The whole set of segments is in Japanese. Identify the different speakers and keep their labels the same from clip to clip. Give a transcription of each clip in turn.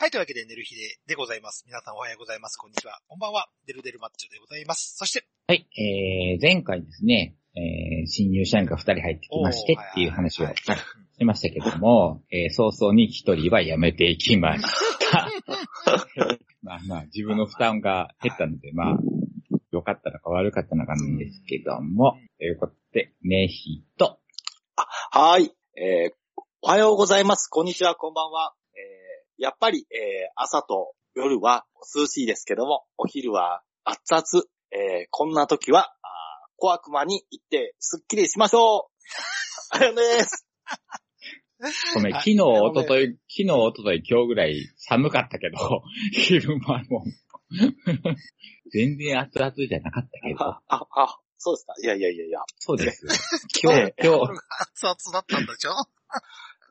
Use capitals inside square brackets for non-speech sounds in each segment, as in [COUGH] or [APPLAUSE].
Speaker 1: はい、というわけで、寝る日ででございます。皆さんおはようございます。こんにちは。こんばんは。デルデルマッチョでございます。そして、
Speaker 2: はい、えー、前回ですね、えー、新入社員が2人入ってきましてっていう話を
Speaker 1: はい
Speaker 2: しましたけども、えー、早々に1人は辞めていき
Speaker 1: [LAUGHS]
Speaker 2: ました。まあまあ、自分の負担が減ったので、まあ、良かったのか悪かったのかなんですけども
Speaker 1: うん、
Speaker 2: ということで、ねひと、
Speaker 3: はーい。えーおはようございます。こんにちは、こんばんは。えーやっぱり、えー朝と夜は涼しいですけども、お昼は熱々。えーこんな時は、あー小悪魔に行ってすっきりしましょう。あ
Speaker 2: [LAUGHS]
Speaker 3: れです。
Speaker 2: ごめん、
Speaker 1: はい
Speaker 2: 昨日、おととい、昨日、おととい、今日ぐらい寒かったけど、 [LAUGHS] 昼間も、全然熱々じゃなかったけ
Speaker 1: [LAUGHS]
Speaker 2: ど、
Speaker 3: あ、あ、あ、そうですか。いやいやいやいや。
Speaker 2: そうですよ。
Speaker 1: 今日、
Speaker 3: ね
Speaker 2: 今日、
Speaker 1: [LAUGHS] 熱々だったんだでしょ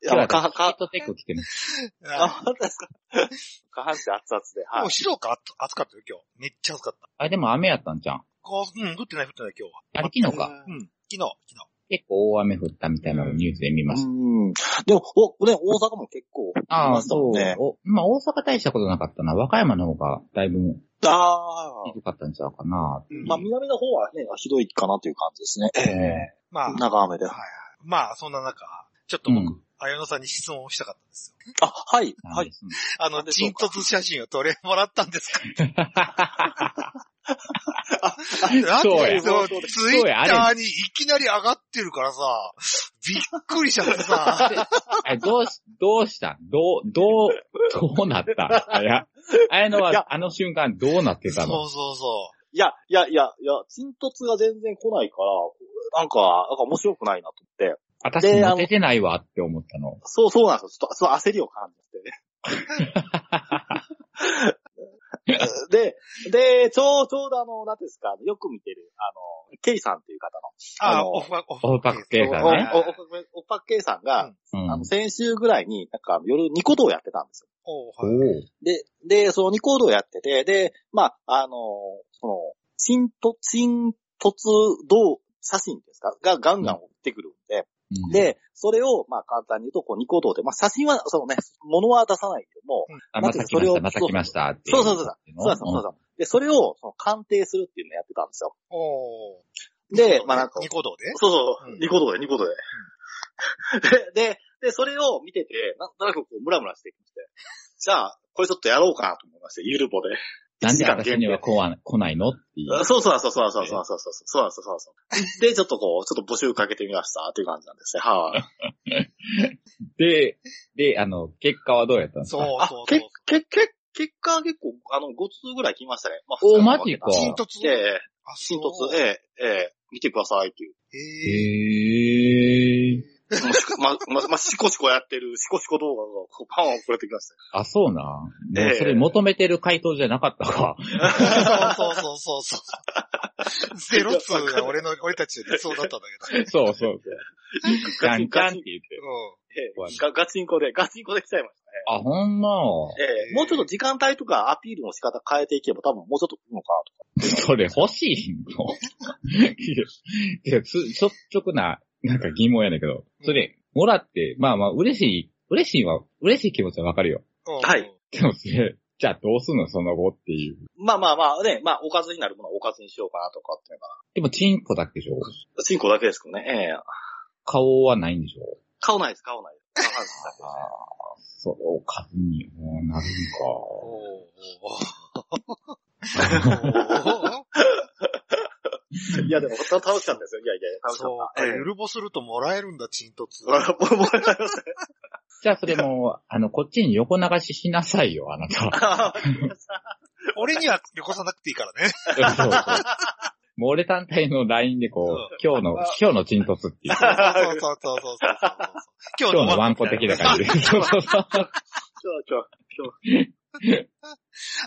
Speaker 3: いや、か、
Speaker 2: ヒー
Speaker 3: か、
Speaker 2: トテック着てます。
Speaker 3: あ、 [LAUGHS]
Speaker 1: あ
Speaker 3: 本当ですか。下半身熱々で、
Speaker 1: も
Speaker 3: は
Speaker 1: う
Speaker 3: い。
Speaker 1: 白か暑暑かったよ、今日。めっちゃ暑かった。
Speaker 2: あ、でも雨やったんじゃん。
Speaker 1: こう、うん、降ってない降ってない、今日は。
Speaker 2: あれ昨日か。
Speaker 1: うん、昨日、昨日。
Speaker 2: 結構大雨降ったみたいなのをニュースで見ました。
Speaker 3: うん。でも、お、ね、大阪も結構、
Speaker 2: あ
Speaker 3: ま
Speaker 2: あ、
Speaker 3: したも
Speaker 2: そ
Speaker 3: ん
Speaker 2: う
Speaker 3: ね。
Speaker 2: おまあ大阪大したことなかったな。和歌山の方がだいぶ
Speaker 3: ああ、
Speaker 2: 低かったんちゃうかな。
Speaker 3: まあ、南の方はね、ひどいかなという感じですね。
Speaker 2: え
Speaker 1: まあ、
Speaker 3: 長雨で。あ、
Speaker 1: まあ、そんな中、ちょっと僕、
Speaker 2: うん
Speaker 1: 綾野さんに質問をしたかったんですよ。
Speaker 3: はい、
Speaker 2: ー
Speaker 3: はい。。
Speaker 1: あ
Speaker 3: な
Speaker 1: の、
Speaker 3: んでしょ
Speaker 1: 沈
Speaker 3: うか
Speaker 1: 突写真を撮れもらったんですか
Speaker 2: なんで [LAUGHS] そうや
Speaker 1: そう
Speaker 3: そうや
Speaker 1: ツイッターにいきなり上がってるからさ、びっくりしちゃってさ、
Speaker 2: あれどうし、どうしたどう、どう、どうなったあや、あやの
Speaker 3: いや
Speaker 2: は、あの瞬間どうなって
Speaker 1: そ
Speaker 2: たの
Speaker 1: うそうそ
Speaker 3: いや、いや、いや、いや、沈突が全然来ないから、なんか、なんか面白くないなと思って。
Speaker 2: 私
Speaker 3: であ
Speaker 2: モ
Speaker 3: の
Speaker 2: テてないわって思ったの。
Speaker 3: そう、そうなんですよ。ちょっと、そう焦りを感 [LAUGHS] じて。で、で、ちょう、ちょうどあの、何ですか、よく見てる、あの、ケイさんっていう方の、
Speaker 1: う。あ
Speaker 3: あの
Speaker 1: オフパオ
Speaker 2: オフパックケイさんね
Speaker 3: お、お、お、おっぱっけいさんが、
Speaker 2: う
Speaker 3: あ
Speaker 2: ん
Speaker 3: の、。先週ぐらいになんか夜ニコ動やってたんですよ。
Speaker 1: お
Speaker 2: お
Speaker 1: はい
Speaker 2: ー
Speaker 3: で、で、そのニコードをやってて、で、まあ、あの、その、新突、新突動写真ですかがガンガン送ってくるんで、
Speaker 2: うん、
Speaker 3: で、それを、まあ、簡単に言うと、こう、ニコードで、まあ、写真は、そのね、物は出さないけども、
Speaker 2: あ、
Speaker 3: な
Speaker 2: ま
Speaker 3: んてい
Speaker 2: た
Speaker 3: うの
Speaker 2: 来ま
Speaker 3: そ
Speaker 2: し
Speaker 3: れ
Speaker 2: た、ま
Speaker 3: を
Speaker 2: た来ましたってい。
Speaker 3: そうそうそうそう、そうそうそうそう。で、それを、その、鑑定するっていうのをやってたんですよ。
Speaker 1: お
Speaker 3: で、まあ、なんか、
Speaker 1: ニコ動で
Speaker 3: そうそう、
Speaker 1: うん
Speaker 3: ニコ動で、ニコ動で。で、で、で、それを見てて、なんとなくこう、ムラムラしてきて、じゃあ、これちょっとやろうかなと思いまして、ゆるぼで。
Speaker 2: なんで私には来わ来ないのっていう。
Speaker 3: そうそうそうそうそうそうそうそうそうなんですそうなんですで、ちょっとこう、ちょっと募集かけてみましたっていう感じなんですね。はい、
Speaker 2: で、で、あの、結果はどうやったんです
Speaker 1: そ
Speaker 2: か
Speaker 1: う
Speaker 3: あ
Speaker 1: そう。、
Speaker 3: け
Speaker 1: そう、
Speaker 3: け、け、結果は結構、あの、5通ぐらい来ましたね。まあ、
Speaker 2: お
Speaker 3: 普通のわ
Speaker 2: マ
Speaker 3: け
Speaker 2: ジか
Speaker 1: 沈突
Speaker 3: ええ、
Speaker 1: あ、
Speaker 3: 新
Speaker 1: そう
Speaker 3: 突、ええ、ええ、見てくださいっていう。
Speaker 1: ええ
Speaker 2: へえ。
Speaker 3: ま、ま、ま、シコシコやってる、シコシコ動画が、こう、パンを送れてきました
Speaker 2: あ、そうなん。
Speaker 3: ええ
Speaker 2: もうそれ求めてる回答じゃなかったか。
Speaker 1: そうそうそうそう。ゼロツーが俺の、俺たちでそうだったんだけど。
Speaker 2: そうそう。じゃんじゃん
Speaker 3: ガ
Speaker 2: って
Speaker 3: チン
Speaker 2: 言って。
Speaker 1: う
Speaker 3: ええガガチンコで、ガチンコで来ちゃいました
Speaker 2: あ、ほんま。
Speaker 3: ね。ええ、もうちょっと時間帯とかアピールの仕方変えていけば多分もうちょっといいのかなとか。
Speaker 2: それ欲しいのいやいや、つ、率直な、なんか疑問やねんけど。それ、もらって、まあまあ、嬉しい、嬉しいは、嬉しい気持ちはわかるよ。
Speaker 1: ん。うん
Speaker 3: はい。
Speaker 2: でもそれ、じゃあどうすんのその後っていう。
Speaker 3: まあまあまあね、まあおかずになるものはおかずにしようかなとかっていうのが。
Speaker 2: でも、チンコだけでしょ
Speaker 3: チンコだけですけどね。ええ、
Speaker 2: 顔はないんでしょ
Speaker 3: 顔ないです、顔ないです。
Speaker 2: ああ、そうか、にもなる
Speaker 1: お
Speaker 2: の
Speaker 1: ーおー
Speaker 3: いや、でも、た楽しかったですよ。いやいやいや、楽しか
Speaker 1: そう
Speaker 3: っ
Speaker 1: か、
Speaker 3: た。ええ
Speaker 1: ゆるぼするともらえるんだ、沈突。
Speaker 3: 笑もうもらいました。
Speaker 2: じゃあそれも、あの、こっちに横流ししなさいよ、あなた。
Speaker 3: あ
Speaker 1: [LAUGHS] 俺にはよこさなくていいからね。
Speaker 2: そうそう [LAUGHS] もう俺単体の LINE でこう、今日の、今日の沈突っていう、
Speaker 1: そうそうそうそうそうそうそう。今
Speaker 2: 今日のワンコ的な感じで。そうそうそう。
Speaker 3: ちょちょ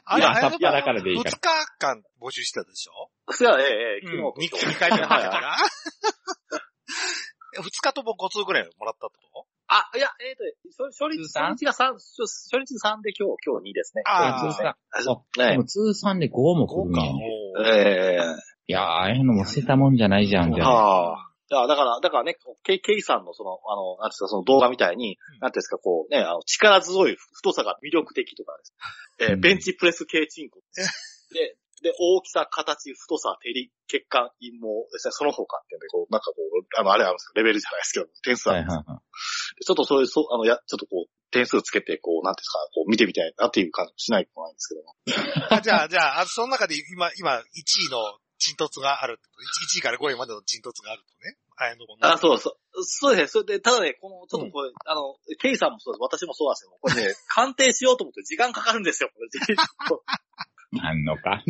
Speaker 1: あれ、
Speaker 2: いや
Speaker 1: 早
Speaker 2: 朝っぱらからでいいから
Speaker 1: 2日間募集したでしょ
Speaker 3: そや、ええ、ええ、
Speaker 1: う
Speaker 3: 昨日
Speaker 1: ん、二
Speaker 3: と。
Speaker 1: 2回目の
Speaker 3: はい
Speaker 1: 話だ
Speaker 3: は
Speaker 1: か
Speaker 3: い
Speaker 1: ら。2日とも5通ぐらいもらったってこ
Speaker 3: あ、いや、ええと、初初日、
Speaker 2: 通算
Speaker 3: 初日が三、初初日三で今日、今日2ですね。
Speaker 1: あー
Speaker 2: 通算。
Speaker 3: ね
Speaker 2: でも通算で5も
Speaker 1: と
Speaker 2: 来
Speaker 1: ?5
Speaker 2: る
Speaker 1: か。
Speaker 2: ね。
Speaker 1: おー
Speaker 3: ええ、
Speaker 2: いやー、ああいうのも捨てたもんじゃないじゃん、じゃあ。
Speaker 3: はあ。いや、だから、だからね、こうケイケイさんのその、あの、なんですか、その動画みたいに、
Speaker 1: うん
Speaker 3: なんていうんですか、こうね、あの、力強い太さが魅力的とかです。
Speaker 2: [LAUGHS]
Speaker 3: え
Speaker 2: う
Speaker 3: ー
Speaker 2: ん
Speaker 3: ベンチプレス系チンコ。で、で、大きさ、形、太さ、照り、血管、陰毛ですね、その他っていうんで、こう、なんかこう、あの、あれなんですよレベルじゃないですけど、点数あ
Speaker 2: は
Speaker 3: る
Speaker 2: い
Speaker 3: んですよ
Speaker 2: はいは
Speaker 3: でちょっとそういう、そう、あの、や、ちょっとこう、点数つけて、こう、なんていうんですか、こう、見てみたいなっていう感じもしないとないんですけども。
Speaker 1: あじゃあ、じゃあ、あその中で今、今、1位の沈突があるってこと。1位から5位までの沈突があるってことね。あやのぼんの
Speaker 3: あ、そうそう。そうですね。それで、ただね、この、ちょっとこれ、あの、ケイさんもそうです。私もそうなんですよ。これね、鑑定しようと思って時間かかるんですよ。これ、
Speaker 2: い。あんのか。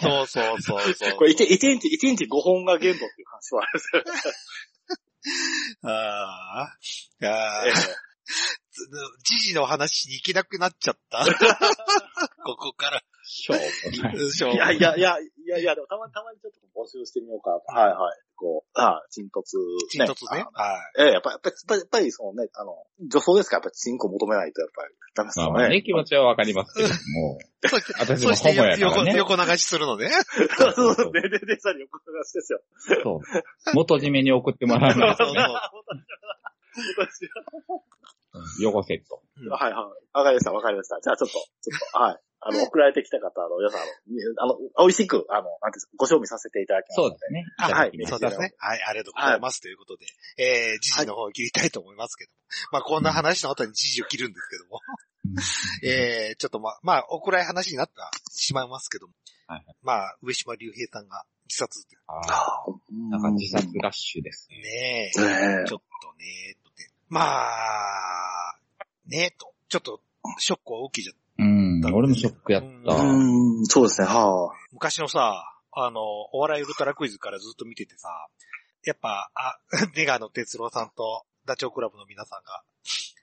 Speaker 1: そうそうそう [LAUGHS] そう。
Speaker 3: これ一一日、一日5本が限度っていう話はあるんですよ。
Speaker 1: ああ。ああ
Speaker 3: ええ。
Speaker 1: 時事の話に行けなくなっちゃ [LAUGHS] った。ここから。
Speaker 2: しょうもない。
Speaker 1: しょう
Speaker 3: いやいやいや、いやいや、でもたまにたまにちょっと募集してみようか。はいはい。こう、ああ、沈突、
Speaker 1: 沈突ね。。は
Speaker 3: あええ、やっぱり、やっぱり、やっぱり、やっぱりそのね、あの、女装ですから、やっぱりチンコ求めないと、やっぱり、ダメです
Speaker 2: ま
Speaker 3: よ
Speaker 2: あ
Speaker 3: ね。
Speaker 2: まあね、気持ちはわかりますけども、
Speaker 1: い。そして、
Speaker 2: 私
Speaker 1: そ
Speaker 2: も
Speaker 1: し
Speaker 2: ホ
Speaker 1: て
Speaker 2: モやか
Speaker 1: 横
Speaker 2: らね。
Speaker 1: 横流しするのね。
Speaker 3: そうそうそう、 [LAUGHS] で、で、で、さに横流しですよ。
Speaker 2: そう。元締めに送ってもらう
Speaker 1: そ
Speaker 2: の
Speaker 1: うそう
Speaker 3: [LAUGHS]
Speaker 2: 汚せと。
Speaker 3: はいはい。わかりました、わかりました。じゃあちょっと、ちょっと、はい。あの、送られてきた方、あの、皆さん、あの、美味しく、あの、なんていうんですか、ご賞味させていただきます。
Speaker 2: そうですね。
Speaker 1: あ
Speaker 2: ただきまし
Speaker 3: そ
Speaker 2: た
Speaker 1: そうです
Speaker 3: うで
Speaker 1: す
Speaker 3: ね
Speaker 1: ね。はい、ありがとうございます。ということで、えー、時事の方を切りたいと思いますけども。まあ、こんな話の後に時事を切るんですけども。えー、ちょっとまあ、まあ、お暗い話になってしまいますけども。
Speaker 2: はい
Speaker 1: まあ、上島竜兵さんが自殺って
Speaker 2: あ
Speaker 3: ああ、
Speaker 2: ーなんか自殺ラッシュですね。
Speaker 1: ねえ。
Speaker 3: ねえ
Speaker 1: ちょっとね、とね。まあ、ねと。ちょっと、ショックは大きいじゃん。
Speaker 2: うん。俺もショックやっ
Speaker 1: あ
Speaker 2: た。
Speaker 3: うん、そうですね、は
Speaker 1: 昔のさ、あの、お笑いウルトラクイズからずっと見ててさ、やっぱ、あ、 [LAUGHS] ネガの哲郎さんとダチョウ倶楽部の皆さんが、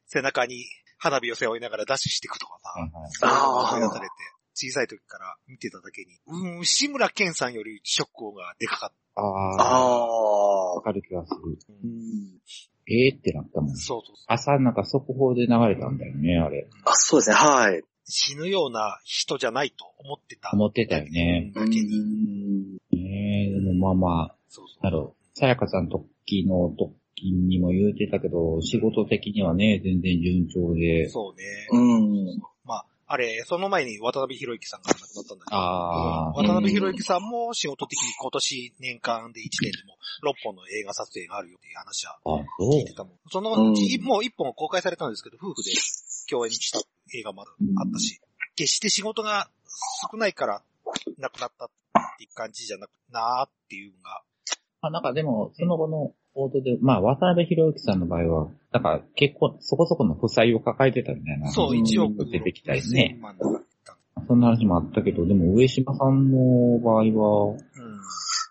Speaker 1: 背中に花火を背負いながらダッシュしていくとかさ、
Speaker 2: はいはい
Speaker 1: そういうのが
Speaker 3: あ
Speaker 1: 思
Speaker 3: ー
Speaker 1: い出されて、小さい時から見てただけに、うん、志村けんさんよりショックがでかかっ
Speaker 3: あ。
Speaker 2: ああ。
Speaker 3: あ
Speaker 2: わかる気がする。
Speaker 1: た。
Speaker 3: うん
Speaker 2: ええってなったもん。
Speaker 1: そうそうそう。
Speaker 2: 朝なんか速報で流れたんだよね、あれ。
Speaker 3: あ、そうですね、はい。
Speaker 1: 死ぬような人じゃないと思ってた。
Speaker 2: 思ってたよね。
Speaker 1: うんだけに。
Speaker 2: ええでもまあまあ、
Speaker 1: そうそう。
Speaker 2: なるほど。さやかさん時の時にも言うてたけど、仕事的にはね、全然順調で。
Speaker 1: そうね。
Speaker 3: うん。
Speaker 1: まあ、あれ、その前に渡辺博之さんが亡くなったんだけど、
Speaker 2: ああ、
Speaker 1: 渡辺博之さんも仕事的に今年年間で1年でも6本の映画撮影があるよっていう話は
Speaker 2: あ、そう。
Speaker 1: 聞いてたもん。そのうち、
Speaker 3: うん
Speaker 1: もう1本公開されたんですけど、夫婦で共演した映画もあったし、決して仕事が少ないから亡くなったっていう感じじゃなくなーっていうのが、
Speaker 2: あ、なんかでも、その後の報道で、まあ、渡辺博之さんの場合は、なんか結構そこそこの負債を抱えてたみたいな。
Speaker 1: そう、
Speaker 3: ん
Speaker 1: 1億
Speaker 2: 出てきたり
Speaker 1: 6000
Speaker 2: ね。
Speaker 1: 万だった。
Speaker 2: そんな話もあったけど、でも上島さんの場合は、
Speaker 1: うん。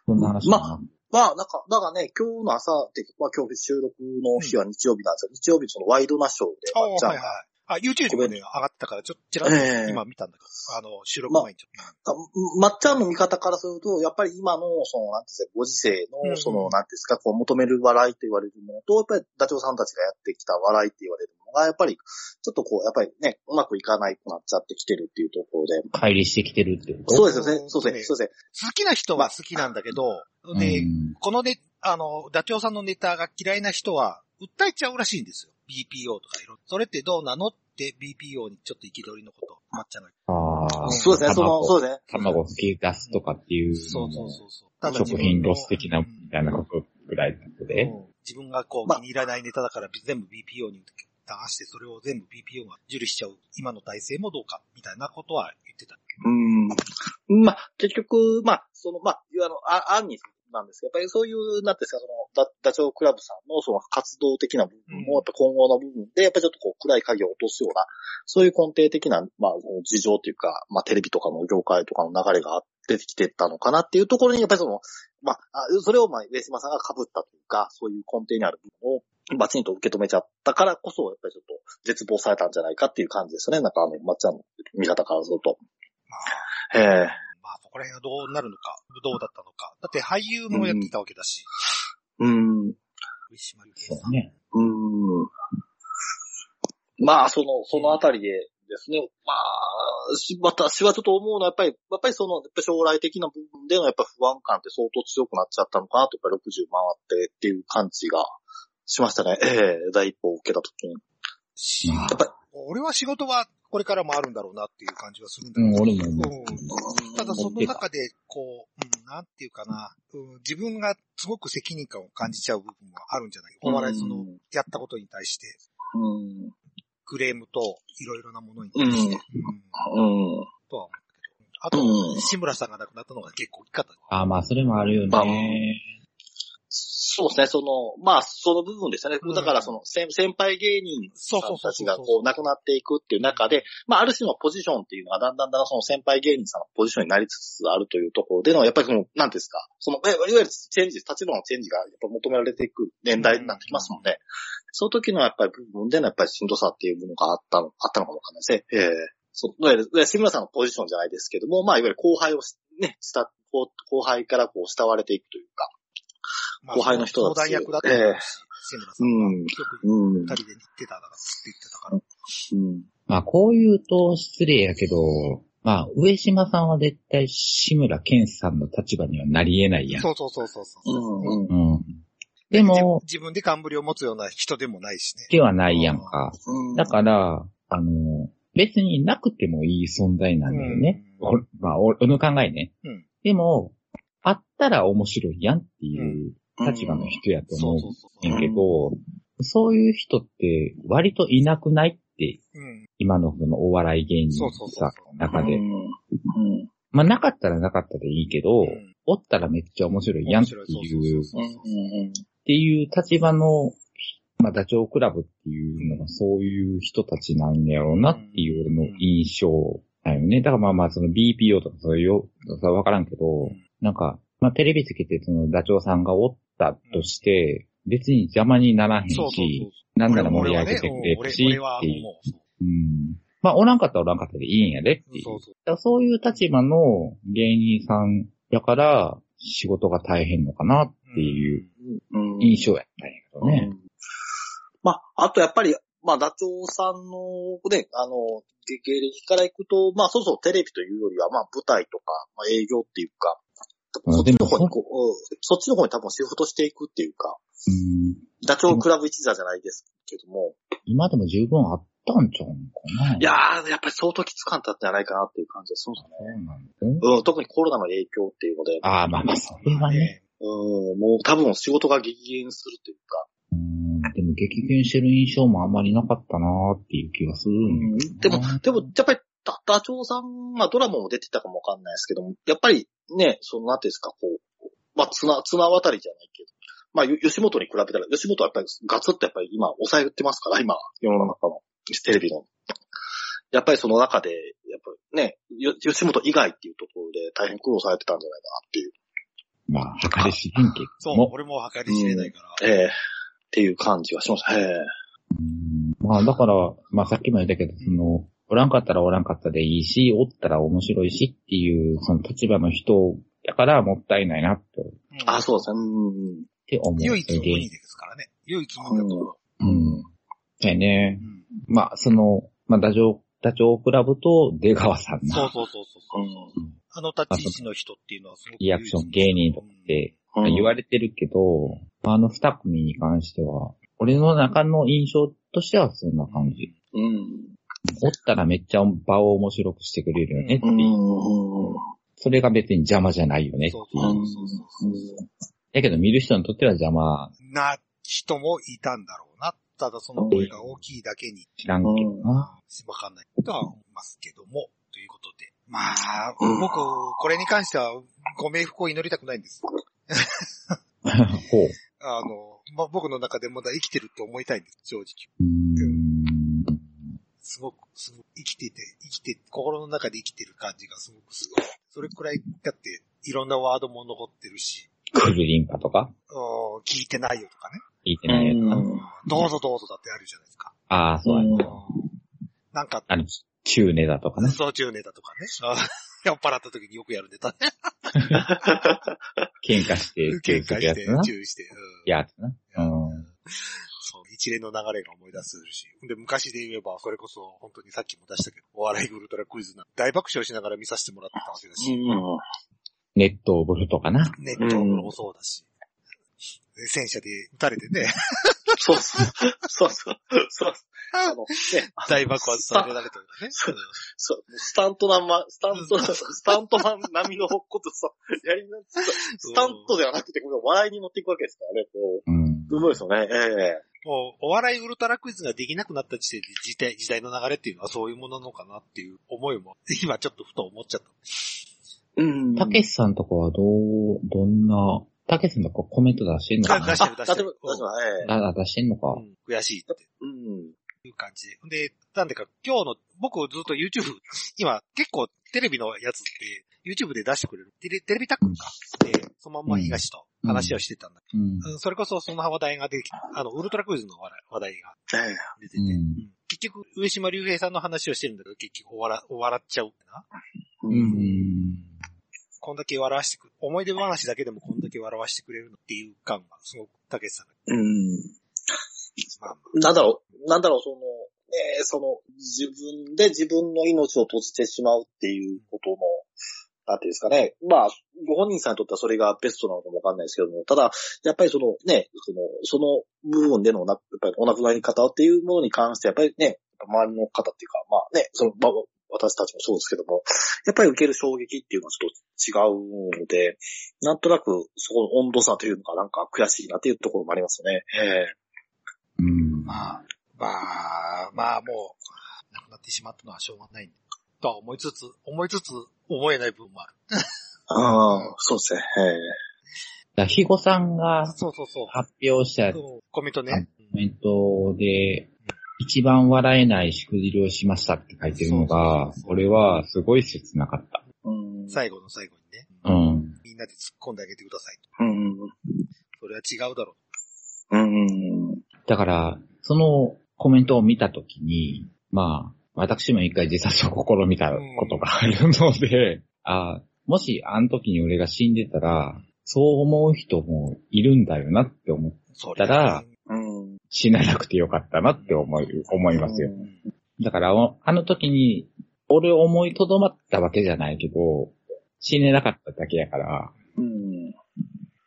Speaker 2: そんな話も
Speaker 3: ま
Speaker 2: な
Speaker 3: まあ、なんか、だからね、今日の朝って、まあ今日収録の日は日曜日なんですよ。日曜日そのワイドナショーで、
Speaker 1: あ
Speaker 3: まあじゃ
Speaker 1: はいはい。あ、YouTube にもね、上がってたから、ちょっとちらっと
Speaker 3: ええ
Speaker 1: 今見たんだけど、あの、収録前にちょっ
Speaker 3: あまっちゃんの見方からすると、やっぱり今の、その、なんていうんですか、ご時世
Speaker 1: う
Speaker 3: の、
Speaker 1: ん
Speaker 3: その、なんていうんですか、こう、求める笑いと言われるものと、やっぱり、ダチョウさんたちがやってきた笑いって言われるものが、やっぱり、ちょっとこう、やっぱりね、うまくいかないくなっちゃってきてるっていうところで。
Speaker 2: 乖離してきてるってこと
Speaker 3: そうですよね、そうで
Speaker 1: え
Speaker 3: すね、
Speaker 1: え
Speaker 3: そうですね。
Speaker 1: と。好きな人は好きなんだけど、で、
Speaker 2: うん
Speaker 1: このね、あの、ダチョウさんのネタが嫌いな人は、訴えちゃうらしいんですよ。BPO とかいろいろ。それってどうなのって BPO にちょっと憤りのこと、まっちゃんが
Speaker 2: ああ、
Speaker 3: そうですね、その、
Speaker 2: 卵
Speaker 3: そうですね。
Speaker 2: 卵を吹き出すとかっていう
Speaker 1: そ
Speaker 2: の
Speaker 1: うそう
Speaker 2: も、
Speaker 1: そうそう。
Speaker 2: 食品ロス的な、
Speaker 1: うん
Speaker 2: みたいなことぐらいなの
Speaker 1: う
Speaker 2: で、
Speaker 1: ん自分がこう
Speaker 3: まあ
Speaker 1: 気に入らないネタだから全部 BPO に流して、それを全部 BPO が受理しちゃう今の体制もどうか、みたいなことは言ってた。
Speaker 3: うん。まあ、結局、まあ、その、まあ、いわゆるあの、あ案になんですけど、やっぱりそういう、なんていうんですか、その、ダダチョウクラブさんのその活動的な部分
Speaker 1: うん
Speaker 3: も、やっぱ今後の部分で、やっぱりちょっとこう、暗い影を落とすような、そういう根底的な、まあ、事情というか、まあ、テレビとかの業界とかの流れが出てきてったのかなっていうところに、やっぱりその、まあ、あそれを、まあ、上島さんが被ったというか、そういう根底にある部分を、バチンと受け止めちゃったからこそ、やっぱりちょっと絶望されたんじゃないかっていう感じですよね。なんかあの、まっちゃんの見方からすると。ええ
Speaker 1: まあ、そこら辺がどうなるのか、どうだったのか。だって俳優もやっていたわけだし、
Speaker 3: うん。
Speaker 1: 上島竜兵
Speaker 2: そ
Speaker 1: さん
Speaker 2: う。ね。
Speaker 3: うん。まあ、その、そのあたりでですね、まあ、し私はちょっと思うのは、やっぱり、やっぱりその、やっぱり将来的な部分でのやっぱ不安感って相当強くなっちゃったのかなと、やっぱり60回ってっていう感じがしましたね。ええ第一歩を受けた時に。
Speaker 1: し、
Speaker 2: まあ
Speaker 1: 俺は仕事はこれからもあるんだろうなっていう感じはするんだ
Speaker 2: う
Speaker 1: け
Speaker 2: ん、
Speaker 1: ど。
Speaker 2: 俺も思う。
Speaker 1: うんただその中で、こう、うん、なんていうかな、うん、自分がすごく責任感を感じちゃう部分もあるんじゃないお笑いその
Speaker 3: うん、
Speaker 1: やったことに対して、
Speaker 3: うん。
Speaker 1: クレームといろいろなものに対して、うん
Speaker 3: うん。
Speaker 1: とは思うけど。あと、
Speaker 3: うん
Speaker 1: 志村さんが亡くなったのが結構大きかった。
Speaker 2: ああ、まあ、それもあるよ
Speaker 3: まあ
Speaker 2: ね。
Speaker 3: そうですね、その、まあ、その部分ですよね
Speaker 1: うん。
Speaker 3: だから、その、先先輩芸人
Speaker 1: そうそうそうそう
Speaker 3: たちがこう、亡くなっていくっていう中で、まあ、ある種のポジションっていうのが、だんだんだんだんその先輩芸人さんのポジションになりつつあるというところでの、やっぱりその、なんていうんですか、その、えいわゆるチェンジ、立場のチェンジが、やっぱ求められていく年代になってきますので、その時のやっぱり部分でのやっぱりしんどさっていうものがあったの、あったのかもわかんないですね。ええそう、いわゆるいわゆる杉村さんのポジションじゃないですけども、まあ、いわゆる後輩をしね、した、後後輩からこう、慕われていくというか、
Speaker 1: ま
Speaker 3: 後輩の人だ
Speaker 1: 相
Speaker 3: し
Speaker 1: 談役だったからし、志村さんが。
Speaker 3: う
Speaker 1: よ
Speaker 3: ん
Speaker 1: く
Speaker 3: うん
Speaker 1: 二人で言ってただからって言ってたから。
Speaker 3: うん
Speaker 2: まあ、こう言うと失礼やけど、まあ、上島さんは絶対志村健さんの立場にはなり得ないやん。
Speaker 1: そうそうそうそうそう。
Speaker 3: うんうん
Speaker 2: うん。でも、
Speaker 1: 自分で冠を持つような人でもないしね。
Speaker 2: ではないやんか。
Speaker 3: うん
Speaker 2: だから、あの、別になくてもいい存在なんだよね。
Speaker 1: うん
Speaker 2: おまあ、俺の考えね。
Speaker 1: うん
Speaker 2: でも、あったら面白いやんっていう立場の人やと
Speaker 1: そう
Speaker 2: 思
Speaker 1: そうそうう。
Speaker 2: んや
Speaker 1: う
Speaker 2: けど、そういう人って割といなくないって、
Speaker 1: ん。
Speaker 2: 今のこのお笑い芸人
Speaker 1: そうそうそう
Speaker 2: さ
Speaker 1: そ、う
Speaker 2: 中
Speaker 3: う
Speaker 2: で。
Speaker 3: んうん
Speaker 2: まあ、なかったらなかったでいいけど、
Speaker 1: うん
Speaker 2: おったらめっちゃ面白いやんって
Speaker 1: 面白い
Speaker 2: いう、っ
Speaker 1: そうそうそうそう
Speaker 2: ていう立場の、まあ、ダチョウ倶楽部っていうのがそういう人たちなんやろうなっていう俺の印象だよね。だからまあまあ、その BPO とかそういうよ、それはわからんけど、
Speaker 1: うん
Speaker 2: なんか、まあ、テレビつけてそのダチョウさんがおったとして、別に邪魔にならへん
Speaker 1: そうそうそう
Speaker 2: し、なんなら盛り上げてくれ
Speaker 1: 俺
Speaker 2: る
Speaker 1: は
Speaker 2: し、
Speaker 1: ねうん俺俺は
Speaker 2: っていう。
Speaker 1: もうそう
Speaker 2: うん。まあ、おらんかったらおらんかったでいいんやでっていう。
Speaker 1: そうそう。
Speaker 2: だからそういう立場の芸人さんやから、仕事が大変のかなっていう
Speaker 3: うん
Speaker 2: 印象やったんやけどね。
Speaker 3: うんまあ、あとやっぱり、まあ、ダチョウさんの、ね、あの、げ芸歴からいくと、まあ、そうそう、テレビというよりは、まあ、舞台とか、まあ、営業っていうか、
Speaker 2: うん
Speaker 3: そっちの方にこう、うんそっちの方に多分シフトしていくっていうか、
Speaker 2: うん
Speaker 3: ダチョウクラブ一座じゃないですけども、
Speaker 2: 今でも十分あったんちゃうんかない
Speaker 3: いやー、やっぱり相当きつかったんじゃないかなっていう感じがするんですよ
Speaker 2: そう
Speaker 3: ね。
Speaker 2: なんですね。
Speaker 3: うん、特にコロナの影響っていうので、
Speaker 2: ああ、まあまあ、それはね。
Speaker 3: うん、もう多分仕事が激減するというか、
Speaker 2: うん、でも激減してる印象もあんまりなかったなーっていう気がするんだけ
Speaker 3: で
Speaker 2: ど
Speaker 3: も
Speaker 2: な、
Speaker 3: でも、やっぱり、ダダチョウさん、まあドラマも出てたかもわかんないですけども、やっぱりね、そのなんていうんですか、こう、まあ綱、綱渡りじゃないけど、まあよ吉本に比べたら、吉本はやっぱりガツッとやっぱり今抑えてますから、今、世の中の、テレビの。やっぱりその中で、やっぱりね、よ吉本以外っていうところで大変苦労されてたんじゃないかなっていう、
Speaker 2: まあ、計り知らんけ
Speaker 1: そ
Speaker 2: ど
Speaker 1: う、
Speaker 2: も。
Speaker 1: 俺も計り知れないから。
Speaker 3: ええっていう感じがしました。ええ
Speaker 2: まあ、だから、まあさっきも言ったけど、その、おらんかったらおらんかったでいいし、おったら面白いしっていう、その立場の人やからもったいないなって、っ
Speaker 1: うん
Speaker 3: あ、そうですね。うん。
Speaker 2: て思う。
Speaker 1: 唯一
Speaker 2: それ
Speaker 1: 無
Speaker 2: で
Speaker 1: 二ですからね。唯一無二だと思う。
Speaker 2: うん。だよね
Speaker 1: う。ん
Speaker 2: まあ、その、まあ、ダチョウ、ダチョウクラブと出川さん
Speaker 1: そう
Speaker 2: な、
Speaker 1: そうそうそう。あの立ち位置の人っていうのはすごく
Speaker 2: リアクション芸人とかって
Speaker 3: うん
Speaker 2: 言われてるけど、あの二組に関しては、俺の中の印象としてはそんな感じ。
Speaker 3: うん。
Speaker 2: おったらめっちゃ場を面白くしてくれるよねって
Speaker 3: う
Speaker 2: いう。
Speaker 3: んうん。
Speaker 2: それが別に邪魔じゃないよねって
Speaker 1: そう
Speaker 2: い。
Speaker 1: そううそうそう
Speaker 2: だけど見る人にとっては邪魔
Speaker 1: な人もいたんだろうな。ただその声が大きいだけに、
Speaker 2: 知らんけどな。
Speaker 1: わかんないとは思いますけども、ということで。まあ、
Speaker 3: うん
Speaker 1: 僕、これに関してはご冥福を祈りたくないんです。
Speaker 2: ほう。
Speaker 1: あの、まあ僕の中でまだ生きてるって思いたいんです、正直。
Speaker 2: うーん。
Speaker 1: すごく、すごく生きてて、生きて、心の中で生きてる感じがすごくすごい。それくらい、だって、いろんなワードも残ってるし、
Speaker 2: クルリンパとか
Speaker 1: うん聞いてないよとかね。
Speaker 2: 聞いてないやつか。
Speaker 1: どうぞどうぞだってあるじゃないですか。
Speaker 2: ああ、そうやね。
Speaker 1: うんなんか、
Speaker 2: あの、中ネだとかね。
Speaker 1: そう中ネタとかね。 [LAUGHS] あ酔っ払った時によくやるネタね。
Speaker 2: 喧嘩して、
Speaker 1: 喧嘩して
Speaker 2: やつな、。
Speaker 1: 注意して。うん
Speaker 2: やつな。うん。
Speaker 1: その一連の流れが思い出すし、で、昔で言えば、それこそ、本当にさっきも出したけど、お笑いウルトラクイズな、大爆笑しながら見させてもらってたわけだし、
Speaker 3: ん。
Speaker 2: ネットブルトかな。
Speaker 1: ネットもそうだし、で戦車で撃たれてね、
Speaker 3: そうそう。そうそう。そうそう。あの、ね、
Speaker 1: 大爆発されられたよね。
Speaker 3: そうそうスタントなま、スタント、スタントマン並みのことさ、やりなスタントではなくて、これ笑いに持っていくわけですからね。こ
Speaker 2: うん。
Speaker 3: う、うまいですよね。ええ
Speaker 1: もう、お笑いウルトラクイズができなくなった時点で時代、時代の流れっていうのはそういうものなのかなっていう思いも、今ちょっとふと思っちゃった。
Speaker 3: うん
Speaker 2: たけしさんとかはどう、どんな、たけしさんとかコメント出してんのか
Speaker 1: 出
Speaker 2: な
Speaker 1: し
Speaker 3: あ、
Speaker 1: て
Speaker 3: 例え
Speaker 1: る
Speaker 3: ば、
Speaker 1: 出し
Speaker 3: 例
Speaker 1: て
Speaker 3: え
Speaker 1: る
Speaker 3: ば、ええ
Speaker 2: あ、出してんのか
Speaker 1: う。ん、悔しいって
Speaker 3: うん。
Speaker 1: いう感じで。で、なんでか今日の、僕ずっと YouTube、今 [LAUGHS] 結構テレビのやつって、YouTube で出してくれる。テレテレビタックルか。で、そのまんま東と話をしてたんだけ
Speaker 2: うん。
Speaker 1: ど、うんそれこそその話題が出てきた、あの、ウルトラクイズの話題話題が
Speaker 3: ええ
Speaker 1: 出てて、
Speaker 2: うん。
Speaker 1: うん結局、上島竜兵さんの話をしてるんだけど、結局笑、笑っちゃうってな。
Speaker 3: う。
Speaker 2: うんん。
Speaker 1: こんだけ笑わしてく、思い出話だけでもこんだけ笑わしてくれるのっていう感が、すごく、たけしさんが、
Speaker 3: うん。
Speaker 1: まあま
Speaker 3: なんだろう、なんだろう、その、ねえ、その、自分で自分の命を閉じてしまうっていうことの、なんていうんですかね。まあ、ご本人さんにとってはそれがベストなのかもわかんないですけども、ただ、やっぱりそのね、その、その部分でのお亡やっぱりお亡くなり方っていうものに関して、やっぱりね、周りの方っていうか、まあね、その、まあ、私たちもそうですけども、やっぱり受ける衝撃っていうのはちょっと違うので、なんとなくそこの温度差というのがなんか悔しいなっていうところもありますよね。ええ
Speaker 2: うん。
Speaker 1: あ、まあ、まあ、もう、亡くなってしまったのはしょうがないんだとは思いつつ、思いつつ、思えない部分もある。
Speaker 3: ああ、そうですね。え
Speaker 2: だひごさんが
Speaker 1: そうそうそう。
Speaker 2: 発表したコ
Speaker 1: そうコメントね。
Speaker 2: メントで、一番笑えないしくじりをしましたって書いてるの
Speaker 1: そ
Speaker 2: が
Speaker 1: うそうそう、
Speaker 2: 俺はすごい切なかっ
Speaker 3: えうん
Speaker 1: 最後の最後にね、
Speaker 2: た。うん。
Speaker 1: みんなで突っ込んであげてくださいと。
Speaker 3: うん。
Speaker 1: それは違うだろ
Speaker 3: うん。
Speaker 2: だから、そのコメントを見たときに、まあ、私も一回自殺を試みたことがあるので、あもしあの時に俺が死んでたら、そう思う人もいるんだよなって思う。
Speaker 1: う。それ
Speaker 2: だか
Speaker 1: う
Speaker 2: ら
Speaker 1: ん
Speaker 3: うん。
Speaker 2: 死ななくてよかったなって思い、思いますよ。だから、あの時に、俺を思いとどまったわけじゃないけど、死ねなかっただけやから、
Speaker 3: うん。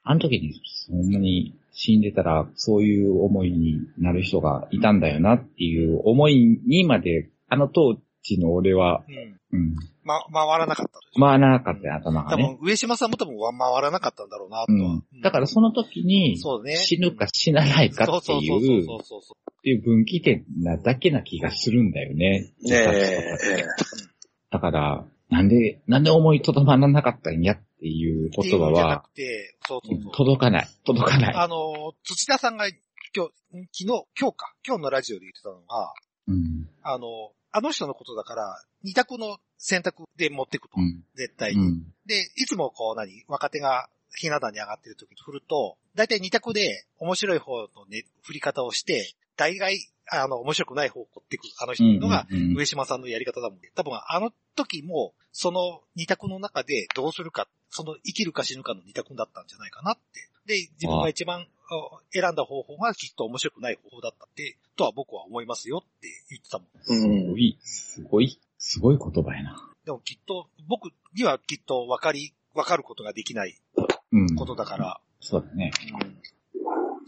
Speaker 2: あの時に、そんなに死んでたら、そういう思いになる人がいたんだよなっていう思いにまで、あの当時の俺は、
Speaker 1: うん。
Speaker 2: うん、
Speaker 1: ま、回らなかった。
Speaker 2: 回らなかったよ頭が
Speaker 1: 多
Speaker 2: ね。
Speaker 1: 分、上島さんも多分回らなかったんだろうな、と
Speaker 2: う
Speaker 1: は
Speaker 2: ん。だからその時に、
Speaker 1: そうね
Speaker 2: 死ぬか死なないかって
Speaker 1: そうそう
Speaker 2: い
Speaker 1: そう
Speaker 2: う、っ
Speaker 1: そうそう。
Speaker 2: ていう分岐点なだけな気がするんだよね。
Speaker 3: ねえ。
Speaker 2: だから、なんで、なんで思いとどまらなかったんやっていう
Speaker 1: って
Speaker 2: 言
Speaker 1: いうん
Speaker 2: 葉
Speaker 1: じゃな
Speaker 2: は、
Speaker 1: くて、そうそうそう。
Speaker 2: 届かない。届かない。
Speaker 1: あの、土田さんが今日、昨日、今日か、今日のラジオで言ってたのが、
Speaker 2: うん。
Speaker 1: あの、あの人のことだから、二択の選択で持ってくと
Speaker 2: う。ん。
Speaker 1: 絶対
Speaker 2: う
Speaker 1: に。
Speaker 2: ん。
Speaker 1: で、いつもこう何、若手がひな壇に上がってる時に振ると、大体二択で面白い方のね、振り方をして、大概、あの、面白くない方を持ってくる、あの人のが、
Speaker 2: うんうんうん
Speaker 1: 上島さんのやり方だもんね。多分あの時も、その二択の中でどうするか、その生きるか死ぬかの二択だったんじゃないかなって。で、自分が一番あ選んだ方法がきっと面白くない方法だったって、とは僕は思いますよって言ってたもん。
Speaker 2: すごい、すごい、すごい言葉やな。
Speaker 1: でもきっと、僕にはきっと分かり、分かることができない
Speaker 2: うん。
Speaker 1: ことだから、
Speaker 2: そうだね。
Speaker 1: うん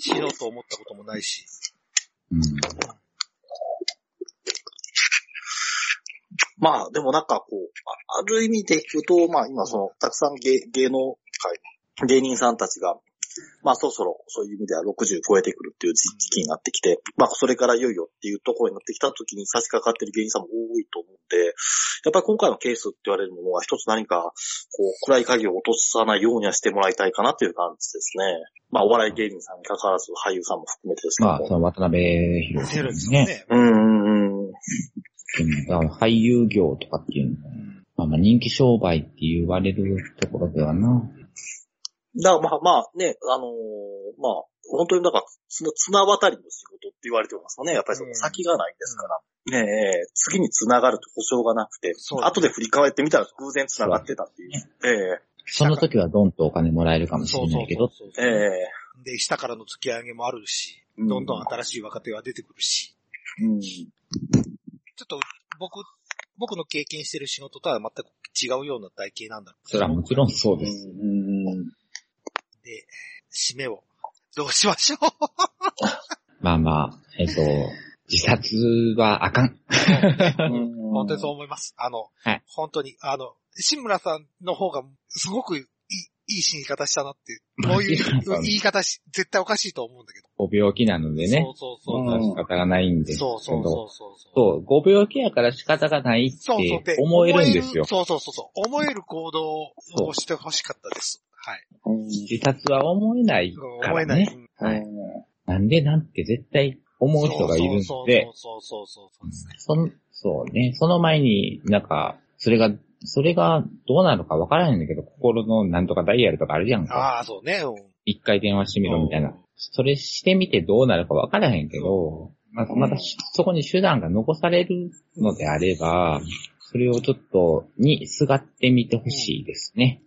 Speaker 1: 死のうと思ったこともないし、
Speaker 2: うん。
Speaker 3: まあ、でもなんかこう、あある意味で言うと、まあ今その、たくさん芸芸能界、芸人さんたちが、まあそろそろそういう意味では60超えてくるっていう時時期になってきて、まあそれからいよいよっていうところになってきた時に差し掛かってる芸人さんも多いと思うんで、やっぱり今回のケースって言われるものは一つ何か、こう、暗い影を落とさないようにはしてもらいたいかなという感じですね。まあお笑い芸人さんに関わらず俳優さんも含めてですけど
Speaker 2: まあ
Speaker 3: も。、
Speaker 2: その渡辺博
Speaker 1: ゼ
Speaker 2: さ
Speaker 1: ロ
Speaker 2: んで
Speaker 1: ですすよ
Speaker 2: ね。
Speaker 1: ね。
Speaker 3: うんうんうん。
Speaker 2: うんだから俳優業とかっていうのは、
Speaker 1: うん
Speaker 2: まあまあ人気商売って言われるところではな。
Speaker 3: だからまあまあね、あのーまあ、本当にだから、つな綱渡りの仕事って言われてますよね。やっぱりその先がないですから。ねえ、次に繋がると保証がなくて、
Speaker 1: そう
Speaker 3: 後で振り返ってみたら偶然繋がってたっていう。
Speaker 2: その時はドンとお金もらえるかもしれないけど、
Speaker 1: そうそうそうそう
Speaker 3: ええ、ええ、
Speaker 1: で、下からの突き上げもあるし、どんどん新しい若手は出てくるし、
Speaker 3: うん。
Speaker 1: ちょっと僕、僕の経験してる仕事とは全く違うような体系なんだろう
Speaker 2: それはもちろんそう
Speaker 3: う
Speaker 2: です。
Speaker 3: ん。
Speaker 1: で、締めをどうしましょ
Speaker 2: まあまあ、えっと、自殺はあかん。
Speaker 1: う本当にそう思います。あの、
Speaker 2: はい
Speaker 1: 本当に、あの、志村さんの方がすごくいい、いい死に方したな
Speaker 2: [LAUGHS]
Speaker 1: って、こうい
Speaker 2: 志村さ
Speaker 1: うん言い方し、絶対おかしいと思うんだけど。
Speaker 2: ご病気なのでね。
Speaker 1: そうそう
Speaker 2: そ
Speaker 1: そうう。
Speaker 2: な仕方がないんですけど。
Speaker 1: そうそうそうそう。
Speaker 2: そう、ご病気やから仕方がないっ
Speaker 1: そうそう。
Speaker 2: て思えるんですよ。
Speaker 1: そうそうそうそう。思える行動をしてほしかったです。はい。
Speaker 3: う
Speaker 2: 自殺は思えないか
Speaker 1: 思え
Speaker 2: ら
Speaker 1: ない。
Speaker 2: ね。はい。なんでなんて絶対思う人がいるんで、
Speaker 1: そうそうそうそうそうそう。
Speaker 2: その、そうね、その前になんか、それが、それがどうなのかわからないんだけど、心のなんとかダイヤルとかあるじゃんか。
Speaker 1: ああ、そうね。うん
Speaker 2: 一回電話してみろみたいな。。それしてみてどうなるかわからへんけど、まあ、またしそこに手段が残されるのであれば、それをちょっと、にすがってみてほしいですね。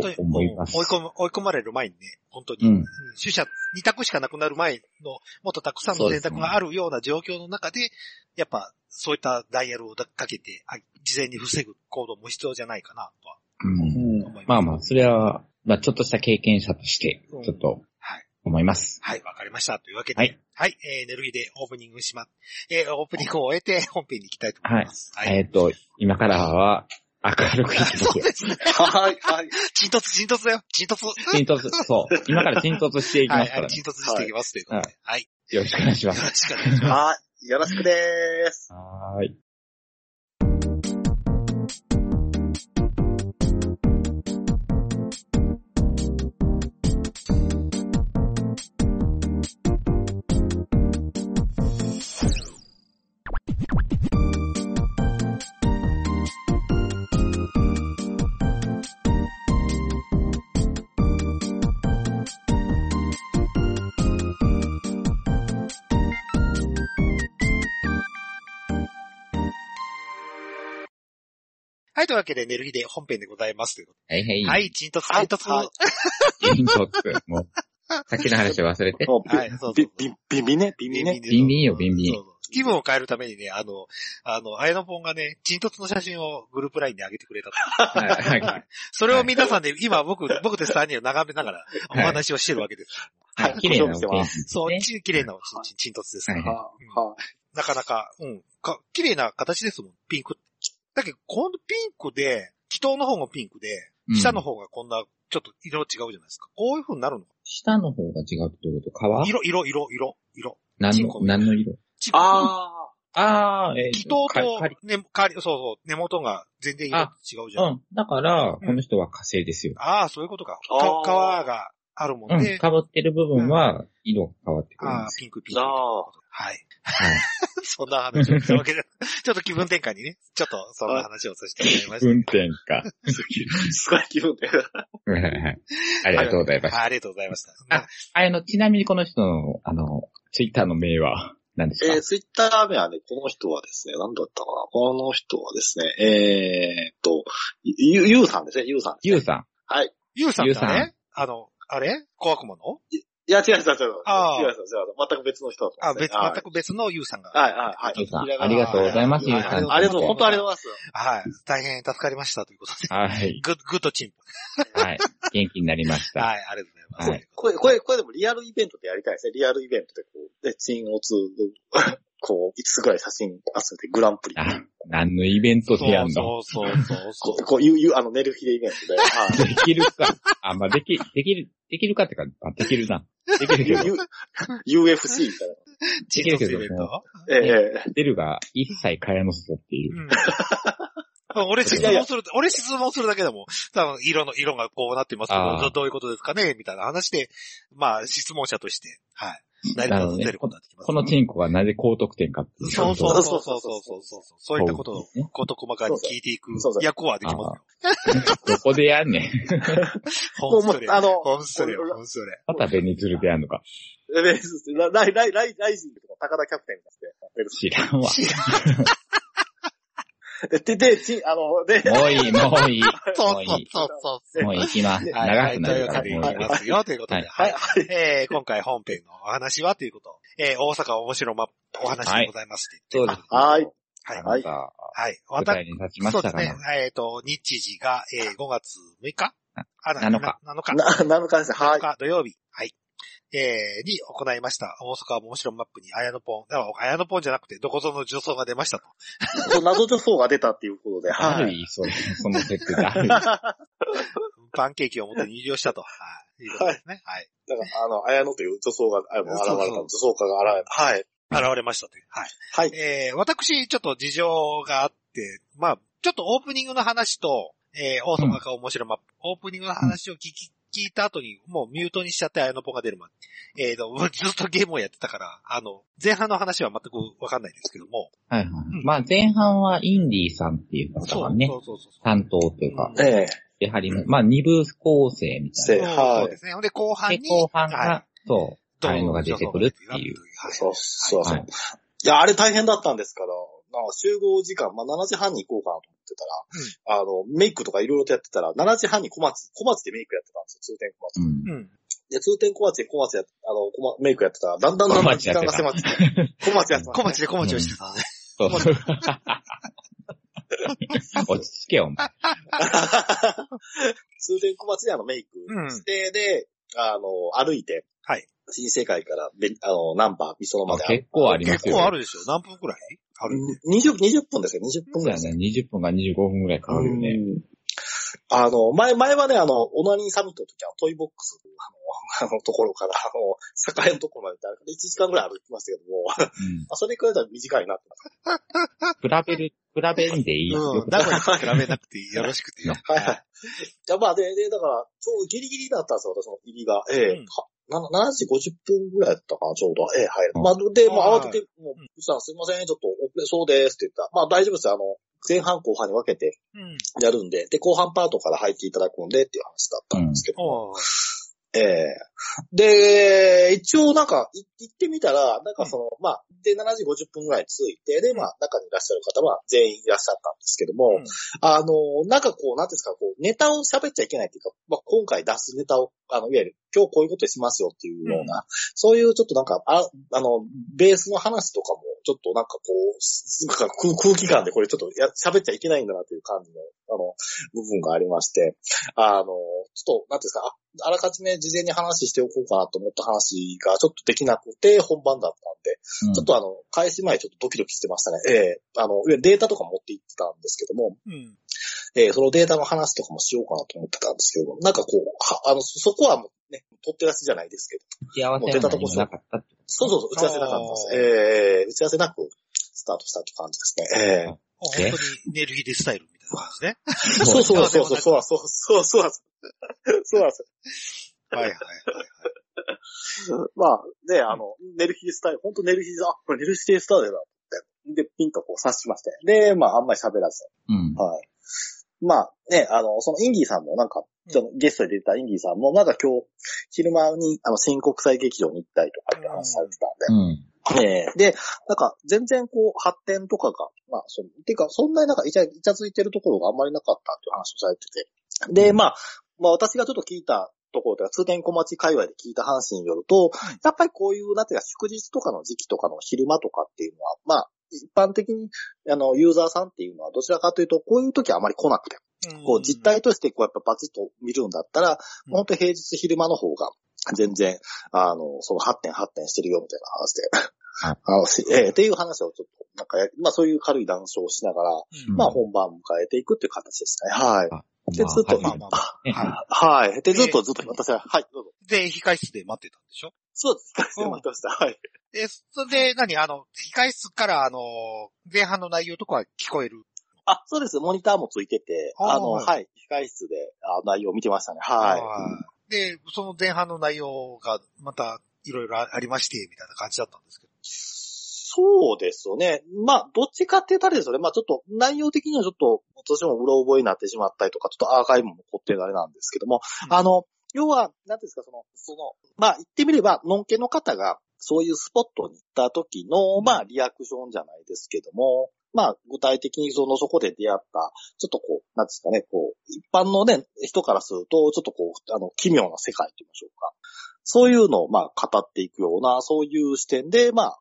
Speaker 1: 本当に
Speaker 2: 思います
Speaker 1: 追。い込む、追い込まれる前にね、本当
Speaker 2: う
Speaker 1: に。
Speaker 2: ん。
Speaker 1: 主者、二択しかなくなる前の、もっとたくさんの選択があるような状況の中で、やっぱ、そういったダイヤルをかけて、あ事前に防ぐ行動も必要じゃないかな、とは
Speaker 2: うん
Speaker 3: ん。
Speaker 1: 思います。
Speaker 2: まあまあ、それは、まあちょっとした経験者として、ちょっと
Speaker 1: はい、
Speaker 2: 思います。
Speaker 1: はい、わかりました。というわけで、
Speaker 2: は
Speaker 1: はい
Speaker 2: い、
Speaker 1: えー、エネルギーでオープニングしま、えー、オープニングを終えて本編に行きたいと思います。はい。
Speaker 2: えっ、と、今からは、明るくいきま
Speaker 1: [LAUGHS] そう
Speaker 2: す。
Speaker 1: ですね。
Speaker 3: はい、はい。
Speaker 1: 沈突、沈突だよ。沈突。
Speaker 2: 沈突、そう。今から沈突していき
Speaker 1: は
Speaker 2: ま
Speaker 1: い、
Speaker 2: すから、
Speaker 1: は
Speaker 2: ね
Speaker 1: い、沈突していきますということで。はい。よ
Speaker 2: よろしくお願いしま
Speaker 1: ろし
Speaker 2: す。
Speaker 1: くお願いしま
Speaker 3: はい。よろしくです。
Speaker 2: はーい。
Speaker 1: す。はい、というわけで、エネルギーで本編でございますというこ
Speaker 2: はい
Speaker 1: とで。
Speaker 2: は。
Speaker 1: はいい、沈突、
Speaker 3: はい
Speaker 1: 沈突。
Speaker 3: はい
Speaker 2: 沈突。もう、さっきの話忘れて。
Speaker 1: はいそうそう
Speaker 3: ビビビビね、ビビね。
Speaker 2: ビンビンよビンビン
Speaker 1: そうそう気分を変えるためにね、あの、あの、あやのぽんがね、沈突の写真をグループラインに上げてくれたと。
Speaker 2: はいはいはい。
Speaker 1: それを皆さんで、今僕、僕で3人を眺めながらお話をしてるわけです。
Speaker 2: はい綺麗なお天気です
Speaker 1: そう、
Speaker 2: ね。
Speaker 1: ち綺麗なちんちん沈突ですね。
Speaker 2: はい
Speaker 3: はあはあ
Speaker 1: なかなか、うん。か、綺麗な形ですもん、ピンク。だけど、このピンクで、気筒の方もピンクで、
Speaker 2: うん
Speaker 1: 下の。方がこんな、ちょっと色違うじゃないですか。こういう風になるのか
Speaker 2: 下の方が違うってこと川
Speaker 1: 色、色、色、色、色。
Speaker 2: 何
Speaker 1: チン
Speaker 2: の
Speaker 1: コ、
Speaker 2: 何の色
Speaker 1: ち
Speaker 3: あ
Speaker 2: ああ、えー
Speaker 1: 気筒と
Speaker 2: かかり、
Speaker 1: ね、かり、そうそう、根元が全然色違うじゃ。
Speaker 2: うんん。だから、
Speaker 1: うん
Speaker 2: この人は火星ですよ。
Speaker 1: ああ、そういうことか。
Speaker 3: あー
Speaker 1: か皮があるも
Speaker 2: うんん。
Speaker 1: で、
Speaker 2: 被ってる部分は、色が変わってくるん
Speaker 1: あ
Speaker 2: で
Speaker 1: あ、
Speaker 2: す。
Speaker 1: ピンクピン
Speaker 3: あ。
Speaker 1: ク。
Speaker 3: ああ。
Speaker 1: はい。
Speaker 2: はい。
Speaker 1: [LAUGHS] そんな話
Speaker 2: [LAUGHS]
Speaker 1: をしたわけで、ちょっと気分転換にね、ちょっとそんな話をさせてもらいました。
Speaker 2: 運転か。 [LAUGHS]
Speaker 3: すごい気分で。
Speaker 2: はいはいはい。ありがとうございました。
Speaker 1: あありがとうございました。
Speaker 2: ああの、ちなみにこの人の、あの、ツイッターの名は何ですか、
Speaker 3: えー、ツイッター名はね、この人はですね、何だったかなこの人はですね、えーっと、ゆ、ゆゆうさんですね、ゆうさんですね、
Speaker 2: ゆうさん。
Speaker 3: はい。
Speaker 1: ゆうさんだ
Speaker 2: ゆうさ
Speaker 1: ね、あの、あれ小悪魔の
Speaker 3: いや、違う違う違う。違う違う違う。
Speaker 1: あー
Speaker 3: 全く別の人だった
Speaker 1: あ、
Speaker 3: んです
Speaker 1: 別、
Speaker 3: ね。
Speaker 1: 全く別のゆうさんが。
Speaker 3: はいはいはい。
Speaker 2: ゆうさん
Speaker 3: ひらがな
Speaker 2: ありがとうございます
Speaker 3: は
Speaker 1: ゆうさん
Speaker 3: ありがとう、本当ありがとうござい
Speaker 1: はい。大変助かりましたということで。
Speaker 2: はい。
Speaker 1: ぐ、ぐっとチン
Speaker 2: はい。元気になりまし
Speaker 1: ポ。
Speaker 2: た。
Speaker 1: はい、ありがとうござい
Speaker 2: は
Speaker 1: ま
Speaker 2: い
Speaker 1: す。
Speaker 3: ます。これ、これ、これでもリアルイベントでやりたいですね。リアルイベントでこう、で、チンオツ、 [LAUGHS] こう、5つぐらい写真集めてグランプリ。
Speaker 2: あ、何のイベントでやんの
Speaker 1: そうそうそうそ
Speaker 3: こ [LAUGHS]
Speaker 1: う
Speaker 3: う、。こう、ゆう、ゆう、あの、寝る日でイベントで。は
Speaker 2: で
Speaker 3: い。
Speaker 2: きるか。あ、まあ、でき、できる、できるかってか、あ、できるな。できるけど、
Speaker 3: U- UFC みたい
Speaker 1: チンポイベント
Speaker 3: な。ええ
Speaker 2: 出るが一切蚊帳の外っていうう。
Speaker 1: ん。 [LAUGHS] 俺質問する、俺質問するだけでも、多分色の、色がこうなってますけ
Speaker 2: あ
Speaker 1: ど
Speaker 2: ー
Speaker 1: ど、どういうことですかねみたいな話で、まあ、質問者として、はい。成り
Speaker 2: な
Speaker 1: 立
Speaker 2: るほ
Speaker 1: た
Speaker 2: どね
Speaker 1: せることができます。
Speaker 2: このチンコがなぜ高得点かっていう。
Speaker 1: そうそうそうそうそうそうそう。そういったことを
Speaker 2: そうですね、
Speaker 1: こと細かに聞いていく
Speaker 3: そうそう
Speaker 1: 役はできますよ。
Speaker 2: どこでやんねん。
Speaker 1: ほん
Speaker 3: も
Speaker 1: そうれ。
Speaker 3: あの
Speaker 1: ほんそれよ、ほんそれ。
Speaker 2: またベニズルでやんのか。
Speaker 3: ええラライ、ライ、ライ、ライジングとか高田キャプテンがして、
Speaker 2: 知らんわ。
Speaker 3: で、で、ち、あの、で、
Speaker 2: もういい、もういい。
Speaker 1: [LAUGHS] そうそうそうそうそう。
Speaker 2: もう行きます。
Speaker 1: はいは
Speaker 2: 長
Speaker 1: い
Speaker 2: くなるから
Speaker 1: というわけで
Speaker 2: もうい
Speaker 1: いきますよ、ということで。
Speaker 3: は
Speaker 1: はいい。えー今回本編のお話はということ。えー大阪面白マップお話でございまして。
Speaker 2: そうです。
Speaker 3: はい。
Speaker 1: はい。
Speaker 2: あなた、
Speaker 1: はい。
Speaker 2: 舞
Speaker 1: 私
Speaker 2: 台に立ちま
Speaker 1: そう
Speaker 2: し
Speaker 1: で
Speaker 2: た
Speaker 1: す
Speaker 2: か
Speaker 1: ね
Speaker 2: ら。。
Speaker 1: えっ、と、日時が、えー5月6日あな
Speaker 2: 7日
Speaker 1: な7日。
Speaker 3: な、7日ですね。は
Speaker 1: 7
Speaker 3: い。
Speaker 1: 日土曜日。はい。えーに行いました。大阪面白マップに、あやのぽん、ああやのぽんじゃなくて、どこぞの女装が出ましたと。
Speaker 3: そう謎女装が出たっていうことで、
Speaker 2: あ
Speaker 3: は
Speaker 2: る
Speaker 3: い。
Speaker 2: い、そう、その設定がある。は
Speaker 1: パンケーキを持って入場したと。はい。いうことですね。はい。
Speaker 3: だから、あの、綾野という女装が、あの、現れた、
Speaker 1: そうそう
Speaker 3: 女装家が現れた。はい。
Speaker 1: 現れましたという。はい。
Speaker 3: はい。
Speaker 1: えー私、ちょっと事情があって、まあ、ちょっとオープニングの話と、えー大阪が面白いマップ、オープニングの話を聞き、聞いた後に、もうミュートにしちゃって、あやのぽんが出るまで。えーと、ずっとゲームをやってたから、あの、前半の話は全くわかんないですけども。
Speaker 2: いはい。まあ前半はインディーさんっていう方
Speaker 1: そ
Speaker 2: が
Speaker 1: う
Speaker 2: ね
Speaker 1: そ、うそうそう。
Speaker 2: 担当というか、
Speaker 1: え
Speaker 3: ええ。
Speaker 2: やはりね、まあ二部構成みたい
Speaker 3: えはい
Speaker 1: そうですね。ほんで、後
Speaker 2: な。
Speaker 1: 半
Speaker 2: で、
Speaker 1: に。
Speaker 2: 後半
Speaker 1: は
Speaker 2: が、そう、ああいうのが出てくるっていう。。
Speaker 1: はい
Speaker 3: そうそうそう。
Speaker 2: はいい、
Speaker 3: や、あれ大変だったんですから、なんか集合時間、まあ、7時半に行こうかなと思ってたら、あの、メイクとかいろいろとやってたら、7時半に小松、小松でメイクやってたんですよ、通天小松。
Speaker 2: うん。
Speaker 1: うん。
Speaker 3: で、通天小松で小松や、あの、小松メイクやってたら、だんだんだんだん時間が迫ってきて、小松やって
Speaker 1: 小
Speaker 3: ました。
Speaker 1: 町で小町をしてたね。
Speaker 2: そうそう。落ち着けよ、お前。
Speaker 3: [LAUGHS] 通天小松であの、メイクして、で、あの、歩いて、
Speaker 1: はい。
Speaker 3: 新世界からべ、あの、ナンバー、味噌のまで。
Speaker 2: 結構あります
Speaker 1: 結
Speaker 2: よ。
Speaker 1: 構あるでしょ何分くらいある
Speaker 3: 20、20分ですよ、20分
Speaker 2: そう
Speaker 3: ぐ
Speaker 2: だ
Speaker 3: ら
Speaker 2: よ
Speaker 3: いですね
Speaker 2: ね。20分か25分くらいかかるよね。
Speaker 3: うんあの、前、前はね、あの、オナニーサミットの時はトイボックスの、あの、あのところから、あの、境のところまで、1時間ぐらい歩いてましたけども、 [LAUGHS]
Speaker 2: う
Speaker 3: ま
Speaker 2: ん。
Speaker 3: あそれに比べたら短いなって。
Speaker 2: 比べる、比べんでいい。
Speaker 1: う
Speaker 2: よ
Speaker 1: ん。
Speaker 2: く
Speaker 1: 名古屋と比べなくてよろしくてよ。
Speaker 3: はいはい。いや、まあ、で、で、だから、ちょうどギリギリだったんですよ、私の入りが。ええ
Speaker 1: うん
Speaker 3: はな7時50分ぐらいだったかな、ちょうど。ええ、はい。
Speaker 2: うん
Speaker 3: まあ、で、まあ、
Speaker 1: はい
Speaker 3: 慌てて、もう、藤さんすいません、ちょっと遅れそうですって言ったら、まあ、大丈夫ですよ、あの、前半後半に分けて
Speaker 1: うん。
Speaker 3: やるんで、で、後半パートから入っていただくんでっていう話だったんですけど、
Speaker 1: おー
Speaker 3: ええで、一応なんか、い行ってみたら、なんかその、まあ、で、7時50分ぐらいに着いて、で、まあ、中にいらっしゃる方は全員いらっしゃったんですけども、
Speaker 1: うん
Speaker 3: あの、なんかこう、なんていうんですか、こう、ネタを喋っちゃいけないっていうか、まあ、今回出すネタを、あの、いわゆる、今日こういうことしますよっていうような、そういうちょっとなんか、ああの、ベースの話とかも、ちょっとなんかこう、すなんか空空気感でこれちょっとや喋っちゃいけないんだなという感じの、あの、部分がありまして、あの、ちょっと、なんていうんですか、ああらかじめ事前に話しておこうかなと思った話がちょっとできなくて本番だったんで、
Speaker 2: うん
Speaker 3: ちょっとあの、開始前ちょっとドキドキしてましたね。ええあの、いわゆるデータとか持って行ってたんですけども、
Speaker 1: うん。
Speaker 3: えーそのデータの話とかもしようかなと思ってたんですけども、なんかこう、はあの、そそこはもうね、取って出しじゃないですけど、
Speaker 2: 打ち合わせは何もなかったってこ
Speaker 3: そうそうそう、打ち合わせなかったです。ええ打ち合わせなくスタートしたって感じですね。ええ
Speaker 1: 本
Speaker 2: え
Speaker 1: 当にネルヒデスタイルみたいな感じね。
Speaker 2: と。
Speaker 3: そうそうそう
Speaker 1: そ
Speaker 3: そう
Speaker 1: う
Speaker 3: そうそうそうそうなんです。そうなんです。
Speaker 1: [LAUGHS] はいはいはい。
Speaker 3: まあ、ね、あの、ネルヒースタイル、本当ネルヒース、あ、これネルヒースタイルだなって。で、ピンとこう察しまして。で、まあ、あんまり喋らず。
Speaker 2: うん。
Speaker 3: はい。まあ、ね、あの、そのインディーさんもなんか、そのゲストで出たインディーさんも、なんか今日、昼間に、あの、新国際劇場に行ったりとかって話されてたんで、
Speaker 2: うん。
Speaker 3: ええで、なんか、全然こう、発展とかが、まあ、その、てか、そんなになんかイチャ、イチャついてるところがあんまりなかったっていう話をされてて。で、まあ、まあ、私がちょっと聞いたところとか、通天小町界隈で聞いた話によると、やっぱりこういう、なんていうか、祝日とかの時期とかの昼間とかっていうのは、まあ、一般的に、あの、ユーザーさんっていうのは、どちらかというと、こういう時はあまり来なくて、
Speaker 1: ん
Speaker 3: こう、実態として、こう、やっぱバチッと見るんだったら、
Speaker 1: うん
Speaker 3: 本当平日昼間の方が、全然、あの、その発展発展してるよ、みたいな話で。
Speaker 2: はい
Speaker 3: あのしええっていう [LAUGHS] 話をちょっと、なんかや、まあそういう軽い談笑をしながら、
Speaker 1: うん
Speaker 3: まあ本番を迎えていくっていう形ですね。はい。で、ずっと、
Speaker 2: ま
Speaker 1: まあま
Speaker 2: あは
Speaker 1: あ
Speaker 2: い
Speaker 1: まあ
Speaker 3: はい。で、ずっ
Speaker 1: え
Speaker 3: と
Speaker 1: ー
Speaker 3: ずっと、私は、はい、どうぞ。
Speaker 1: で、控室で待ってたんでしょ
Speaker 3: そうです。聞かせてもらってました。 [LAUGHS] はい。
Speaker 1: で、それで、何あの、控室から、あの、前半の内容とかは聞こえる。
Speaker 3: あ、そうです。モニターもついてて、
Speaker 1: あー
Speaker 3: あの、はい。控室で、あ内容を見てましたね。は
Speaker 1: い。
Speaker 3: い。
Speaker 1: で、その前半の内容が、また、いろいろありまして、みたいな感じだったんですけど。
Speaker 3: そうですよね。まあ、どっちかって言ったらですよね。まあ、ちょっと内容的にはちょっと、私もうろ覚えになってしまったりとか、ちょっとアーカイブも残ってるあれなんですけども、
Speaker 1: うん
Speaker 3: あの、要は、なんていうんですか、その、その、まあ、言ってみれば、のんけの方が、そういうスポットに行った時の、まあ、リアクションじゃないですけども、まあ、具体的にその、そこで出会った、ちょっとこう、なんですかね、こう、一般のね、人からすると、ちょっとこう、あの、奇妙な世界と言いましょうか。そういうのを、まあ、語っていくような、そういう視点で、まあ、あの、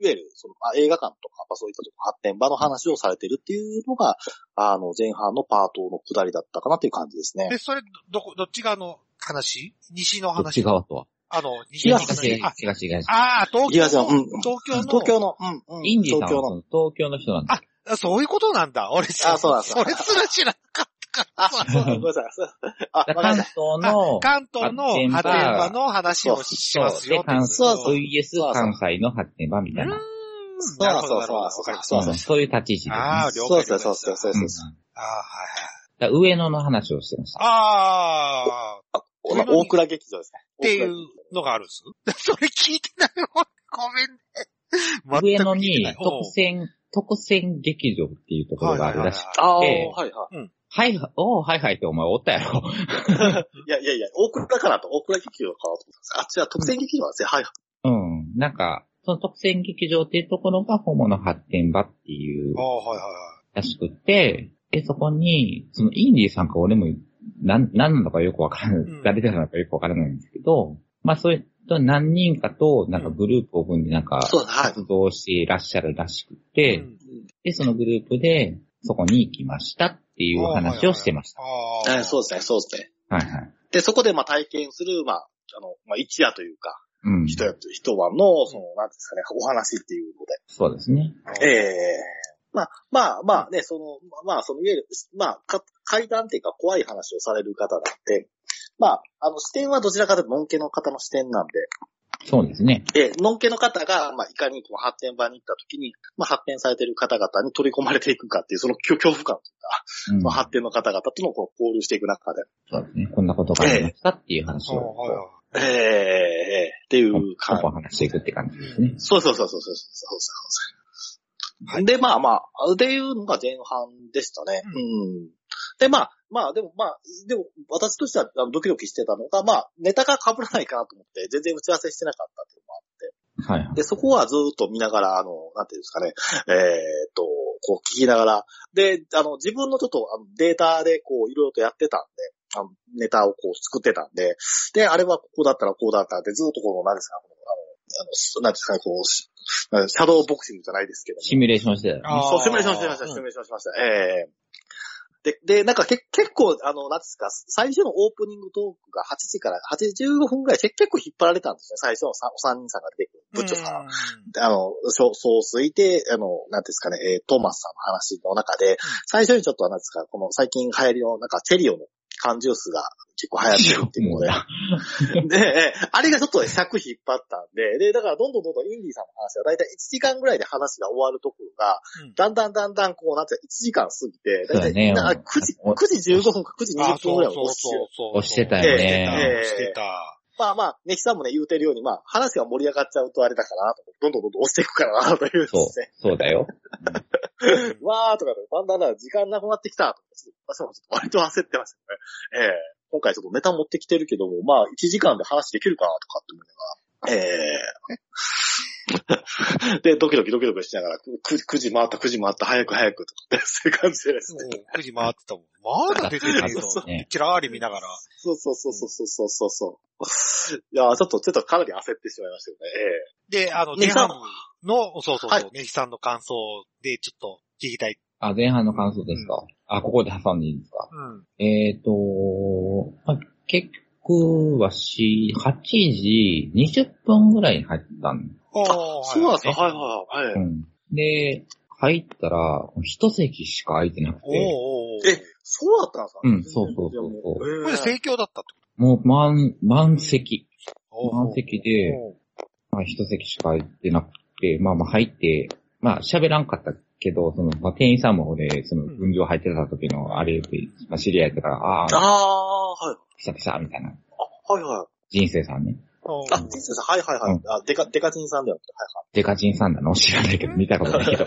Speaker 3: いわゆる、その、まあ映画館とか、まあ、そういったとこ発展場の話をされてるっていうのが、あの、前半のパートの下りだったかなという感じですね。
Speaker 1: で、それ、どこ、どっち側の話西の
Speaker 2: どっ
Speaker 1: 話
Speaker 2: ち側とは。
Speaker 1: あの、西の
Speaker 3: 東
Speaker 1: 話。
Speaker 2: 違う
Speaker 1: あ
Speaker 2: 違う違う。
Speaker 1: あー、東
Speaker 3: 東
Speaker 1: 京
Speaker 3: の
Speaker 1: の、
Speaker 3: うん
Speaker 1: 東京の、
Speaker 3: 東京の、うん、うん。
Speaker 2: インディさんは
Speaker 3: 東京
Speaker 2: そ
Speaker 3: の。
Speaker 2: の東京の人なんだ。
Speaker 1: あそういうことなんだ。俺さ、
Speaker 3: あそうなんです
Speaker 1: それすら知らんかったから
Speaker 3: あ、
Speaker 1: さ。
Speaker 3: そうだ、ごめんなさい。あ、わか
Speaker 2: だ
Speaker 3: り
Speaker 2: か
Speaker 3: ま
Speaker 2: ら関
Speaker 3: した。
Speaker 2: 東の、
Speaker 1: 関東の
Speaker 2: 発展場
Speaker 1: 発展場の話をします
Speaker 2: そう
Speaker 1: よ
Speaker 2: で、。関
Speaker 3: そうそう
Speaker 2: 東 VS 関西の発展版み
Speaker 1: う
Speaker 2: た
Speaker 1: ー
Speaker 2: い
Speaker 1: ん
Speaker 2: な。
Speaker 1: なるほど、なるほど。
Speaker 3: そう
Speaker 1: わ
Speaker 3: そう
Speaker 1: かりまし
Speaker 3: そう
Speaker 1: た。
Speaker 3: そうん
Speaker 2: そういう立ち位置ですね。
Speaker 1: ああ、了
Speaker 3: そう
Speaker 1: 解
Speaker 3: そうそうそうそうそううんそう。
Speaker 1: ああ、はい。
Speaker 2: だから上野の話をしてました。
Speaker 1: ああ、
Speaker 3: この大倉劇場ですね。
Speaker 1: っていうのがあるんですそれ聞いてないのごめんね。
Speaker 2: 上
Speaker 1: 全く
Speaker 2: 野
Speaker 1: 聞いてな
Speaker 2: に
Speaker 1: い
Speaker 2: 特選、特選劇場っていうところがあるらしく
Speaker 1: はい
Speaker 3: ああー、
Speaker 2: ええ
Speaker 3: はいはい。
Speaker 2: はいはい、おうはいはいってお前おったやろ。
Speaker 3: いやいやいや、大倉だからと、大倉劇場かなと思ったんですあ、違う、特選劇場なんですね。はいはい。
Speaker 2: うん。なんか、その特選劇場っていうところがホモの発展場っていう
Speaker 1: ああ、はいはいは
Speaker 2: らしくって、で、そこに、そのインディーさんか俺も、なん、なんなのかよくわからない、
Speaker 1: うん
Speaker 2: 誰なのかよくわからないんですけど、まあそういう、何人かと、なんかグループを組んで、なんか、
Speaker 3: そうだ、はい。
Speaker 2: 活動していらっしゃるらしく
Speaker 1: い。
Speaker 2: て、
Speaker 1: うん
Speaker 2: で、そのグループで、そこに行きましたっていうお話をしてました。
Speaker 1: あ
Speaker 3: え
Speaker 1: あ。
Speaker 3: えそうですね、そうですね。
Speaker 2: はいはい。
Speaker 3: で、そこで、まあ、体験する、まあ、あの、まあ、一夜というか、
Speaker 2: うん。
Speaker 3: 一夜と一晩の、その、なんていうんですかね、お話っていうので。
Speaker 2: そうですね。
Speaker 3: ええまあ、まあ、まあね、その、まあ、その、いわゆる、まあ、か階段っていうか怖い話をされる方なんで、まあ、あの、視点はどちらかというと、のんけの方の視点なん
Speaker 2: そうですね。
Speaker 3: で、えー、のんけの方が、まあ、いかにこう発展場に行った時に、まあ、発展されている方々に取り込まれていくかっていう、その恐恐怖感というか、
Speaker 2: うん
Speaker 3: まあ、発展の方々とのこう交流していく中で、
Speaker 2: そうですね。こんなことがありましたっていう話
Speaker 1: そう、
Speaker 2: を、
Speaker 1: はいはい。
Speaker 3: えーえー、っていう
Speaker 2: ポン
Speaker 3: 感
Speaker 2: ポン話していくって感じですね。
Speaker 3: そうそうそうそうそうそうそうそう。で、まあまあ、っていうのが前半でしたね。
Speaker 1: う
Speaker 3: うん。で、まあ、まあ、でもまあ、でも、私としてはあのドキドキしてたのが、まあ、ネタが被らないかなと思って、全然打ち合わせしてなかったっていうのもあ
Speaker 2: はいはい
Speaker 3: って、で、そこはずーっと見ながら、あの、なんていうんですかね、えーっと、こう聞きながら、で、あの、自分のちょっとあのデータでこう、いろいろとやってたんで、あのネタをこう作ってたんで、で、あれはここだったらこうだったって、ずーっとこの、なんですか、このあの、あのす、なんですかね、こう、しシャドーボクシングじゃないですけども。
Speaker 2: シミュレーションしてたよね。
Speaker 1: あ
Speaker 3: そう、
Speaker 1: ー
Speaker 3: シミュレーションしてました、シミュレーションしました。ええで、で、なんかけ結構、あの、なんですか、最初のオープニングトークが8時から85分ぐらい、結構引っ張られたんですね、最初のさお三人さんが出てく
Speaker 1: う
Speaker 3: る。
Speaker 1: ん
Speaker 3: 部長さん。あの、そう、そうすいて、あの、なんていうんですかね、えートーマスさんの話の中で、最初にちょっと、なんですか、この最近流行りの、なんか、チェリオの缶ジュースが結構流行っ
Speaker 2: [LAUGHS]
Speaker 3: てるっていうので、で、えーあれがちょっと尺引っ張ったんで、で、だからどんどんどんどんインディーさんの話はだいたい1時間ぐらいで話が終わるところが、
Speaker 1: うん
Speaker 3: だんだんだんだんこうなんていうか1時間過ぎて、だいた
Speaker 2: そうだね
Speaker 3: いなんか9時、9時15分か9時
Speaker 1: あ
Speaker 3: 20
Speaker 1: そ
Speaker 3: 分
Speaker 1: うそう
Speaker 3: ぐらい
Speaker 1: そう
Speaker 3: 押し
Speaker 1: そう
Speaker 3: て。
Speaker 1: そう。
Speaker 2: 押してたよ
Speaker 3: ね
Speaker 1: 押してた。
Speaker 3: まあまあ、ネヒさんもね、言うてるように、まあ、話が盛り上がっちゃうとあれだから、どんどんどんどん押していくからな、というです
Speaker 2: そう
Speaker 3: ね。、
Speaker 2: そうだよ。
Speaker 1: 押してた
Speaker 3: わーとか [LAUGHS] で、だんだんだんだん時間なくなってきた、とか、ちょっと私もちょっと割と焦ってましたね。ええ今回ちょっとネタ持ってきてるけども、まあ、1時間で話できるかな、とかって思いながら。ええで、ドキドキドキドキしながら、く 9, 時回った、9時回った、早く早くとかって、 [LAUGHS] そういう感じでですね。
Speaker 1: もう、9時回ってたもん。まだ出てねえぞ
Speaker 3: [LAUGHS] そう。
Speaker 2: ね
Speaker 1: ちらーり見ながら。
Speaker 3: そうそうそうそうそうそうそう。いやーちょっと、ちょっとかなり焦ってしまいましたよね。ええ
Speaker 1: で、あの、
Speaker 3: ね
Speaker 1: ネハムの、そうそう
Speaker 3: は
Speaker 1: そう
Speaker 3: い、
Speaker 1: ネヒさんの感想でちょっと聞きたい。
Speaker 2: あ、前半の感想ですか。あ、ここで挟んでいいですか。
Speaker 1: うん。
Speaker 2: えっ、ー、と、まあ、結局はし、8時20分ぐらいに入ったん
Speaker 1: ああ
Speaker 3: そうなんです
Speaker 1: ね
Speaker 3: かはいはいはい。
Speaker 2: う
Speaker 3: はい
Speaker 2: ん。で、入ったら、一席しか空いてなく
Speaker 1: おー
Speaker 2: て、
Speaker 1: おーおー
Speaker 3: え、そうだったんですか
Speaker 2: うんそうそうそうそう
Speaker 3: ええ
Speaker 1: これ盛況だったって
Speaker 2: もう満、満席。
Speaker 1: こと
Speaker 2: 満席で、
Speaker 1: おー
Speaker 2: まあ、一席しか入ってなくて、まあまあ入って、まあ喋らんかったけど、その、まあ店員さんも俺、その、
Speaker 1: うん
Speaker 2: 分譲入ってた時のあれで、まあ知り合いだから、ああ、
Speaker 3: あー、はい。
Speaker 2: 久々みたいな。
Speaker 3: はいはい。
Speaker 2: 人生さんね。
Speaker 1: おー
Speaker 3: あ、人生さん、はいはいはい。あ、デカ、デカチンさんだよ。
Speaker 2: デカチンさんなの知らないけど、見たことな
Speaker 1: [LAUGHS]
Speaker 2: いけど。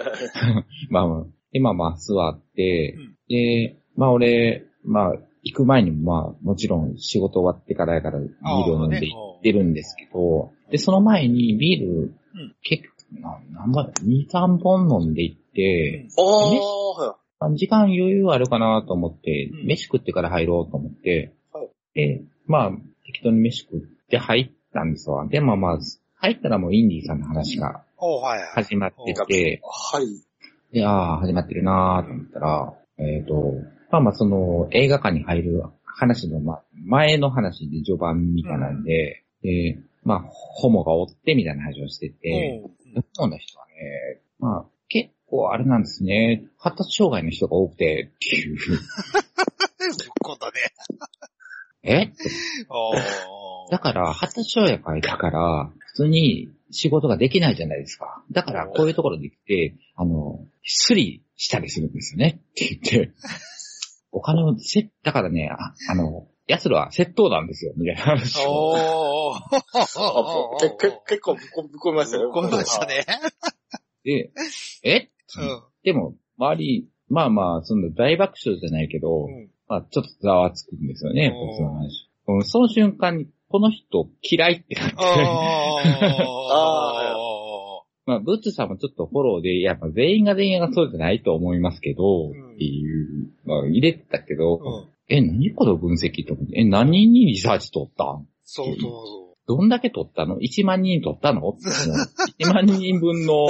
Speaker 2: まあまあ、で、まあまあ座って、
Speaker 1: うん
Speaker 2: で、まあ俺、まあ、行く前にもまあ、もちろん仕事終わってからやから、ビールを飲んで行ってるんですけど、で、その前にビール、
Speaker 1: うん
Speaker 2: 結構、な何杯、2、3本飲んで行って、
Speaker 3: おー、
Speaker 2: 時間余裕あるかなと思って、
Speaker 1: うん
Speaker 2: 飯食ってから入ろうと思って、
Speaker 3: はい
Speaker 2: で、まあ、適当に飯食って入ったんですわ。で、まあまあ、入ったらもうインディーさんの話が
Speaker 1: おうはいはい。
Speaker 2: 始まってて、
Speaker 3: はい。
Speaker 2: で、ああ、始まってるなーと思ったら、えっ、と、まあまあ、その、映画館に入る話の、ま、前の話で序盤みたいなんで、で、まあ、ホモがおってみたいな話をしてて、
Speaker 1: うん
Speaker 2: 日本の人はね、まあ、結構あれなんですね。発達障害の人が多くて、って [LAUGHS] いう。
Speaker 1: ぶっこんだね。
Speaker 2: え
Speaker 1: お
Speaker 2: だから、発達障害だから、普通に仕事ができないじゃないですか。だから、こういうところで来て、あの、すりしたりするんですよね。って言って。お金を、せ、だからね、ああの、奴らは窃盗なんですよ、みたいな話
Speaker 1: ー
Speaker 2: を。
Speaker 1: お
Speaker 3: あ
Speaker 1: ー
Speaker 3: けけ結 [LAUGHS] 構ぶっこぶっこみましたね。
Speaker 1: ぶっこみましたね。
Speaker 2: で、え
Speaker 1: うん
Speaker 2: でも、周り、まあまあ、その大爆笑じゃないけど、
Speaker 1: うん。
Speaker 2: まあ、ちょっとざわつくんですよね、やっぱりその話。うんその瞬間に、この人嫌いってなって、
Speaker 1: ああ。
Speaker 2: まあ、ブッツさんもちょっとフォローで、やっぱ全員が全員がそうじゃないと思いますけど、
Speaker 1: うん
Speaker 2: っていう、まあ、入れてたけど、
Speaker 1: うん。
Speaker 2: え、何この分析と思ってえ、何人にリサーチ取ったん
Speaker 1: そうそうそ
Speaker 2: どんだけ取ったの ?1 万人取ったの ?1 万人分の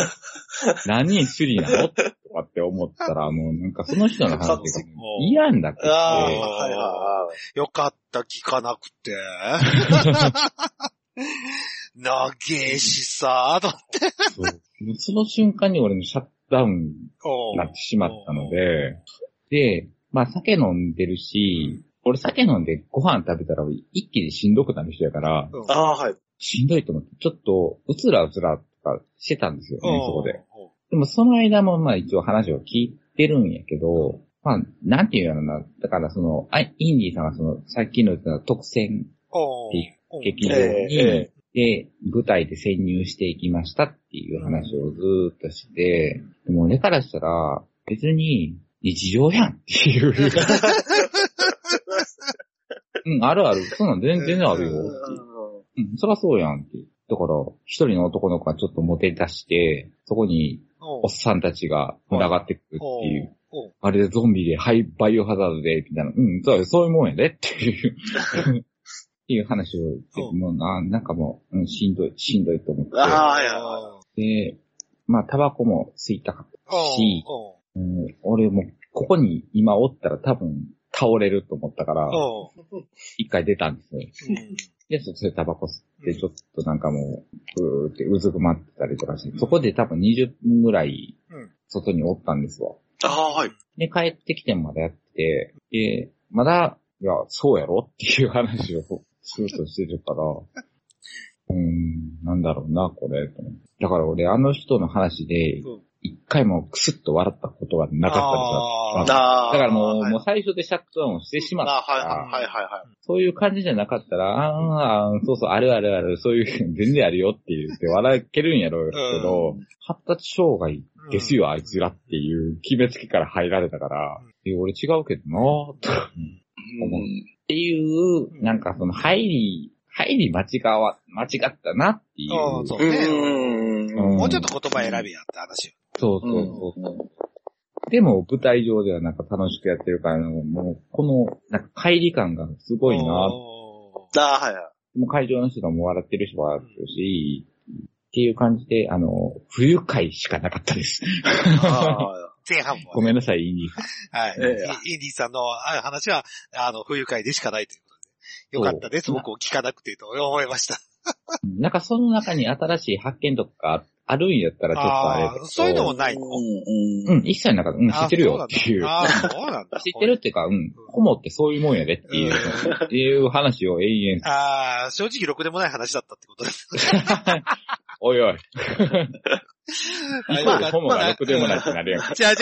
Speaker 2: 何人種類なのとかって思ったら、もうなんかその人の話がもう嫌になってきて、
Speaker 3: あー、
Speaker 1: えー。
Speaker 3: はいはいはいう
Speaker 1: よかった、聞かなく
Speaker 2: [LAUGHS]
Speaker 1: て。なげえしさ、と。
Speaker 2: そうもうその瞬間に俺のシャットダウン
Speaker 1: おー
Speaker 2: なってしまったの。で、で、まあ酒飲んでるし、俺酒飲んでご飯食べたら一気にしんどくなる人やから、
Speaker 1: うん
Speaker 3: あー、はい。
Speaker 2: しんどいと思って、ちょっとうつらうつらとかしてたんですよね、そこで。。
Speaker 1: おー
Speaker 2: でもその間もまあ一応話を聞いてるんやけど、まあなんていうのな、だからその、あインディーさんがその、さっきの言った特選
Speaker 1: おー
Speaker 2: 劇場
Speaker 3: え
Speaker 2: に、
Speaker 3: え
Speaker 2: で、舞台で潜入していきましたっていう話をずーっとして、でも俺からしたら、別に日常やんって
Speaker 3: [LAUGHS]
Speaker 2: いう。うん、あるある。そんなん全然あるよ。うん、そらそうやんって。だから、一人の男の子がちょっとモテ出して、そこに
Speaker 1: お
Speaker 2: おっさんたちが群がってくるって
Speaker 1: ー
Speaker 2: いう。
Speaker 1: おー
Speaker 2: あれでゾンビで、はい、バイオハザードで、みたいな。うん、そうそういうもんやでっていう。っていう話をして、
Speaker 1: う
Speaker 2: もうな、なんかもう、うん、しんどい、しんどいと思っ
Speaker 3: あ
Speaker 2: て。
Speaker 3: ーはいはいは
Speaker 2: で、まあ、タバコも吸いたかったし、
Speaker 1: お
Speaker 2: うん、俺も、ここに今おったら多分倒れると思ったか
Speaker 1: ー、
Speaker 2: ら
Speaker 1: おー
Speaker 2: 一回出たんですよ。
Speaker 1: うん
Speaker 2: で、そそれタバコ吸って、ちょっとなんかもう、ぐーってうずくまってたりとかして、そこで多分20分ぐらい
Speaker 1: うん、
Speaker 2: 外におったんですわ。
Speaker 3: あー、はい。
Speaker 2: で、帰ってきてもまだやってて、で、まだ、いや、そうやろっていう話をずっとしてるから、 [LAUGHS] うーん、なんだろうな、これ。と思ってだから俺、あの人の話で
Speaker 1: うん、
Speaker 2: 一回もクスッと笑ったことがなかったんですよ。
Speaker 3: あー
Speaker 2: だからもう、
Speaker 3: はい
Speaker 2: もう最初でシャットダウンしてしまった
Speaker 3: あーはい
Speaker 2: から、
Speaker 3: はいはいはい。
Speaker 2: そういう感じじゃなかったら、あーあー、そうそう、あるあるある、そういう、全然あるよって言って笑けるんやろうけど、発達障害ですよ、あいつらっていう決めつけから入られたから、え俺違うけどなぁ、とかっていう、なんかその入り、入り間違わ、間違ったなっていう。
Speaker 1: あーそううね。
Speaker 2: ん
Speaker 1: もうちょっと言葉選びやって話よ。
Speaker 2: そうそうそうそう。でも舞台上ではなんか楽しくやってるから、もうこの、なんか帰り感がすごいなぁ
Speaker 1: おー
Speaker 3: あーはいはい。
Speaker 2: もう会場の人がもう笑ってる人は笑ってるし、っていう感じで、あの、不愉快しかなかった
Speaker 1: [LAUGHS]
Speaker 2: です。
Speaker 3: あ
Speaker 1: 前半も。
Speaker 2: ごめんなさい、インディー
Speaker 1: はい。
Speaker 3: え
Speaker 1: インディさんのあ話は、あの、不愉快でしかないということで。よかったです。
Speaker 2: そう
Speaker 1: 僕を聞かなくてと思いました。
Speaker 2: なんかその中に新しい発見とかあるんやったらちょっとあれやけど
Speaker 1: あーそういうのも
Speaker 3: ー
Speaker 1: ないの
Speaker 3: う
Speaker 2: うんん、一切なかった。うん、知ってるよっていう。
Speaker 1: あーそうなんだ。
Speaker 2: 知ってるっていうか、うん、ホモってそういうもんやでっていう、
Speaker 1: うん
Speaker 2: っていう話を永
Speaker 1: [LAUGHS]
Speaker 2: 遠、
Speaker 1: ああ、正直ろくでもない話だったってことです。
Speaker 2: おいおい、イコールホモが
Speaker 1: まあ
Speaker 2: ろくでもないってなるやん。
Speaker 1: [LAUGHS] 違う違う違う違う違う違う違う違う。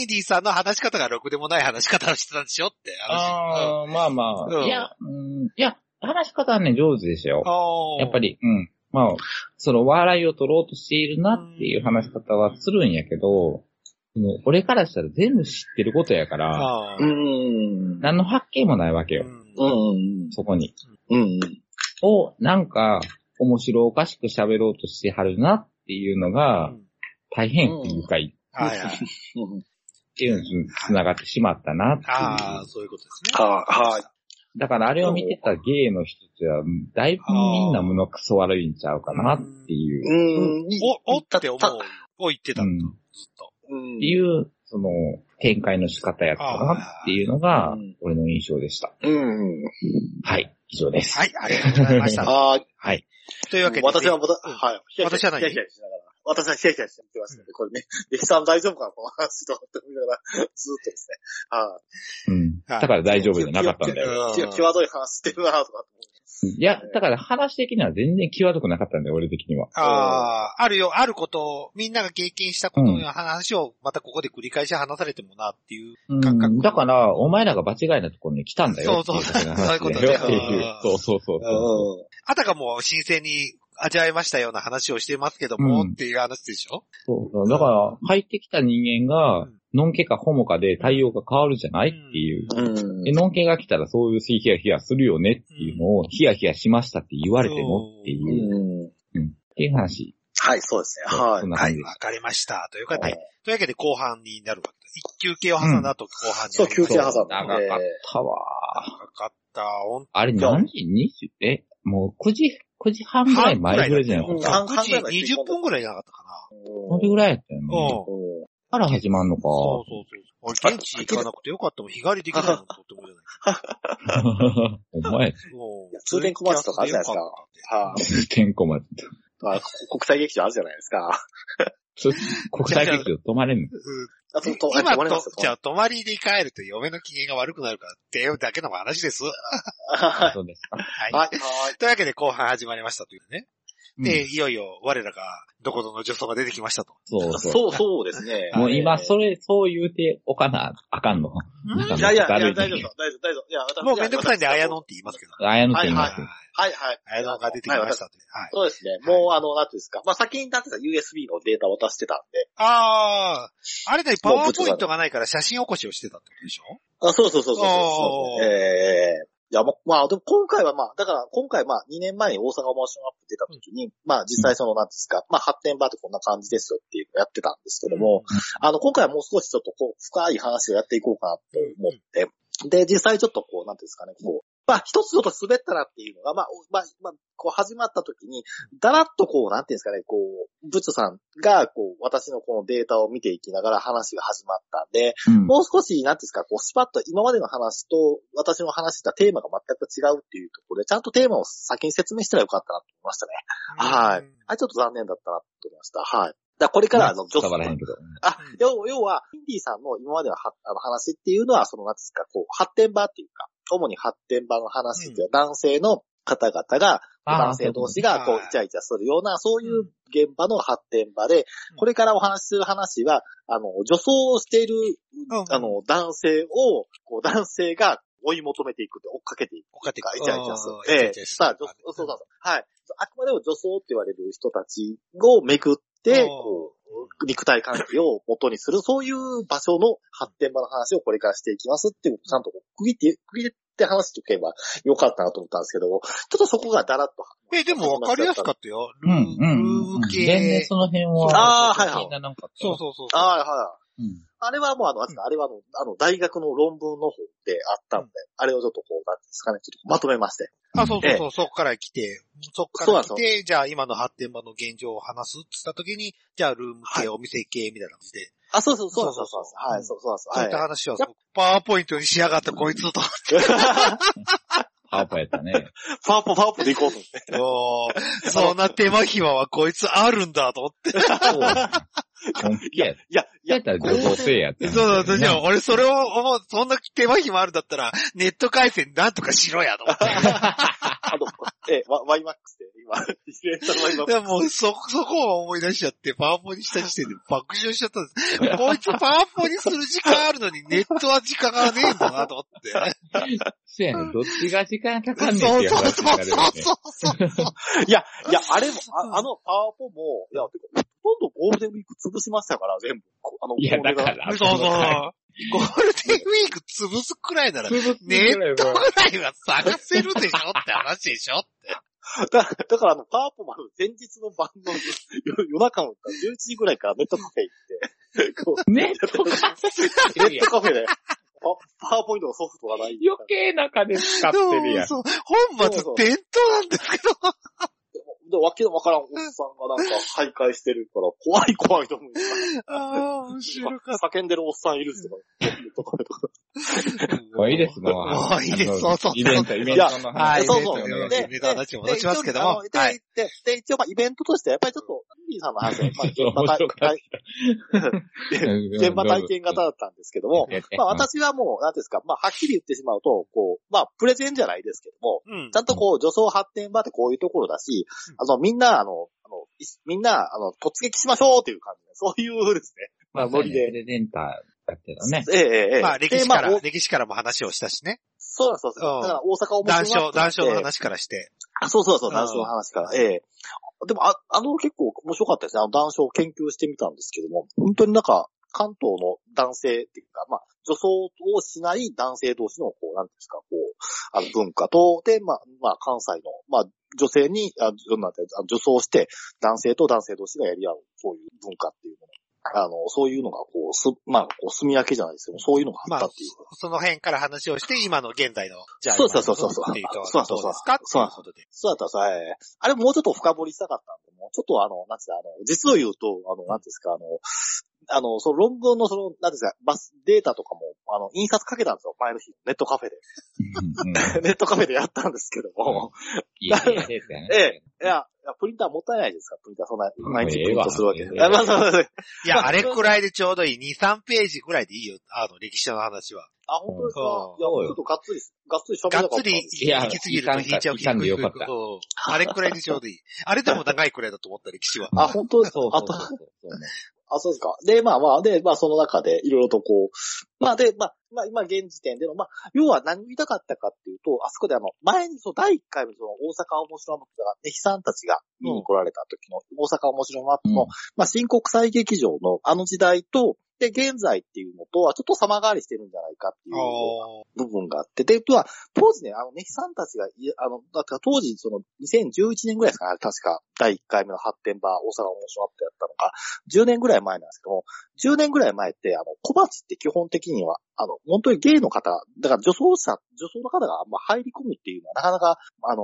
Speaker 1: インディさんの話し方がろくでもない話し方をしてたんでしょって話。
Speaker 2: あー、まあま
Speaker 1: う
Speaker 2: あ、
Speaker 1: ん
Speaker 2: いや、うん、いや、話し方はね、上手でしたよ。
Speaker 1: あ
Speaker 2: やっぱ
Speaker 1: り。
Speaker 2: り、うん。まあ、その笑いを取ろうとしているなっていう話し方はするんやけど、その俺からしたら全部知ってることやから、
Speaker 1: あ
Speaker 3: う
Speaker 1: ー
Speaker 3: ん。
Speaker 2: 何の発見もないわけよ、
Speaker 1: うん
Speaker 3: ん。
Speaker 2: そこに。
Speaker 3: うん。
Speaker 2: を、なんか、面白おかしく喋ろうとしてはるなっていうのが、大変不愉快
Speaker 1: はいはい。
Speaker 2: っていうのに繋がってしまったなって
Speaker 1: あ
Speaker 2: いう
Speaker 1: あ、。そういうことですね。
Speaker 3: はい、はい。
Speaker 2: だからあれを見てたゲイの人たちは、だいぶみんな胸クソ悪いんちゃうかなっていう、
Speaker 3: うん。
Speaker 1: お、おって思
Speaker 3: た
Speaker 1: う。を言ってた
Speaker 2: うん
Speaker 1: だ、
Speaker 2: ん、っ
Speaker 1: ずっと。
Speaker 3: うん
Speaker 2: ていう、その、展開の仕方やったなっていうのが
Speaker 3: あー、
Speaker 2: 俺の印象でした。
Speaker 3: うん。
Speaker 2: はい、以上です。
Speaker 1: はい、ありがとうございました。
Speaker 3: [LAUGHS] ああ、
Speaker 2: はい。
Speaker 1: というわけで、
Speaker 3: 私はまた、
Speaker 1: うん
Speaker 3: はい。
Speaker 1: 私は何
Speaker 3: ヒヤヒヤしながら。私はヒヤヒヤしてましたね。これね。レキさん大丈夫かなこの話と思って見ながら、ずっとですね。は
Speaker 2: うん。
Speaker 1: はい
Speaker 2: だから大丈夫じゃなかったんだよ。
Speaker 1: うん
Speaker 3: い。き際どい話してるなとかって
Speaker 2: いや、だから話的には全然際どくなかったんだよ、俺的には。
Speaker 1: ああ、あるよ、あることを、みんなが経験したことのような話を、またここで繰り返し話されてもなっていう。
Speaker 2: うん
Speaker 1: 感覚
Speaker 2: だから、お前らが間違いなところに来たんだよ。
Speaker 1: そうそう
Speaker 2: っていう話
Speaker 1: そういうこと
Speaker 2: だ
Speaker 1: ね
Speaker 2: よっていうそうそうそうそう。
Speaker 3: 思う。
Speaker 1: あたかも新鮮に味わいましたような話をしてますけども、
Speaker 2: うん
Speaker 1: っていう話でしょ
Speaker 2: そうそうだから、入ってきた人間
Speaker 1: う
Speaker 2: が
Speaker 1: ん、
Speaker 2: ノンケかホモかで対応が変わるじゃないっていう。
Speaker 3: うん。
Speaker 2: で、ノンケが来たらそういうヒヤヒヤするよねっていうのを、ヒヤヒヤしましたって言われてもっていう、
Speaker 3: うん。
Speaker 2: うんっていう話。
Speaker 3: はい、そうですね。は
Speaker 2: そん
Speaker 3: い。
Speaker 2: な
Speaker 1: は
Speaker 2: 感
Speaker 1: い、
Speaker 2: じで
Speaker 1: わ
Speaker 2: す。
Speaker 1: かりました。というわけで、
Speaker 3: はい
Speaker 1: というわけで後半になるわけです。一休憩を挟んだ後、後半になりました。
Speaker 3: そう休憩挟んだ
Speaker 2: そう長かったわ。
Speaker 1: 長かった。ほん
Speaker 2: あれ何時 ?20? え、もう9時、9時半ぐらい前ぐらいじゃなかっ
Speaker 3: うん
Speaker 2: た。
Speaker 3: 半
Speaker 1: 9時
Speaker 3: 半ぐらい
Speaker 1: 20分ぐらいじゃなかったかな。
Speaker 2: それぐらいやったよね。
Speaker 1: うん。
Speaker 3: うん
Speaker 2: から始まんのか。
Speaker 1: そうそうそうそう。俺、現地行かなくてよかったもん。日帰りできたもん、とってもじゃない
Speaker 2: [LAUGHS] お前、
Speaker 1: もう
Speaker 3: 通電小松とかあるじゃないですかは
Speaker 2: 通天小松。
Speaker 3: い。まあ国際劇場あるじゃないですか。
Speaker 2: つ国際劇場止まれんの
Speaker 1: うん
Speaker 3: あと、と
Speaker 1: 今
Speaker 3: あ止まりま
Speaker 1: と
Speaker 3: すよ、
Speaker 1: じゃあ、泊まりに帰ると嫁の機嫌が悪くなるからっていうだけの話です。
Speaker 3: は
Speaker 2: そうですか。
Speaker 1: はい。
Speaker 3: い。はい。はい
Speaker 1: というわけで、後半始まりましたというね。
Speaker 2: う
Speaker 1: で、
Speaker 2: ん
Speaker 1: いよいよ、我らが、どこどの女装が出てきましたと。
Speaker 2: そうそう。
Speaker 3: そう、そうですね。
Speaker 2: もう今、それ、そう言うておかな、あかんの。なんか
Speaker 3: いやいや、いや
Speaker 2: だる
Speaker 3: 大丈夫です、大丈夫、大丈夫。いや、私
Speaker 1: もうめんどくさいんで、あや。
Speaker 3: 私
Speaker 1: のんって言いますけど。
Speaker 2: あやのって言い
Speaker 1: は
Speaker 2: ま
Speaker 1: い
Speaker 2: す。
Speaker 3: はい、はい。
Speaker 1: あやのんが出てきましたと。はい。
Speaker 3: そうですね。もう、あの、なんていうんですか。まあ、先に、なんていうんですか、USB のデータを渡してたんで。
Speaker 1: あー、あれだよ、パワーポイントがないから写真起こしをしてたってことでしょ
Speaker 3: あ、そうそうそうそう
Speaker 1: おー
Speaker 3: そうええいや、ま、まあ、でも今回はまあ、だから今回まあ、2年前に大阪モーションアップ出た時に、まあ、実際その、なんていうんですか、まあ、発展場ってこんな感じですよっていうのをやってたんですけども、あの、今回はもう少しちょっとこう、深い話をやっていこうかなと思って、で、実際ちょっとこう、なんていうんですかね、こう、まあ、一つちょっと滑ったなっていうのが、まあ、おまあ、まあ、こう始まった時に、だらっとこう、なんていうんですかね、こう、ブッチョさんが、こう、私のこのデータを見ていきながら話が始まったんで、
Speaker 2: うん
Speaker 3: もう少し、なんていうんですか、こう、スパッと今までの話と私の話したテーマが全く違うっていうところで、ちゃんとテーマを先に説明したらよかったなと思いましたね。はい
Speaker 1: うん。
Speaker 3: あ、ちょっと残念だったなと思いました。はい。だからこれから、あの、女
Speaker 2: 伝わらへんけど。
Speaker 3: あ、要要は、インディーさんの今までのはあの話っていうのは、その、なんていうんですか、こう、発展場っていうか、主に発展場の話っていうか、男性の方々が、
Speaker 2: あ
Speaker 3: 男性同士がこ
Speaker 1: はいう
Speaker 3: イチャイチャするような、そういう
Speaker 1: うん
Speaker 3: 現場の発展場で、これからお話しする話は、あの、女装をしている
Speaker 1: うん、
Speaker 3: あの、男性を、こう、男性が追い求めていくって追っかけていく。
Speaker 1: 追っかけていく
Speaker 3: イチャイチャする
Speaker 1: うん。イチャ
Speaker 3: え
Speaker 1: イチャ
Speaker 3: え。
Speaker 1: する
Speaker 3: さあ、女そうそうそう。はい。あくまでも女装って言われる人たちをめぐって、
Speaker 1: うん
Speaker 3: こう、肉体関係を元にする、そういう場所の発展場の話をこれからしていきますっていうことをちゃんとこう区切って、区切って話しておけばよかったなと思ったんですけど、ちょっとそこがだらっと。
Speaker 1: え、でも分かりやすかったよ。ル
Speaker 2: うん、う
Speaker 1: ー
Speaker 2: ん。うん
Speaker 1: ルー
Speaker 2: 全然
Speaker 1: 系。
Speaker 2: その辺は、
Speaker 3: あーはいはい
Speaker 2: 気にならんかった
Speaker 1: そうそうそう。
Speaker 3: ああ、はい。
Speaker 2: うん。
Speaker 3: あれはもうあの、あれかあれはあの、あの、大学の論文の方であったんで、あれをちょっとこう、なんていうんですかね、ちょっとまとめまして。
Speaker 1: あ、そうそうそう、そこから来て、そこか
Speaker 3: そうな
Speaker 1: ら
Speaker 3: んです
Speaker 1: 来
Speaker 3: よ
Speaker 1: て、じゃあ今の発展場の現状を話すって言った時に、じゃあルーム系、お店系みたいな感じで、
Speaker 3: あ、そうそうそうそうそ
Speaker 1: そ
Speaker 3: う
Speaker 1: うそうそう
Speaker 3: はい、そうそうそう。
Speaker 1: そういった
Speaker 3: はい。
Speaker 1: 話は、パワーポイントにしやがったこいつと。
Speaker 2: パワーポやった
Speaker 3: [LAUGHS]
Speaker 2: ね。
Speaker 3: パワーポ、パワーポでいこうと思って。
Speaker 1: [LAUGHS] おーそんな手間暇はこいつあるんだと思って。
Speaker 2: そう。本気や。
Speaker 3: いや、い
Speaker 2: や
Speaker 3: や
Speaker 2: っ、たら女性やったんだけ
Speaker 1: そ
Speaker 2: ど
Speaker 1: う
Speaker 2: ね。
Speaker 1: だ、私は、俺それを思う、そんな手間暇あるんだったら、ネット回線なんとかしろやと思って。
Speaker 3: あの、え、ワワイマックスで、今、イベントのワイマック
Speaker 1: いや、 [LAUGHS] もう、そ、そこを思い出しちゃって、パワポにした時点で爆笑しちゃったん [LAUGHS] です。こいつパワポにする時間あるのに、ネットは時間がねえんだなと思って。
Speaker 2: そうやね。どっちが時間かかんねんっ
Speaker 1: そ
Speaker 2: て
Speaker 1: う
Speaker 2: いう
Speaker 1: そう
Speaker 2: 話にな
Speaker 1: そう
Speaker 2: る
Speaker 1: そ
Speaker 2: よ
Speaker 1: う
Speaker 2: ね。
Speaker 1: そうそう。
Speaker 3: ス。いや、 [LAUGHS] いや、あれも、ああのパワーポも、いや、てかほとんどゴールデンウィーク潰しましたから、全部。こあの、
Speaker 2: いや、だか
Speaker 3: こ
Speaker 2: ら。
Speaker 1: そうそう。ゴールデンウィーク潰すくらいなら、
Speaker 2: 潰す
Speaker 1: ネットぐらいは探せるでしょって話でしょ
Speaker 3: [LAUGHS] だだからあの、パーポマの前日の晩の夜夜中の11時ぐらいからネットカフェ行って、こう、
Speaker 2: ネットカフェ
Speaker 3: ネットカフェで、パパワーポイントのソフトがない。
Speaker 2: 余計な金使ってるやん。
Speaker 1: そう、本末転倒なんですけど。
Speaker 3: で、わけのわからんおっさんがなんか徘徊してるから、怖い怖いと思う。
Speaker 1: ああ、面白かっ
Speaker 3: 叫んでるおっさんいるっすとか、ネットカフェとか。
Speaker 1: た。
Speaker 2: もういいです、もう。
Speaker 1: もういいです、
Speaker 2: あ
Speaker 1: そ
Speaker 2: の
Speaker 1: うそうそう。
Speaker 2: イベント、イベントの
Speaker 1: は
Speaker 2: 話
Speaker 1: い、
Speaker 2: ですよ
Speaker 3: そ
Speaker 1: そうう
Speaker 3: そ
Speaker 1: そうう。
Speaker 2: ね。
Speaker 3: で
Speaker 1: ネタ話も持ちますけども。
Speaker 3: で、
Speaker 1: はい。
Speaker 3: で、でで一応まあイベントとして、やっぱりちょっと、ミーさん
Speaker 1: [LAUGHS]
Speaker 3: の話は、まあ、現場
Speaker 2: 面白かっ
Speaker 3: 体現場体験型だったんですけども、まあ私はもう、なんていうんですか、まあはっきり言ってしまうと、こう、まあプレゼンじゃないですけども、
Speaker 1: うん
Speaker 3: ちゃんとこう、女装発展場ってこういうところだし、あの、みんな、あの、あのいみんな、あの、突撃しましょうっていう感じで、そういうですね。まあノリで
Speaker 2: プレゼンターだけど
Speaker 3: [LAUGHS]
Speaker 2: ね。
Speaker 3: ええええ、ええ。
Speaker 1: まあ、歴史か
Speaker 3: でま
Speaker 1: ら、
Speaker 3: あお
Speaker 1: 歴史からも話をしたしね。
Speaker 3: そうなんです、そうなんです。だから大阪を
Speaker 1: 談笑、談笑の話からして。
Speaker 3: あ、そうそうそう、
Speaker 1: うん
Speaker 3: 談笑の話から。ええでも、あ、あの結構面白かったですね。あの談笑を研究してみたんですけども、本当になんか、関東の男性っていうか、まあ、女装をしない男性同士の、こう、なんていうんですか、こう、あの、文化と、で、まあ、まあ、関西の、まあ、女性に、あ、女なんてあ女装して、男性と男性同士がやり合う、そういう文化っていうもの。あの、そういうのが、こう、す、まあ、こう、住み分けじゃないですけど、そういうのがあったっていう。
Speaker 1: その辺から話をして、今の現代の、じゃあ、
Speaker 3: そうそうそうそう
Speaker 1: 今のっていうとはどうですかって
Speaker 3: そう
Speaker 1: い
Speaker 3: そうう
Speaker 1: ことで。
Speaker 3: そうだったさ、ええあれもうちょっと深掘りしたかったんで、もうちょっとあの、なんつうか、あの、実を言うと、あの、なんていうんですか、あの、あの、その論文のその、なんていうんですか、バスデータとかも、あの、印刷かけたんですよ、前の日、ネットカフェで。
Speaker 2: うんうん
Speaker 3: ネットカフェでやったんですけども、
Speaker 2: いいねですよね
Speaker 3: えいや、いやプリンターもったいないですか、プリンターそんな、毎日
Speaker 2: もうえ
Speaker 3: プ
Speaker 2: え
Speaker 3: リン
Speaker 2: わ
Speaker 3: トするわけ
Speaker 2: え
Speaker 3: で。
Speaker 2: え
Speaker 3: あまあそうそうそう
Speaker 1: いや、あれくらいでちょうどいい。2、3ページくらいでいいよ。あの、歴史の話は。
Speaker 3: あ、本当ですか
Speaker 1: うん
Speaker 3: いや、ちょっとがっつり、がっつり喋りた
Speaker 1: がっ
Speaker 3: かったん
Speaker 1: つり
Speaker 3: ですけ
Speaker 2: い
Speaker 3: ど
Speaker 2: や
Speaker 1: 行き過ぎると引いちゃう
Speaker 2: いかんでよか
Speaker 1: 引
Speaker 2: った
Speaker 1: く引くうんあれくらいでちょうどいい。あれでも長いくらいだと思った歴史は。
Speaker 3: あ、本当ですか
Speaker 2: そう
Speaker 3: あ
Speaker 2: そう
Speaker 3: と
Speaker 2: そうそう。
Speaker 3: あ、そうですか。で、まあまあ、で、まあその中でいろいろとこう、まあで、まあ、まあ今現時点での、まあ、要は何を言いたかったかっていうと、あそこであの、前にその第1回のその大阪面白マップが、ネヒさんたちが見に来られた時の大阪面白マップの、
Speaker 2: うん
Speaker 3: まあ新国際劇場のあの時代と、で、現在っていうのとはちょっと様変わりしてるんじゃないかっていう部分があって、で、とは、当時ね、あの、ネヒさんたちがい、あの、だから当時、その、2011年ぐらいですかね、確か、第1回目の発展場、大阪面白マップやったのが、10年ぐらい前なんですけども、10年ぐらい前って、あの、小鉢って基本的には、あの、本当にゲイの方、だから女装者、女装の方があんま入り込むっていうのはなかなか、あの、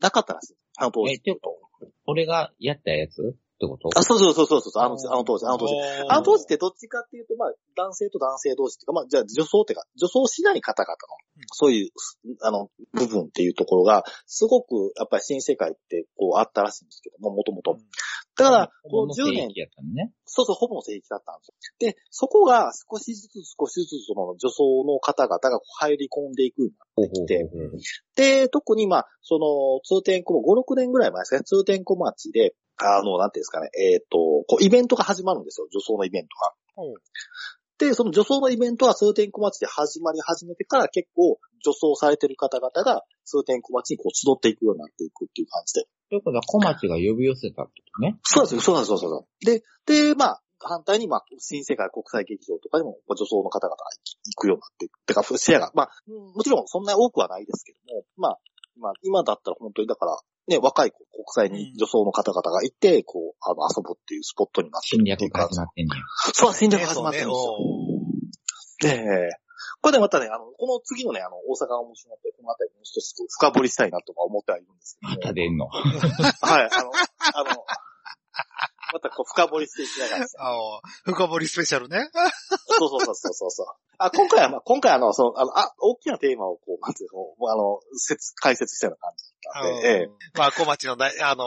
Speaker 3: なかったらしい。あの当
Speaker 2: え、
Speaker 3: 時。
Speaker 2: ちょっと、俺がやったやつってこと
Speaker 3: あ、そうそうそうそうそう、あの、
Speaker 1: うん
Speaker 3: あの当時、あの当時。
Speaker 1: おー
Speaker 3: あの当時ってどっちかっていうと、まあ、男性と男性同士っていうか、まあ、じゃあ女装っていうか、女装しない方々の
Speaker 1: うん、
Speaker 3: そういう、あの、部分っていうところが、すごく、やっぱり新世界って、こう、あったらしいんですけども、もともと。だから、こう、10年
Speaker 2: やったのね。
Speaker 3: そうそう、ほぼの聖域だったんですよ。で、そこが少しずつ少しずつその女装の方々がこう入り込んでいくようにな
Speaker 2: ほう
Speaker 3: ほうほう
Speaker 2: ほう。
Speaker 3: って、特にまあ、その、通天小5、6年ぐらい前ですかね、通天小町で、あの、なんていうんですかね、えっ、と、こう、イベントが始まるんですよ、女装のイベントが。
Speaker 1: うん
Speaker 3: で、その女装のイベントは通天小町で始まり始めてから結構女装されてる方々が通天小町にこう集っていくようになっていくっていう感じで。
Speaker 2: ということは、小町が呼び寄せたってことね。
Speaker 3: そうなんですよ、そうなんですよ、そうなんですよ。で、で、まあ、反対に、まあ、新世界国際劇場とかでも、まあ女装の方々が行くようになっていく、てか、シェアが、まあ、うんもちろんそんな多くはないですけども、まあ、まあ、今だったら本当にだから、ね、若い子国際に女装の方々がいて、こう、あの、遊ぶっていうスポットになって
Speaker 2: 侵
Speaker 3: るっ
Speaker 2: 略
Speaker 3: ていう
Speaker 2: が
Speaker 3: か、
Speaker 2: 始まってんねや。
Speaker 3: [LAUGHS] そう、戦略
Speaker 1: ね
Speaker 3: が始まってるんですよ。
Speaker 1: そうね
Speaker 3: で、これでまたね、あの、この次のね、あの、大阪が面白くて、このあたりもうちょっと深掘りしたいなとか思ってはいるんですけど。
Speaker 2: ま
Speaker 3: [LAUGHS]
Speaker 2: た出んの。
Speaker 3: はい、あの、あの、またこう深掘りしていきながらですね
Speaker 1: おーあの、深掘りスペシャルね。
Speaker 3: そうそうそうそうそうそう。あ、今回は、まあ、今回はあの、その、あの、あ、大きなテーマをこう、なんていうの、あの、説、解説したような感
Speaker 1: あ
Speaker 3: じだっ
Speaker 1: の
Speaker 3: たんで、ええ。
Speaker 1: まあ、小町のな、あの、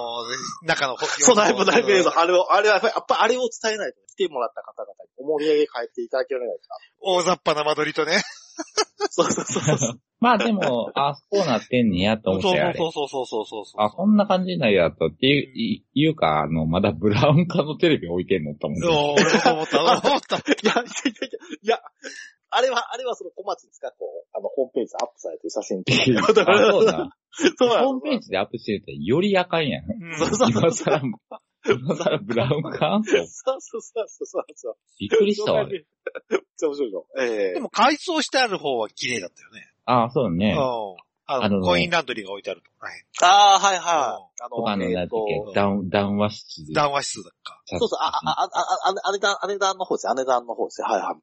Speaker 1: 中の、
Speaker 3: そう、だいぶだいぶ
Speaker 1: うん
Speaker 3: あれを、あれは、やっぱりあれを伝えないと、来てもらった方々に思い上げ変えていただけないか
Speaker 1: 大雑把な間取りとね。
Speaker 3: な。そうそうそうそう。
Speaker 2: まあでも、あ、そうなってんねやと
Speaker 1: そう
Speaker 2: 思って、あれ。
Speaker 1: そうそうそうそうそうそう。
Speaker 2: あ、こんな感じなんやと、っていう、いいうか、あの、まだブラウン化のテレビ置いてんのと思
Speaker 1: そう
Speaker 2: う。、
Speaker 1: 俺もそう思った、俺もそう思
Speaker 3: [LAUGHS]
Speaker 1: った。
Speaker 3: いや、いやいやいや、いや、あれは、あれはその小町ですか、こう、あの、ホームページでアップされてる写真っていう。
Speaker 2: [LAUGHS] あ、そうだ。
Speaker 3: [LAUGHS] そうなんで
Speaker 2: ホ
Speaker 3: す
Speaker 2: ームページでアップしてるってよりあかんやん。
Speaker 1: うん
Speaker 3: そうそう
Speaker 2: 今さら、今さらブラウン化
Speaker 3: そうそうそうそうそう。
Speaker 2: びっくりしたわ。あ
Speaker 3: め
Speaker 2: れ
Speaker 3: っちゃ面白いの。ええ
Speaker 1: でも改装してある方は綺麗だったよね。
Speaker 2: あ、そうね。
Speaker 1: うあの、
Speaker 2: あのね
Speaker 1: コインランドリーが置いてあるとこらへん。
Speaker 3: ああ、はいはい。あ
Speaker 2: とかの、
Speaker 3: え
Speaker 2: なん
Speaker 3: ー
Speaker 2: ていうっ
Speaker 3: と
Speaker 2: け、談談話室で。
Speaker 1: 談話室だっか。
Speaker 2: そう
Speaker 3: そうそう、あ、あ、あ、あ、あ、あ、姉段、姉段の方ですね。姉段の方ですね。はいはい。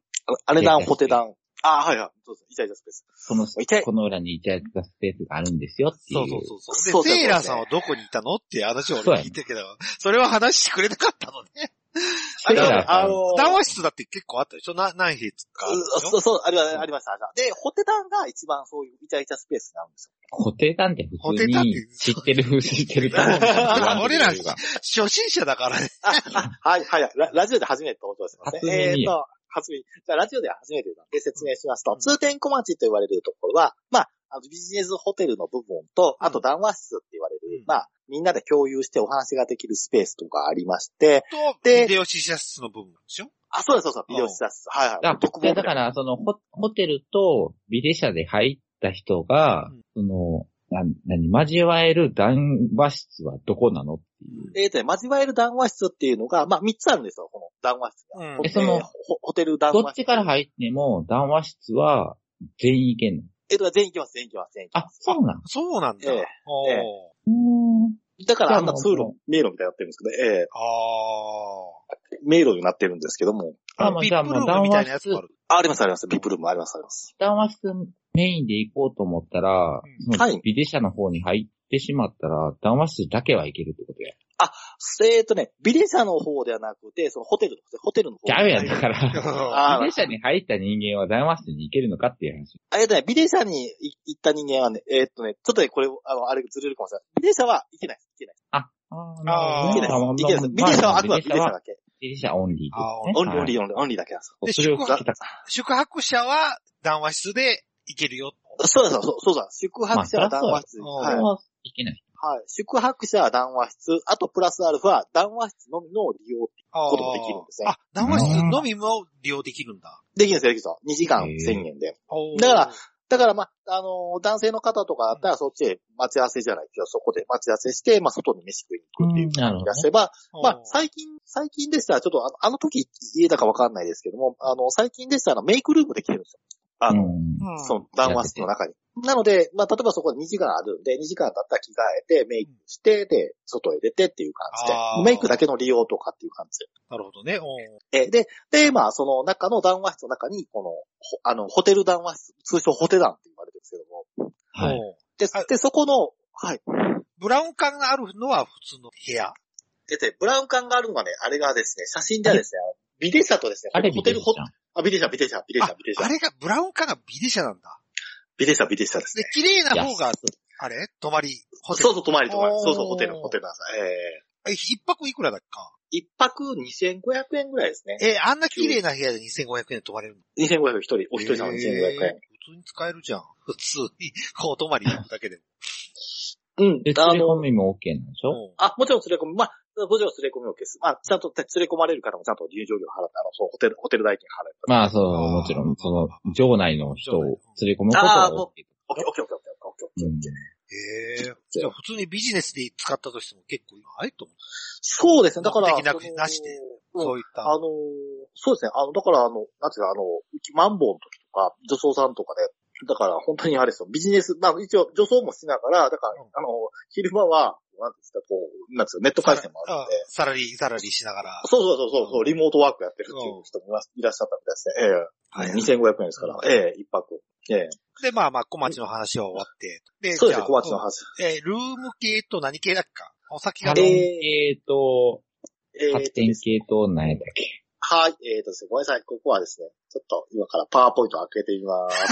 Speaker 3: あ姉段、ホテ段。ああ、はいはい。そうそう、イチャイチャスペース。
Speaker 2: その、
Speaker 3: 痛い
Speaker 2: この裏にイチャイチャスペースがあるんですよっていう。
Speaker 1: そうそうそうそう。で、
Speaker 3: そうそうそう
Speaker 1: セイラーさんはどこにいたのって話を俺聞いてるけど、それは話してくれなかったのね。
Speaker 2: セイラー
Speaker 3: あ
Speaker 2: さん
Speaker 3: の、
Speaker 1: 談話室だって結構あったでしょな何平つかあるでしょ。
Speaker 3: そうそう、ありまありました。で、ホテ段が一番そういうイチャイチャスペースになるんですよ。
Speaker 2: 固定なんて普
Speaker 1: 固
Speaker 2: 通
Speaker 1: 定なんて
Speaker 2: に知ってる、知ってると思うんだけど。
Speaker 1: 俺ら
Speaker 2: なんていうか
Speaker 1: 初心者だからね。
Speaker 3: はい、はい、ララジオで初めて登場します
Speaker 2: 初
Speaker 3: ね。え
Speaker 2: 耳
Speaker 3: ーと、初耳。じゃあ、ラジオでは初めてなんで説明しますと、通天小町と言われるところは、まあ、あのビジネスホテルの部分と、あと談話室って言われる、
Speaker 1: うん
Speaker 3: まあ、みんなで共有してお話ができるスペースとかありまして、
Speaker 1: と、
Speaker 3: で
Speaker 1: ビデオ試写室の部分でしょ
Speaker 3: あ、そうです、そうです、ビデオ室です。はいはい。
Speaker 2: だ
Speaker 3: 僕も
Speaker 2: だから、そのホ、ホテルとビデ社で入った人が、その、な、何、交わえる談話室はどこなのっていう。
Speaker 3: えーとね、交わえる談話室っていうのが、まあ、3つあるんですよ、この談話室
Speaker 1: うん
Speaker 3: が。
Speaker 2: えその
Speaker 3: えーホホテル談話
Speaker 2: ど
Speaker 3: 室。
Speaker 2: っちから入っても談話室は全員行けんの。
Speaker 3: えーと、全員行きます、全員行きます、全員行き
Speaker 2: あ
Speaker 3: ま、す。
Speaker 2: そうなん
Speaker 1: そうなんだ。
Speaker 3: ええ
Speaker 1: おー
Speaker 3: ええ
Speaker 2: うん。
Speaker 3: だから、あんな
Speaker 2: じ
Speaker 3: 通
Speaker 2: ゃあ
Speaker 3: 路、迷路みたいになってるんですけど、え
Speaker 1: あ
Speaker 3: え迷路になってるんですけども。
Speaker 1: あ。
Speaker 2: あまあ
Speaker 1: ビ
Speaker 2: じ
Speaker 1: ッ
Speaker 2: ゃあ
Speaker 1: プ
Speaker 2: も
Speaker 1: ル
Speaker 2: う
Speaker 1: ーム
Speaker 2: 談
Speaker 1: みたい
Speaker 2: 話
Speaker 1: なやつ
Speaker 2: 室
Speaker 1: もある。
Speaker 3: あ、あります、あります。ビップルームあります、あります。
Speaker 2: 談話室メインで行こうと思ったら、
Speaker 1: うん
Speaker 2: その
Speaker 3: はい
Speaker 2: ビデ社の方に入ってしまったら、談話室だけは行けるってことや。
Speaker 3: えっ、とね、ビレ社の方ではなくて、そのホテルの方、ホテルの方。
Speaker 2: ダメや、だから。
Speaker 3: [LAUGHS] あ
Speaker 2: ビデ社に入った人間は談話室に行けるのかっていう話。
Speaker 3: えっ、とね、ビレ社に行行った人間はね、えっ、とね、ちょっとね、これ、あの、あれずれるかもしれない。ビレ社は行けないです。行けないです。
Speaker 1: あ
Speaker 2: あ
Speaker 1: ー
Speaker 3: 行けないです。行けないです。ビレ社はあくまでビレ社だけ。
Speaker 2: ビデ社オンリー
Speaker 1: あ
Speaker 2: ですね。
Speaker 3: オンリー、オンリ
Speaker 2: ー。
Speaker 3: ー、オンリー、オンリーだけなんですよ。
Speaker 1: で
Speaker 2: それを聞きた
Speaker 1: 宿泊者は談話室で行けるよ。
Speaker 3: そうです、そうそうだ。宿泊者は談話室。
Speaker 1: まあそ
Speaker 3: は
Speaker 1: り
Speaker 3: い
Speaker 1: ゃ
Speaker 2: これ。はいけない。
Speaker 3: はい。宿泊者は談話室、あとプラスアルファ、談話室のみの利用。
Speaker 1: あ
Speaker 3: こともできるんですね
Speaker 1: あ、談話室のみも利用できるんだ。
Speaker 3: できるんですよ、できるんですよ。2時間
Speaker 2: へー
Speaker 3: 1000円で。
Speaker 1: おー
Speaker 3: だから、だから、まあ、あのー男性の方とかだったら、そっちで待ち合わせじゃないですよ。そこで待ち合わせして、まあ、外に飯食いに行くっていう
Speaker 2: なる
Speaker 3: い
Speaker 2: ほ
Speaker 3: らっ
Speaker 2: ど
Speaker 3: しゃれば、
Speaker 1: おー
Speaker 3: まあ、最近、最近でしたら、ちょっとあの、あの時言えたかわかんないですけども、あの、最近でしたら、メイクルームで来てるんですよ。あの、
Speaker 2: うん
Speaker 1: うん
Speaker 3: その談話室の中に。なので、まあ、例えばそこで2時間あるんで、2時間だったら着替えて、メイクして、で、外へ出てっていう感じで
Speaker 1: あー、
Speaker 3: メイクだけの利用とかっていう感じで。
Speaker 1: なるほどね。おー
Speaker 3: え、で、で、まあ、その中の談話室の中に、この、ほあの、ホテル談話室、通称ホテ団って言われてるんですけども、
Speaker 2: はい。
Speaker 1: おー
Speaker 3: で
Speaker 1: あ、
Speaker 3: で、そこの、はい。
Speaker 1: ブラウン管があるのは普通の部屋。
Speaker 3: えっとねブラウン管があるのはね、あれがですね、写真ではですね、ビデ社とですね、
Speaker 2: あれ、
Speaker 3: ホ
Speaker 2: ビ
Speaker 3: テ
Speaker 2: デ
Speaker 3: ル、
Speaker 2: 社
Speaker 3: ホ
Speaker 2: じゃん。
Speaker 3: あ、ビデシャ、ビデシャ、ビデシャ、ビデシ
Speaker 1: あ
Speaker 3: ャ。
Speaker 1: れが、ブラウン管がビデシャなんだ。
Speaker 3: ビデシャ、ビデシャです
Speaker 1: で
Speaker 3: ね。、
Speaker 1: 綺麗な方が、あれ泊まり、ホテル
Speaker 3: そう。そう、泊まり泊まり
Speaker 1: お。ー
Speaker 3: そうそう、ホテル、ホテルなんですよ。え
Speaker 1: え
Speaker 3: え
Speaker 1: 一泊いくらだっか
Speaker 3: 一泊2500円ぐらいですね。
Speaker 1: え、あんな綺麗な部屋で2500円で泊まれるの
Speaker 3: 2500円一人、お一人様2500円。
Speaker 1: 普通に使えるじゃん。普通に、こう泊まりに行くだけでも。
Speaker 3: うん
Speaker 2: で、。
Speaker 3: あ
Speaker 2: 釣り込
Speaker 3: の、
Speaker 2: みも OK なんでし
Speaker 1: お
Speaker 2: ょ
Speaker 1: ー
Speaker 3: あ、もちろん連れ込む。まあ、もちろん連れ込み OK です。まあ、ちゃんと連れ込まれる方もちゃんと入場料払って、あの、そう、ホテル、ホテル代金払って。
Speaker 2: まあ、そう、もちろん、その、場内の人を連れ込むこと
Speaker 3: あ
Speaker 2: は
Speaker 3: ーも
Speaker 2: OK。
Speaker 3: オッケー、オッケー、オッケー、オッケー、
Speaker 2: う
Speaker 3: オッケー、オッケーオッ
Speaker 2: ん
Speaker 3: ケー。
Speaker 1: へえ。じゃあ普通にビジネスで使ったとしても結構ないと思う。
Speaker 3: そうですね。だから、
Speaker 1: 目的なく
Speaker 3: その
Speaker 1: なしで。
Speaker 3: うん
Speaker 1: そういった。
Speaker 3: あのー、そうですね。あの、だから、あの、なんていうか、あの、マンボウの時とか、女装さんとかで、だから、本当にあれですよ。ビジネス、まあ、一応、女装もしながら、だから、
Speaker 1: うん
Speaker 3: あの、昼間は、なんですか、こう、なんですよ、ネット回線もあるんで。
Speaker 1: サラリー、サラリーしながら。
Speaker 3: そうそうそうそう、リモートワークやってるっていう人もいらいらっしゃったみたいですね。ええ。2500円ですから、ええ、一泊。ええ。
Speaker 1: で、まあまあ、小町の話は終わって。で、
Speaker 3: そうです
Speaker 1: じゃ
Speaker 3: ね、
Speaker 1: あ
Speaker 3: 小町の話。
Speaker 1: うんえールーム系と何系だっけか。お酒
Speaker 2: サ
Speaker 1: が
Speaker 2: ロン
Speaker 1: 飲
Speaker 3: え
Speaker 1: む。
Speaker 2: 系と、
Speaker 3: ええ
Speaker 2: 発展系と、何やったっけ
Speaker 3: はい、えーとですね、ごめんなさい、ここはですね、ちょっと今からパワーポイント開けてみます。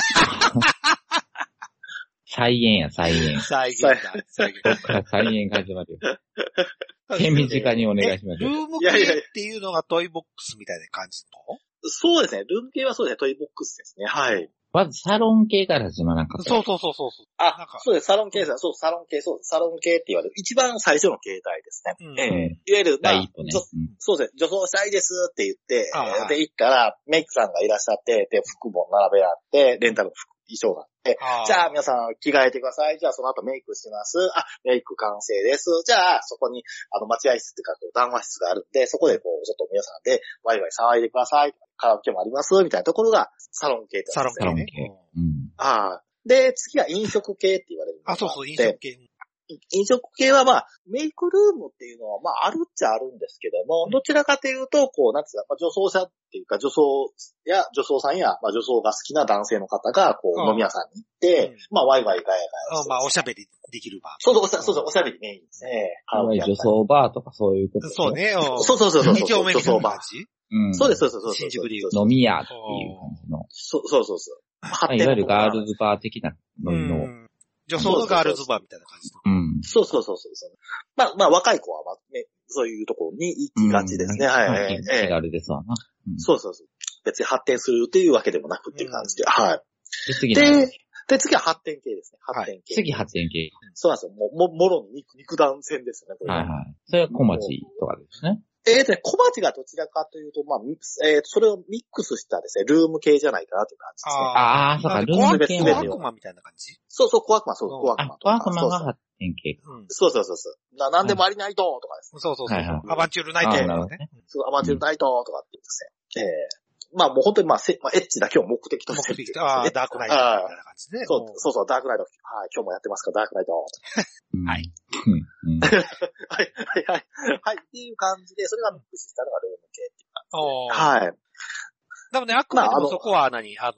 Speaker 2: 再演や、再 [LAUGHS] 演。
Speaker 1: 再現だ。再
Speaker 3: [LAUGHS]
Speaker 1: 現。
Speaker 2: 再演が始まるよ。 [LAUGHS] 手短にお願いします
Speaker 1: ル
Speaker 2: よ。
Speaker 1: ーム
Speaker 3: いやい
Speaker 1: 系
Speaker 3: やいや
Speaker 1: っていうのがトイボックスみたいな感じの
Speaker 3: そうですね、ルーム系はそうですね、トイボックスですね、はい。
Speaker 2: まず、サロン系から始まらなかった。
Speaker 1: そうそうそうそうそう。なん
Speaker 3: あ
Speaker 1: か、
Speaker 3: そうです。サロン系です。そう、サロン系、そう、サロン系って言われる。一番最初の形態ですね。
Speaker 1: うん
Speaker 2: う
Speaker 3: ええ
Speaker 2: ん。
Speaker 3: いわゆる、まあ
Speaker 2: 第一歩ね
Speaker 3: 女。
Speaker 2: うん
Speaker 3: そうですね。女装したいですって言って
Speaker 1: ああ、
Speaker 3: で、行ったら、メイクさんがいらっしゃって、で、服も並べ合って、レンタルの服、衣装があって、
Speaker 1: あー
Speaker 3: じゃあ皆さん着替えてください。じゃあその後メイクします。あ、メイク完成です。じゃあそこに、あの、待合室っていうか、こう談話室があるんで、そこでこう、ちょっと皆さんで、ワイワイ騒いでください。カラオケもあります。みたいなところが、サロン系ってやつです
Speaker 1: サ
Speaker 3: ね
Speaker 1: ロン系
Speaker 2: サロン
Speaker 1: ね
Speaker 2: 系。うん。
Speaker 3: ああ。で、次が飲食系って言われるのが
Speaker 1: あ、
Speaker 3: って
Speaker 1: そうそう、飲食系。
Speaker 3: 飲食系はまあ、メイクルームっていうのはまああるっちゃあるんですけども、どちらかというと、こう、なんつうか、まあ、女装者っていうか、女装や、女装さんや、まあ女装が好きな男性の方が、こ
Speaker 1: うん
Speaker 3: う、飲み屋さんに行って、
Speaker 1: うん
Speaker 3: まあワイワイガヤガヤ
Speaker 1: あ
Speaker 3: して
Speaker 1: まあ、おしゃべりできる場。
Speaker 3: そうそう、おしゃそうそう、おしゃべりメインですね。
Speaker 2: いわゆる女
Speaker 3: そ
Speaker 2: 装バーとかそういうことでしょ
Speaker 1: そう。ね。
Speaker 3: うそうそうそうそう。
Speaker 1: 二丁目
Speaker 3: 女
Speaker 1: みたい
Speaker 3: 装
Speaker 1: な
Speaker 3: バー
Speaker 1: 感じ
Speaker 2: うん。
Speaker 3: そうです、そうです、そうです。
Speaker 1: 新宿でいう
Speaker 2: 飲み屋っていう感じの。
Speaker 3: そうそうそうそう。
Speaker 2: まあいわゆるガー
Speaker 3: ズ
Speaker 2: ルズバー的な
Speaker 1: う
Speaker 2: のの。
Speaker 1: ん。女装のガールズバーみたいな感じ。
Speaker 2: うん。
Speaker 3: そうそうそうそうそう。まあ、まあ、若い子は、まあ、ね、そういうところに行きがちですね。
Speaker 2: うん
Speaker 3: はい、
Speaker 2: まあ
Speaker 3: はい、え
Speaker 2: 気
Speaker 3: え
Speaker 2: 軽ですわな。うん
Speaker 3: そうそうそう。別に発展するっていうわけでもなくっていう感じで、はい。
Speaker 2: で、次の
Speaker 3: で、で、次は発展系ですね。
Speaker 1: はい
Speaker 3: 発展系。
Speaker 2: 次発展系。
Speaker 3: そうなんですよ。もう、も、もろに肉、肉弾戦ですよね、これ。
Speaker 2: はいはい。それは小町とかですね。
Speaker 3: えーとね、小鉢がどちらかというと、まあ、ミックスえーそれをミックスしたですね、ルーム系じゃないかなという感じですね。
Speaker 2: ああ、そうか、ル
Speaker 1: コ
Speaker 2: ー
Speaker 1: ア
Speaker 2: ム
Speaker 1: コ
Speaker 2: 系
Speaker 3: ルーム全
Speaker 1: ア
Speaker 3: 部
Speaker 2: は。
Speaker 1: クマンみたいな感じ
Speaker 3: そうそう、小悪魔、そう、
Speaker 1: うん
Speaker 3: 小悪魔
Speaker 2: あ
Speaker 3: と、
Speaker 2: ワ
Speaker 3: か。
Speaker 2: ークマンが発展系か。
Speaker 1: うん。
Speaker 3: そうそうそうそうそう。な、なんでもありないととかですね。
Speaker 1: そうそうそう。
Speaker 2: はいはい
Speaker 1: アバンチュールナイト
Speaker 2: あーなる
Speaker 1: と
Speaker 2: ほ
Speaker 1: か
Speaker 2: ど
Speaker 1: ね。
Speaker 3: そう、アマチュアナイトとかって言うんですね。ええまあもう本当にまあ、せまあ、エッチだけを目的と
Speaker 1: 目
Speaker 3: してるってい
Speaker 1: 的
Speaker 3: う
Speaker 1: と、ああ、ダークナイトみたいな感じね。
Speaker 3: そうそうそう、ダークナイト。はい、今日もやってますから、ダークナイト。
Speaker 2: はい。うんうん
Speaker 3: はい、はい、はい。はい、っていう感じで、それがミックスしたのがルーム系っていう
Speaker 1: おー
Speaker 3: 感じ。はい。
Speaker 1: でもね、あくまで
Speaker 3: まああ
Speaker 1: も
Speaker 3: の
Speaker 1: そこは何、あの、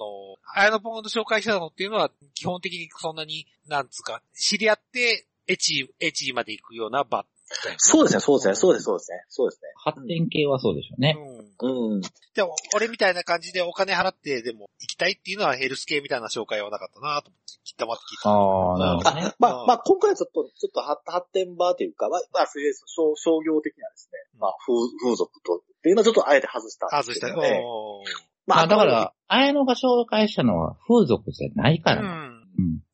Speaker 1: あやのポンの紹介したのっていうのは、基本的にそんなに、なんつうか、知り合って、エチ、エチまで行くような場だよね
Speaker 3: そうですね、そうですね、そうです、そうですね。そうですね。
Speaker 2: 発展系はそうでしょうね。
Speaker 1: うん。
Speaker 3: うん。
Speaker 1: でも、俺みたいな感じでお金払ってでも行きたいっていうのはヘルス系みたいな紹介はなかったなと思って、きっと待って聞いた。
Speaker 2: ああ、なるほどね。
Speaker 3: あ、ま
Speaker 1: う
Speaker 3: あ、
Speaker 1: ん
Speaker 3: まあ、今回はちょっと、ちょっと発発展場というか、まあ、まあ、そういう商商業的なですね、まあ、風風俗と、っていうのはちょっとあえて外したんで
Speaker 1: 外
Speaker 3: す
Speaker 1: し
Speaker 3: け
Speaker 1: た
Speaker 3: どね、
Speaker 1: よ。おー
Speaker 2: まあだか
Speaker 3: 頭の
Speaker 2: ら、綾野が紹介したのは風俗じゃないからな。
Speaker 1: うん。
Speaker 2: うん。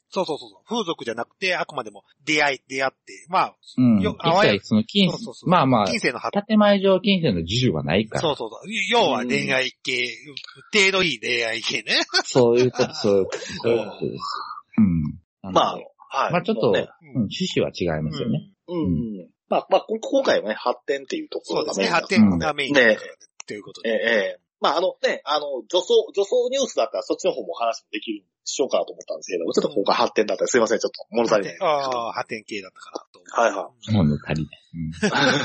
Speaker 1: そうそうそうそう。風俗じゃなくて、あくまでも出会い、出会って。まあ、
Speaker 2: うん。
Speaker 1: よ
Speaker 2: 一
Speaker 1: あわや
Speaker 2: 切その金
Speaker 1: そうそう、そう
Speaker 2: まあまあ、
Speaker 1: 金銭の発展。
Speaker 2: 建前上金銭の自由はないから。
Speaker 1: そうそうそう。要は恋愛系、程度いい恋愛系ね。
Speaker 2: そういうこと、そういうこと、そういうことです。うん。
Speaker 3: ま
Speaker 2: な
Speaker 3: あ、
Speaker 2: ので
Speaker 3: はい。
Speaker 2: まあちょっと、
Speaker 3: ね
Speaker 2: うん趣旨は違いますよね。
Speaker 3: うんうん。まあ、まあ、こ今回はね、発展っていうとこ
Speaker 1: そ
Speaker 3: ろ
Speaker 1: うで
Speaker 3: が
Speaker 1: すね。
Speaker 3: メインなん
Speaker 1: 発展がメインだから
Speaker 3: ね
Speaker 1: ということ
Speaker 3: ええ
Speaker 1: で。
Speaker 3: ええまあ、あのね、あの、女装、女装ニュースだったらそっちの方もお話もできる、しようかなと思ったんですけど、ちょっと今回発展だったらすいません、ちょっと物足りない。
Speaker 1: ああ、発展系だったかなと思
Speaker 3: はいは
Speaker 2: 日本の足りない。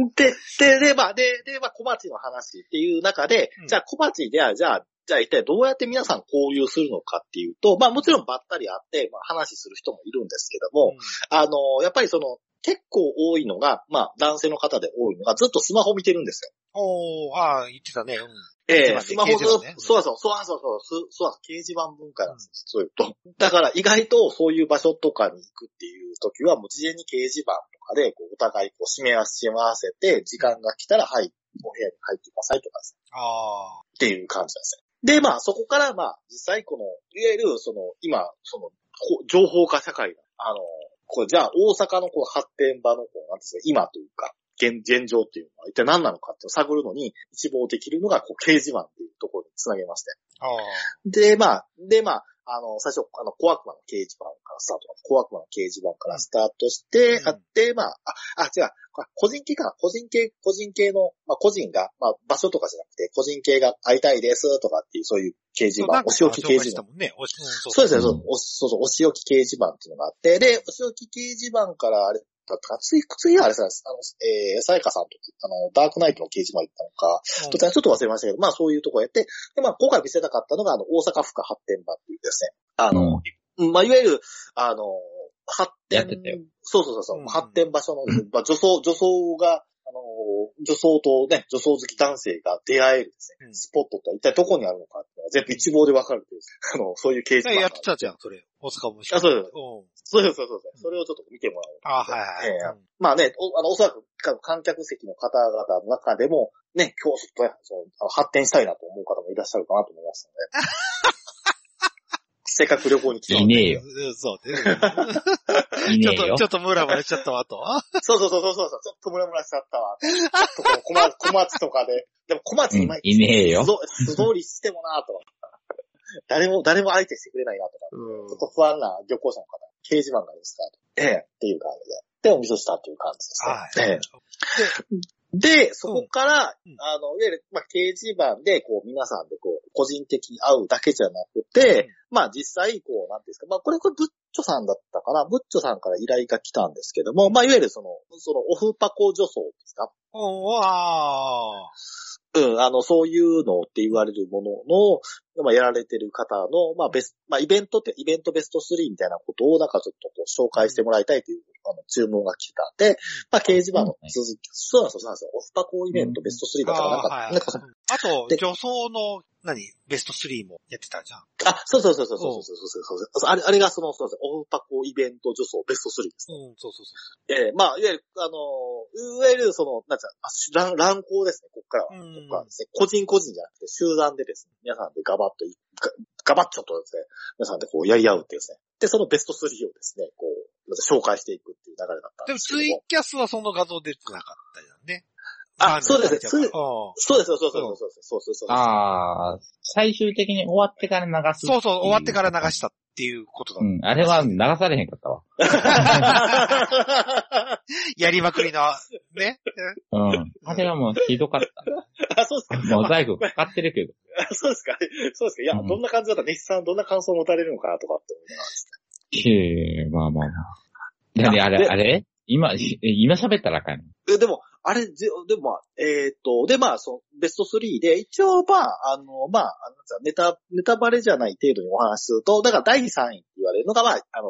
Speaker 2: うん
Speaker 3: [LAUGHS] で、で、で、まあ、で、で、まあ、小町の話っていう中で、
Speaker 1: うん
Speaker 3: じゃあ小町では、じゃあ、じゃあ一体どうやって皆さん交流するのかっていうと、まあもちろんばったり会って、まあ話する人もいるんですけども、あの、やっぱりその、結構多いのが、まあ男性の方で多いのが、ずっとスマホ見てるんですよ
Speaker 1: おおーああ、言ってたね。うん。
Speaker 3: ええ
Speaker 1: 一
Speaker 3: ス
Speaker 1: 番ね
Speaker 3: マホ
Speaker 1: 掲示板
Speaker 3: の、
Speaker 1: ね
Speaker 3: そうそう、そうそう、そうそう、そう、掲示板文化なんですよ、そういうと。だから意外とそういう場所とかに行くっていう時は、もう事前に掲示板とかで、こう、お互いこう、締め足を合わせて、時間が来たら、はい、お部屋に入ってくださいとかですね、
Speaker 1: ああ。
Speaker 3: っていう感じなんですね。で、まあ、そこから、まあ、実際この、いわゆる、その、今、その、こう情報化社会があの、これ、じゃあ、大阪のこう、発展場のこう、なんですね、今というか、現、現状っていうのは一体何なのかっていうのを探るのに、一望できるのが、こう、掲示板っていうところにつなげまして。
Speaker 1: ああ。
Speaker 3: で、まあ、で、まあ、あの、最初、あの、小悪魔の掲示板からスタート。小悪魔の掲示板からスタートして、
Speaker 1: うん
Speaker 3: あって、まあ、あ、あ、違う、これ個人系かな個人系、個人系の、まあ、個人が、まあ、場所とかじゃなくて、個人系が会いたいですとかっていう、そういう掲示
Speaker 1: そう
Speaker 3: 板、お仕置き掲示
Speaker 1: した
Speaker 3: 板。
Speaker 1: もんね。おしうんそう
Speaker 3: そうですね、
Speaker 2: うん
Speaker 3: そうおそうそう、お仕置き掲示板っていうのがあって、で、お仕置き掲示板から、あれ、だったか、つい、ついあれさ、あの、えー、さやかさんと、あの、ダークナイトの掲示板行ったのか、
Speaker 1: うん
Speaker 3: 途中ちょっと忘れましたけど、まあそういうとこやって、で、まあ今回見せたかったのが、あの、大阪府下発展場っていうですね、あの、まあいわゆる、あの、発
Speaker 2: やってたよ
Speaker 3: 展、そうそうそうそう、
Speaker 1: うん
Speaker 3: 発展場所の [LAUGHS]
Speaker 2: うん、
Speaker 3: まあ女装、女装が、あの、女装とね、女装好き男性が出会えるですね、
Speaker 1: うん
Speaker 3: スポットって一体どこにあるのかっていうのは全部一望でわかるっていう、あの、そういう掲示板
Speaker 1: ね
Speaker 3: が
Speaker 1: や
Speaker 3: あ
Speaker 1: っ
Speaker 3: る
Speaker 1: てたじゃん、それ。大阪も
Speaker 3: あそうです
Speaker 1: うん。
Speaker 3: そうそうそうそう。それをちょっと見てもらおう。
Speaker 1: ああ、はい
Speaker 3: ええ
Speaker 1: はい。うん
Speaker 3: まあね、おあの、おそらく観客席の方々の中でも、ね、今日ちょっとねそのあの発展したいなと思う方もいらっしゃるかなと思いますので。 [LAUGHS] せっかく旅行に来て
Speaker 2: いねえよ。
Speaker 1: うん
Speaker 3: [LAUGHS]
Speaker 1: そうね。うん
Speaker 2: い
Speaker 1: ち
Speaker 2: ね
Speaker 1: ょ
Speaker 2: え
Speaker 1: っと、
Speaker 2: よ
Speaker 1: ちょ。っとムラムラしちゃったわ、と。あ
Speaker 3: そうそうそうそうそう、ちょっとムラムラしちゃったわ。ちょっとこう小松
Speaker 2: [LAUGHS]
Speaker 3: 小松とかで、でも小松今、
Speaker 2: うんいねえよ
Speaker 3: 素通素通りしてもなぁと。誰も、誰も相手してくれないなとか、ちょっと不安な旅行者の方、掲示板がありますから、ええ、っていう感じで。で、お味噌したっていう感じですね。
Speaker 1: はい。
Speaker 3: ええ
Speaker 1: で、
Speaker 3: で、そこから、
Speaker 1: うん
Speaker 3: あの、いわゆる、まあ、掲示板で、こう、皆さんで、こう、個人的に会うだけじゃなくて、まあ、実際、こう、なんていうんですか、まあ、これ、これ、ブッチョさんだったかな、ブッチョさんから依頼が来たんですけども、まあ、いわゆる、その、その、オフパコ女装ですか
Speaker 1: おーあ
Speaker 3: うん、あの、そういうのって言われるものの、まあ、やられてる方の、まあ、ベスまあ、イベントって、イベントベスト3みたいなことを、なんかちょっとこう、紹介してもらいたいという、あの、注文が来てたんで、まあ、掲示板の続き、そうなんですよ、そうなんですよ。オフパコイベントベスト3
Speaker 1: ー
Speaker 3: だから、なんか、
Speaker 1: あーはい
Speaker 3: なんか、
Speaker 1: あと、
Speaker 3: で
Speaker 1: 女装の、何ベスト3もやってたじゃん。
Speaker 3: あ、そうそうそうそうそうそうそうそうそうあれ、あれがその、そうですねオフパコイベント女装ベスト3ですね。
Speaker 1: うん、そうそうそ
Speaker 3: ええまあ、いわゆる、あのー、いわゆるその、なんつうのあ、乱乱行ですね、こっからは。
Speaker 1: う。うん
Speaker 3: ここからですね、個人個人じゃなくて、集団でですね、皆さんでガバッとい、ガガバッチョとですね、皆さんでこうやり合うっていうですね。で、そのベスト3をですね、こう、また紹介していくっていう流れだったん
Speaker 1: で
Speaker 3: で
Speaker 1: も、
Speaker 3: すけど
Speaker 1: ツ
Speaker 3: も。
Speaker 1: イキャスはその画像出てなかったじゃんね。
Speaker 3: あそうですね
Speaker 1: ツイ
Speaker 3: ツイそうですよ、そうそうそうそうそうそうそう。
Speaker 2: ああ、最終的に終わってから流す。
Speaker 1: そうそう、終わってから流したっていうことだ。
Speaker 2: うん、あれは流されへんかったわ。
Speaker 3: あ、
Speaker 1: [LAUGHS] やりまくり [LAUGHS] の、ね。
Speaker 2: うん。あれはもうひどかった。
Speaker 3: [LAUGHS] そうですか。
Speaker 2: モザイクかかってるけど。
Speaker 3: あ [LAUGHS] そうですか。そうですか。いや、
Speaker 2: うん
Speaker 3: どんな感じだった西さんどんな感想を持たれるのかなとかって思いながらですね。
Speaker 2: ええ、まあまあまあ。何あれ、
Speaker 3: で
Speaker 2: あれ今、し今喋ったらあかんの。
Speaker 3: えでも、あれ、ぜでもまあ、えーっと、で、まあ、その、ベスト3で、一応、まあ、あの、まあ、あのネタ、ネタバレじゃない程度にお話しすると、だから第3位って言われるのが、まあ、あの、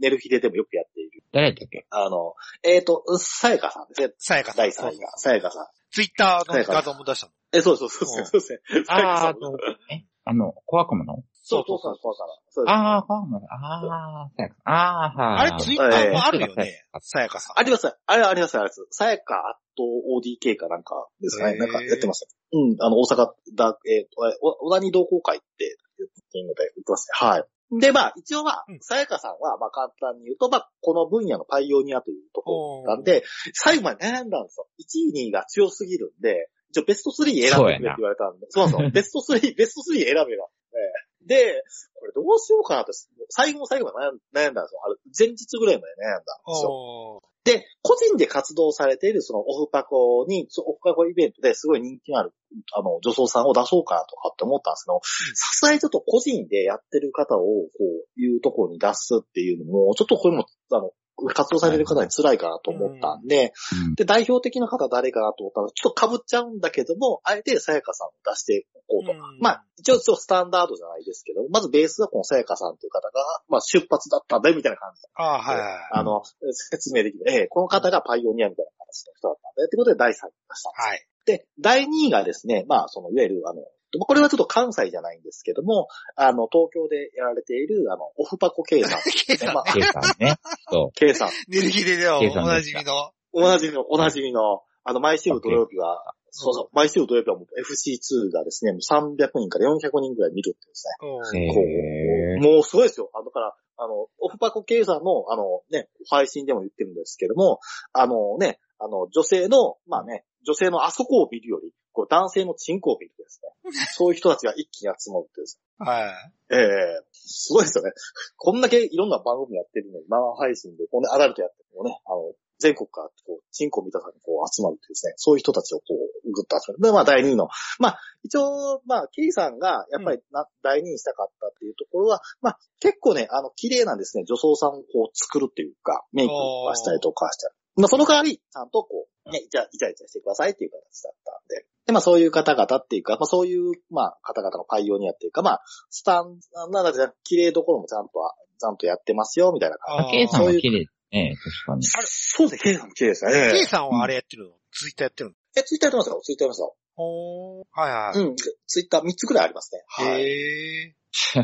Speaker 3: 寝る日ででもよくやっている。
Speaker 2: 誰だっけ
Speaker 3: あの、えーっと、さやかさんですね。
Speaker 1: さやかさん。
Speaker 3: 第3位が、さやかさん。
Speaker 1: ツイッターの画像も出したの。
Speaker 3: え、そうそうそうそうそうですね。さやか
Speaker 2: あ
Speaker 3: さ
Speaker 2: あ
Speaker 3: ん、
Speaker 2: と、えあの、小悪魔の
Speaker 3: そうそうそう、そうそう。
Speaker 2: ああ、小悪魔の。ああ、そうやああ、
Speaker 1: あ
Speaker 2: はい。
Speaker 1: れ、ツイッターもあるよ
Speaker 2: はい
Speaker 1: ね。さやかさん。
Speaker 3: あります。あれあります、あります。さやかアット ODK かなんかですか
Speaker 1: へー
Speaker 3: ね。なんかやってました。うん、あの、大阪だ、えー、お小谷同好会って言っていいので、言ってますね。はい。で、まあ、一応まあ
Speaker 1: うん、
Speaker 3: さやかさんは、まあ、簡単に言うと、まあ、この分野のパイオニアというところなんで、最後まで悩んだんですよ。1位、2位が強すぎるんで、一応ベスト3選んでくれって言われたんで、そうそう、ベスト3、ベスト3
Speaker 1: [LAUGHS]
Speaker 3: 選べば。ええで、これどうしようかなって、最後の最後まで悩ん悩んだんですよ。あれ、前日ぐらいまで悩んだんですよ。
Speaker 1: おー
Speaker 3: で、個人で活動されているそのオフパコに、そのオフパコイベントですごい人気のある、あの、女装さんを出そうかなとかって思ったんですけど、さすがにちょっと個人でやってる方を、こう、いうところに出すっていうのも、ちょっとこれも、あの、活動されてる方に辛いかなと思ったんで、
Speaker 2: うん
Speaker 3: で、代表的な方誰かなと思ったら、ちょっと被っちゃうんだけども、あえてさやかさんを出しておこうと
Speaker 1: うん
Speaker 3: まあ、一応、一応スタンダードじゃないですけど、まずベースはこのさやかさんという方が、まあ、出発だったんだよ、みたいな感じで
Speaker 1: あーはいはいはい。
Speaker 3: あの、説明できる。ええこの方がパイオニアみたいな形の人だったんで、ということで第3位ました。
Speaker 1: [LAUGHS] はい。
Speaker 3: で、第2位がですね、まあ、その、いわゆる、あの、これはちょっと関西じゃないんですけども、あの、東京でやられている、あの、オフパコ K さん。
Speaker 1: ケイ [LAUGHS] さん
Speaker 3: まあ、
Speaker 2: K さんね。そ
Speaker 3: K さん。
Speaker 1: ネルヒデではお
Speaker 2: ケイさんで
Speaker 1: なじ
Speaker 2: した
Speaker 1: みの。
Speaker 3: おなじみの、おなじみの、あの、毎週土曜日は、そうそう、毎週土曜日はもう FC2 がですね、もう300人から400人ぐらい見るっていうですね。
Speaker 1: う
Speaker 2: う。
Speaker 1: ん
Speaker 2: へー
Speaker 3: もうすごいですよ。あの、だから、あの、オフパコケイさんの、あのね、配信でも言ってるんですけども、あのね、あの、女性の、まあね、女性のあそこを見るより、こう男性のチンコを見るですね。そういう人たちが一気に集まるっていうですね。
Speaker 1: はい。
Speaker 3: ええすごいですよね。こんだけいろんな番組やってるのに、生配信で、こんなアダルトやってるのもね、あの、全国からこう、チンコを見たさにこう集まるっていうですね、そういう人たちをこう、ぐっと集める。で、まあ第2位の、まあ一応、まあ、ケイさんがやっぱりな、第2位にしたかったっていうところは、まあ結構ね、あの、綺麗なんですね、女装さんをこう作るっていうか、メイクはしたりとかして、まあその代わり、ちゃんとこう、ね、イチャイチャイチャしてくださいっていう形だったんで。で、まあそういう方々っていうか、まあそういう、まあ方々のパイオニアっていうか、まあスタン、なんだか綺麗どころもちゃんとは、ちゃんとやってますよ、みたいな感
Speaker 1: あー
Speaker 2: う。K さん
Speaker 3: そ
Speaker 2: は
Speaker 3: ういう
Speaker 2: 綺麗。ね確かに。
Speaker 3: じ。そうですね、ケイさんも綺麗ですね。
Speaker 1: ケイさんはあれやってるのツイッターやってるの
Speaker 3: え、ツイッターやってますよ、ツイッターやってま
Speaker 1: ほー。はいはい
Speaker 3: す。よ。うん、ツイッター3つくらいありますね。はい。
Speaker 1: へえ。
Speaker 2: 使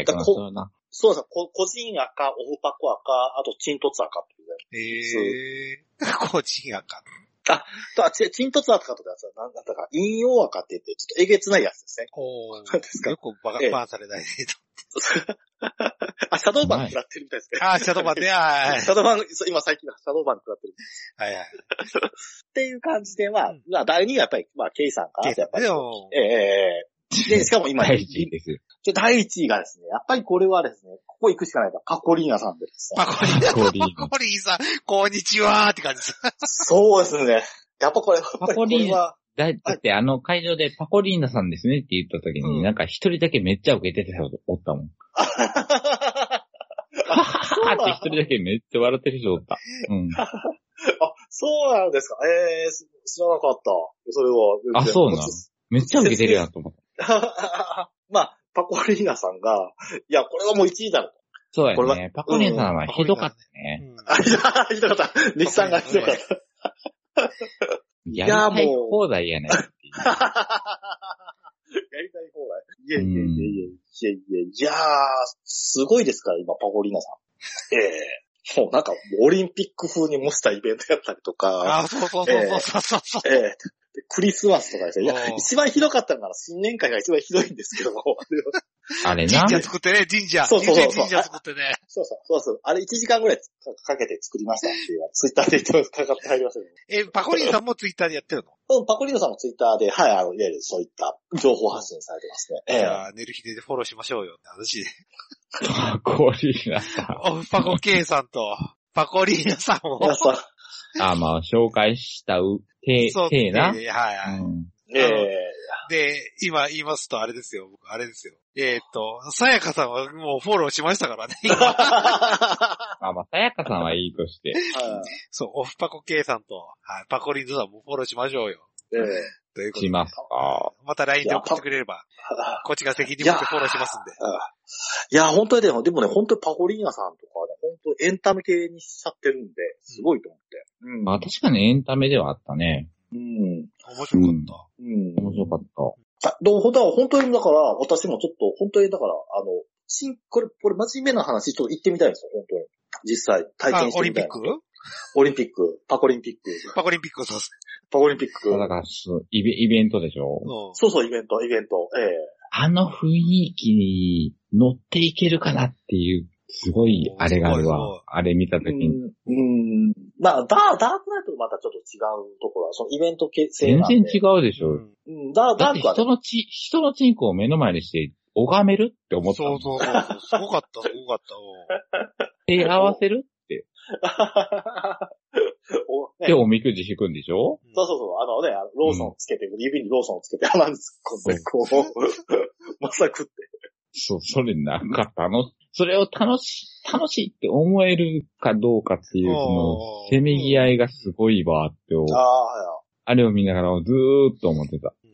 Speaker 2: いこなそうな。
Speaker 3: そうですねこ個人赤、オフパコ赤、あとチントツ赤っていう
Speaker 1: へ
Speaker 3: ね。
Speaker 1: え。個人やか。
Speaker 3: あとはチチントツ赤とかやつは何だったか、陰陽赤って言って、ちょっとえげつないやつですね。
Speaker 1: おー
Speaker 3: そうですか
Speaker 1: よくバカ
Speaker 3: ええ
Speaker 1: バンされないね。
Speaker 3: あ、シャドーバン食らってるみたいですね。
Speaker 1: あー、シャドーバンね。はい
Speaker 3: [LAUGHS] シャドーバン、そう今最近のシャドーバン食らってる。っ
Speaker 1: はいはい。
Speaker 3: ていう感じで、まあ、
Speaker 1: うん
Speaker 3: まあ、第2位はやっぱり、まあ、ケイさんか
Speaker 1: ケ
Speaker 3: な
Speaker 1: イ
Speaker 3: とや
Speaker 1: さ
Speaker 3: っ
Speaker 1: ん
Speaker 3: ぱ
Speaker 1: ね。
Speaker 3: り。
Speaker 1: うん
Speaker 3: ええええええで、しかも今、
Speaker 2: 大事です。
Speaker 3: で、第1位がですね、やっぱりこれはですね、ここ行くしかないと、パコリーナさんでですね。
Speaker 1: パコリーナ。
Speaker 2: パコリーナ
Speaker 1: パコリーさん、こんにちはーって感じです。
Speaker 3: そうですね。やっぱこれ、やっぱりこれは、
Speaker 2: だだってあの会場でパコリーナさんですねって言った時
Speaker 1: う
Speaker 2: に、
Speaker 1: ん
Speaker 2: なんか一人だけめっちゃ受けてた人おったもん。ははははって一人だけめっちゃ笑ってる人おった。うん。
Speaker 3: あ、そうなんですか。ええー、す知らなかった。それは全然。
Speaker 2: あそうなん
Speaker 3: こっち
Speaker 2: めっちゃ受けてるやんと思った。
Speaker 3: [LAUGHS] まあ、パコリーナさんが、いや、これはもう1位だろ。
Speaker 2: そう
Speaker 3: こ
Speaker 2: や
Speaker 3: れ
Speaker 2: ね。パコリーナさんはひどかったね。
Speaker 1: うん
Speaker 3: あ、ひどかったひどかった。日産がひどかった。
Speaker 2: や
Speaker 3: いや
Speaker 2: りたい
Speaker 3: もう
Speaker 2: 放題やね。
Speaker 3: やりたい放題。いえいえいえいえいえいえいえ。いやー、すごいですから、今、パコリーナさん。ええもうなんか、オリンピック風に模したイベントやったりとか、
Speaker 1: あ、そうそうそうそうそうそう。
Speaker 3: ええでクリスマスとかですね。い
Speaker 1: お
Speaker 3: や、
Speaker 1: う
Speaker 3: 一番ひどかったのが新年会が一番ひどいんですけども。
Speaker 2: あれな
Speaker 1: 神。社作ってね、神社。
Speaker 3: そうそうそう
Speaker 1: DJ 神社作ってね。
Speaker 3: そうそう、そうそう。あれ1時間ぐらいかけて作りましたっていう、ツイッターで言ってかかって入りましたけど。
Speaker 1: え、パコリンさんもツイッターでやってるの
Speaker 3: うん、パコリーノさんもツイッターで、はい、あの、いわゆるそういった情報発信されてますね。え
Speaker 1: じ
Speaker 3: え
Speaker 1: ゃあ、寝る日でフォローしましょうよって話。
Speaker 2: パコリーナさん。
Speaker 1: おパコケイさんと、パコリーナさんを。
Speaker 3: 皆さん、
Speaker 2: あ、まあ、紹介したう、て、
Speaker 1: そう
Speaker 2: てな。
Speaker 1: ではいはい。
Speaker 2: うん
Speaker 3: え
Speaker 1: あの
Speaker 3: え
Speaker 1: で、今言いますとあれですよ、僕、あれですよ。えーっと、さやかさんはもうフォローしましたからね。今
Speaker 2: まあまあ、さやかさんはいいとして。
Speaker 3: はい
Speaker 1: そう、オフパコケイさんと、はい、パコリーナさんもフォローしましょうよ。
Speaker 3: ええ
Speaker 1: ということ
Speaker 2: し
Speaker 1: で。
Speaker 2: ますか。
Speaker 1: また LINE で送ってくれれば、こっちが責任持ってフォローしますんで。
Speaker 3: いや、本当にでも、でもね、本当にパコリーナさんとかはね、本当エンタメ系にしちゃってるんで、すごいと思って。うん。
Speaker 2: まあ、確かにエンタメではあったね。
Speaker 3: うん。
Speaker 1: 面白かった。
Speaker 3: うん。
Speaker 2: 面白かった。
Speaker 3: あでも本当は、本当にだから、私もちょっと、本当にだから、あの、新、これ、これ真面目な話、ちょっと行ってみたいんですよ、本当に。実際、体験
Speaker 1: あオ
Speaker 3: して
Speaker 1: リンピ
Speaker 3: みた
Speaker 1: ッ
Speaker 3: い。
Speaker 1: ク
Speaker 3: オリンピック、パコリンピック、
Speaker 1: パコリンピックそうです。
Speaker 3: パコリンピック
Speaker 2: だ。から、そうイベイベントでしょ
Speaker 1: うん
Speaker 3: そうそう、イベント、イベント、ええ
Speaker 2: あの雰囲気に乗っていけるかなっていう、すごいあれがある
Speaker 1: すごいすごい
Speaker 2: わ。あれ見たときに。
Speaker 3: うん。うんまあ、ダー、ダークナイトとまたちょっと違うところは、そのイベント系性
Speaker 2: 全
Speaker 3: なんで。
Speaker 2: 然違うでしょ。
Speaker 1: うん
Speaker 3: うん、ダ
Speaker 2: だ
Speaker 3: ーダ
Speaker 2: っ
Speaker 3: ー
Speaker 2: て
Speaker 3: クはね
Speaker 2: 人、のち、人のチンコを目の前にして拝めるって思ったも
Speaker 1: そ
Speaker 2: ん。
Speaker 1: うそうそうそう。すごかった、すごかった。
Speaker 2: 手合わせる
Speaker 3: お
Speaker 2: っ
Speaker 3: ね
Speaker 2: ておみくじ引くんでしょ
Speaker 3: [LAUGHS] そうそうそう、あのね、あのローソンつけて、指にローソンつけて、鼻に突っ込んで、こう、 [LAUGHS] まさくって。
Speaker 2: そう、それなんか楽し、それを楽し、楽しいって思えるかどうかっていう、
Speaker 1: おー
Speaker 2: その、せめぎ合いがすごいわって、
Speaker 3: ああ、
Speaker 2: あれを見ながらずーっと思ってた。
Speaker 1: うん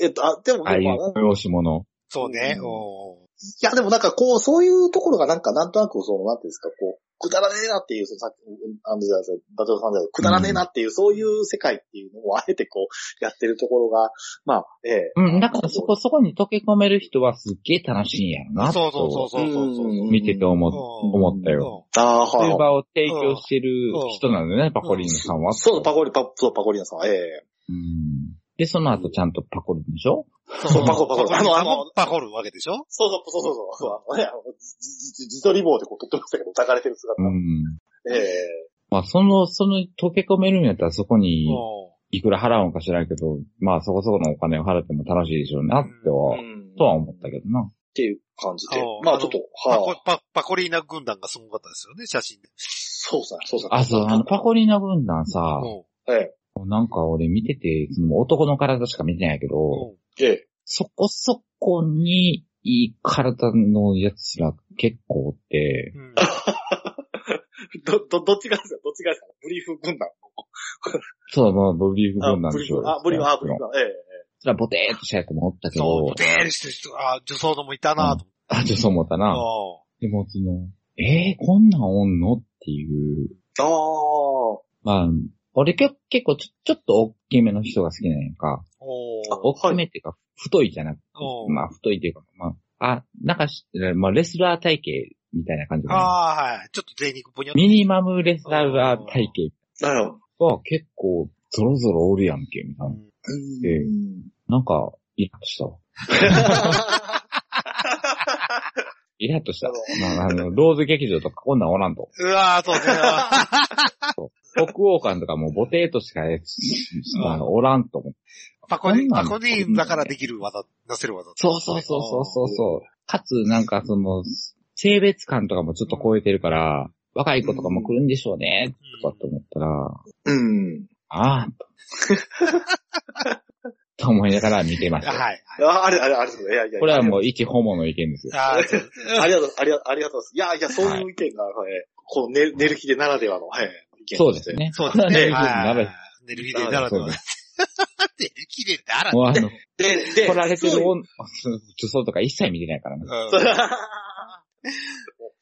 Speaker 3: えっと、あ、でも、
Speaker 2: ああい
Speaker 3: で
Speaker 2: う
Speaker 3: もまあ
Speaker 2: 催し物。
Speaker 1: そうね。
Speaker 3: うん
Speaker 1: おー
Speaker 3: いや、でもなんかこう、そういうところがなんか、なんとなく、その、なんていうんですか、こう、くだらねえなっていう、そのさっき、あの、じゃあ、ダチョウさんじゃないくだらねえなっていう、そういう世界っていうのをあえてこう、やってるところが、まあ、ええ。
Speaker 2: うん、だからそこそこに溶け込める人はすっげえ楽しいんやろな。
Speaker 1: そうそうそう
Speaker 2: と
Speaker 1: そうそうそう。
Speaker 2: 見てて思っ
Speaker 1: うん
Speaker 2: 思ったよ。
Speaker 1: う
Speaker 3: ああ、
Speaker 2: そう
Speaker 3: はい
Speaker 2: いう
Speaker 3: はい。
Speaker 2: 場を提供してる人なんだよね、パコリーナさんは。
Speaker 3: そう、パコリ、パ、そう、パコリナさんは、ええ。
Speaker 2: うん。で、その後ちゃんとパコるんでしょ
Speaker 1: んそう
Speaker 3: パコパコ
Speaker 1: あの、あ
Speaker 3: あの
Speaker 1: の、パコるわけでしょ
Speaker 3: そうそう、そうそうそう。そうあのね、あの、じじじ自撮り棒でこう撮ってましたけど、抱かれてる姿。
Speaker 2: うん。
Speaker 3: ええ。
Speaker 2: まあ、その、その、溶け込めるんやったらそこ
Speaker 1: う
Speaker 2: に、
Speaker 1: ん
Speaker 2: いくら払うのか知らんけど、まあそこそこのお金を払っても楽しいでしょうなっては、
Speaker 3: ん
Speaker 2: とは思ったけどな。
Speaker 3: っていう感じで
Speaker 1: あの。
Speaker 3: まあちょっと、
Speaker 1: パ
Speaker 3: は
Speaker 1: コ
Speaker 3: い。
Speaker 1: パパコリーナ軍団がすごかったですよね、写真で。
Speaker 3: そうですね、そうですね。
Speaker 2: あ、そう、あの、パコリーナ軍団さ、
Speaker 1: うん
Speaker 3: ええ。
Speaker 2: なんか俺見てて、その男の体しか見てないけど、
Speaker 1: う
Speaker 3: ええ。
Speaker 2: そこそこにいい体のやつら結構おって、
Speaker 1: んうん
Speaker 3: ど、ど、どっちがですかどっちがですかブリーフ軍団。
Speaker 2: そう、まあ、ブリーフ
Speaker 3: あ
Speaker 2: 軍団
Speaker 3: ブ
Speaker 2: で
Speaker 3: リー
Speaker 2: しょ
Speaker 3: フ、。あ、ブリーフ、あ、ブリー
Speaker 2: そ
Speaker 3: フ、ええ。
Speaker 2: らボテーっとしたやつもおったけ
Speaker 1: そう
Speaker 2: ど、、
Speaker 1: デールしてる人、あ、女装のもいたなと
Speaker 2: あ、ちょ、そう思ったな。
Speaker 1: 思って。
Speaker 2: でも、その、えー、こんなんおんのっていう、
Speaker 3: ああ。
Speaker 2: まあ、俺結結構ちょ、ちょっと大きめの人が好きなんやんか。
Speaker 1: おー
Speaker 2: 大きめっていうか、太いじゃなくて、
Speaker 1: お
Speaker 2: まあ太いというか、まあ、あ、なんかし、まあレスラー体型みたいな感じか
Speaker 1: あ
Speaker 2: な。
Speaker 1: あー、はい。ちょっと贅肉ぽにょっと。
Speaker 2: ミニマムレスラー体
Speaker 3: だよ。
Speaker 2: 型は結構ゾロゾロおるやんけ、みたいな。
Speaker 1: う
Speaker 3: う
Speaker 2: ええ
Speaker 3: ん。
Speaker 2: なんか、イラッとしたわ。 [LAUGHS] イラッとした。まあ、あの、ローズ劇場とかこんなんおらんと。
Speaker 1: わー、そうね。
Speaker 2: 北欧館とかもうボテーとしかやつ、まあおらんと思う。
Speaker 1: パコリ
Speaker 2: こんな
Speaker 1: パ
Speaker 2: ん
Speaker 1: コリーナだからできる技、出せる技。
Speaker 2: そうそうそうそうそうそう。かつ、なんかその、性別感とかもちょっと超えてるから、若い子とかも来るんでしょうね、とかって思ったら、
Speaker 3: うん。
Speaker 2: ああ、と。と思いながら見てました。
Speaker 1: はい。
Speaker 3: あ、あれ、あれ、あれ、いやいやいや。
Speaker 2: これはも
Speaker 3: う。
Speaker 2: う一ホモの意見ですよ。
Speaker 1: あーそう
Speaker 3: ありがとう、ありがとう、ありがとうございます。いや、いや、そういう意見が、はい、この寝る寝る日でならではの、はい。意見
Speaker 2: そうです。ね。
Speaker 1: そうです
Speaker 2: [LAUGHS]
Speaker 1: ね。
Speaker 2: な
Speaker 1: は
Speaker 2: る
Speaker 1: い。寝る日でならでは。
Speaker 2: そうで
Speaker 1: 寝る日でならで
Speaker 2: もう
Speaker 3: [LAUGHS]
Speaker 2: あの、
Speaker 3: で、で、
Speaker 2: 来られて
Speaker 3: そう
Speaker 2: る女女装とか一切見てないからね。
Speaker 3: [LAUGHS]
Speaker 1: は。
Speaker 3: そう
Speaker 1: うん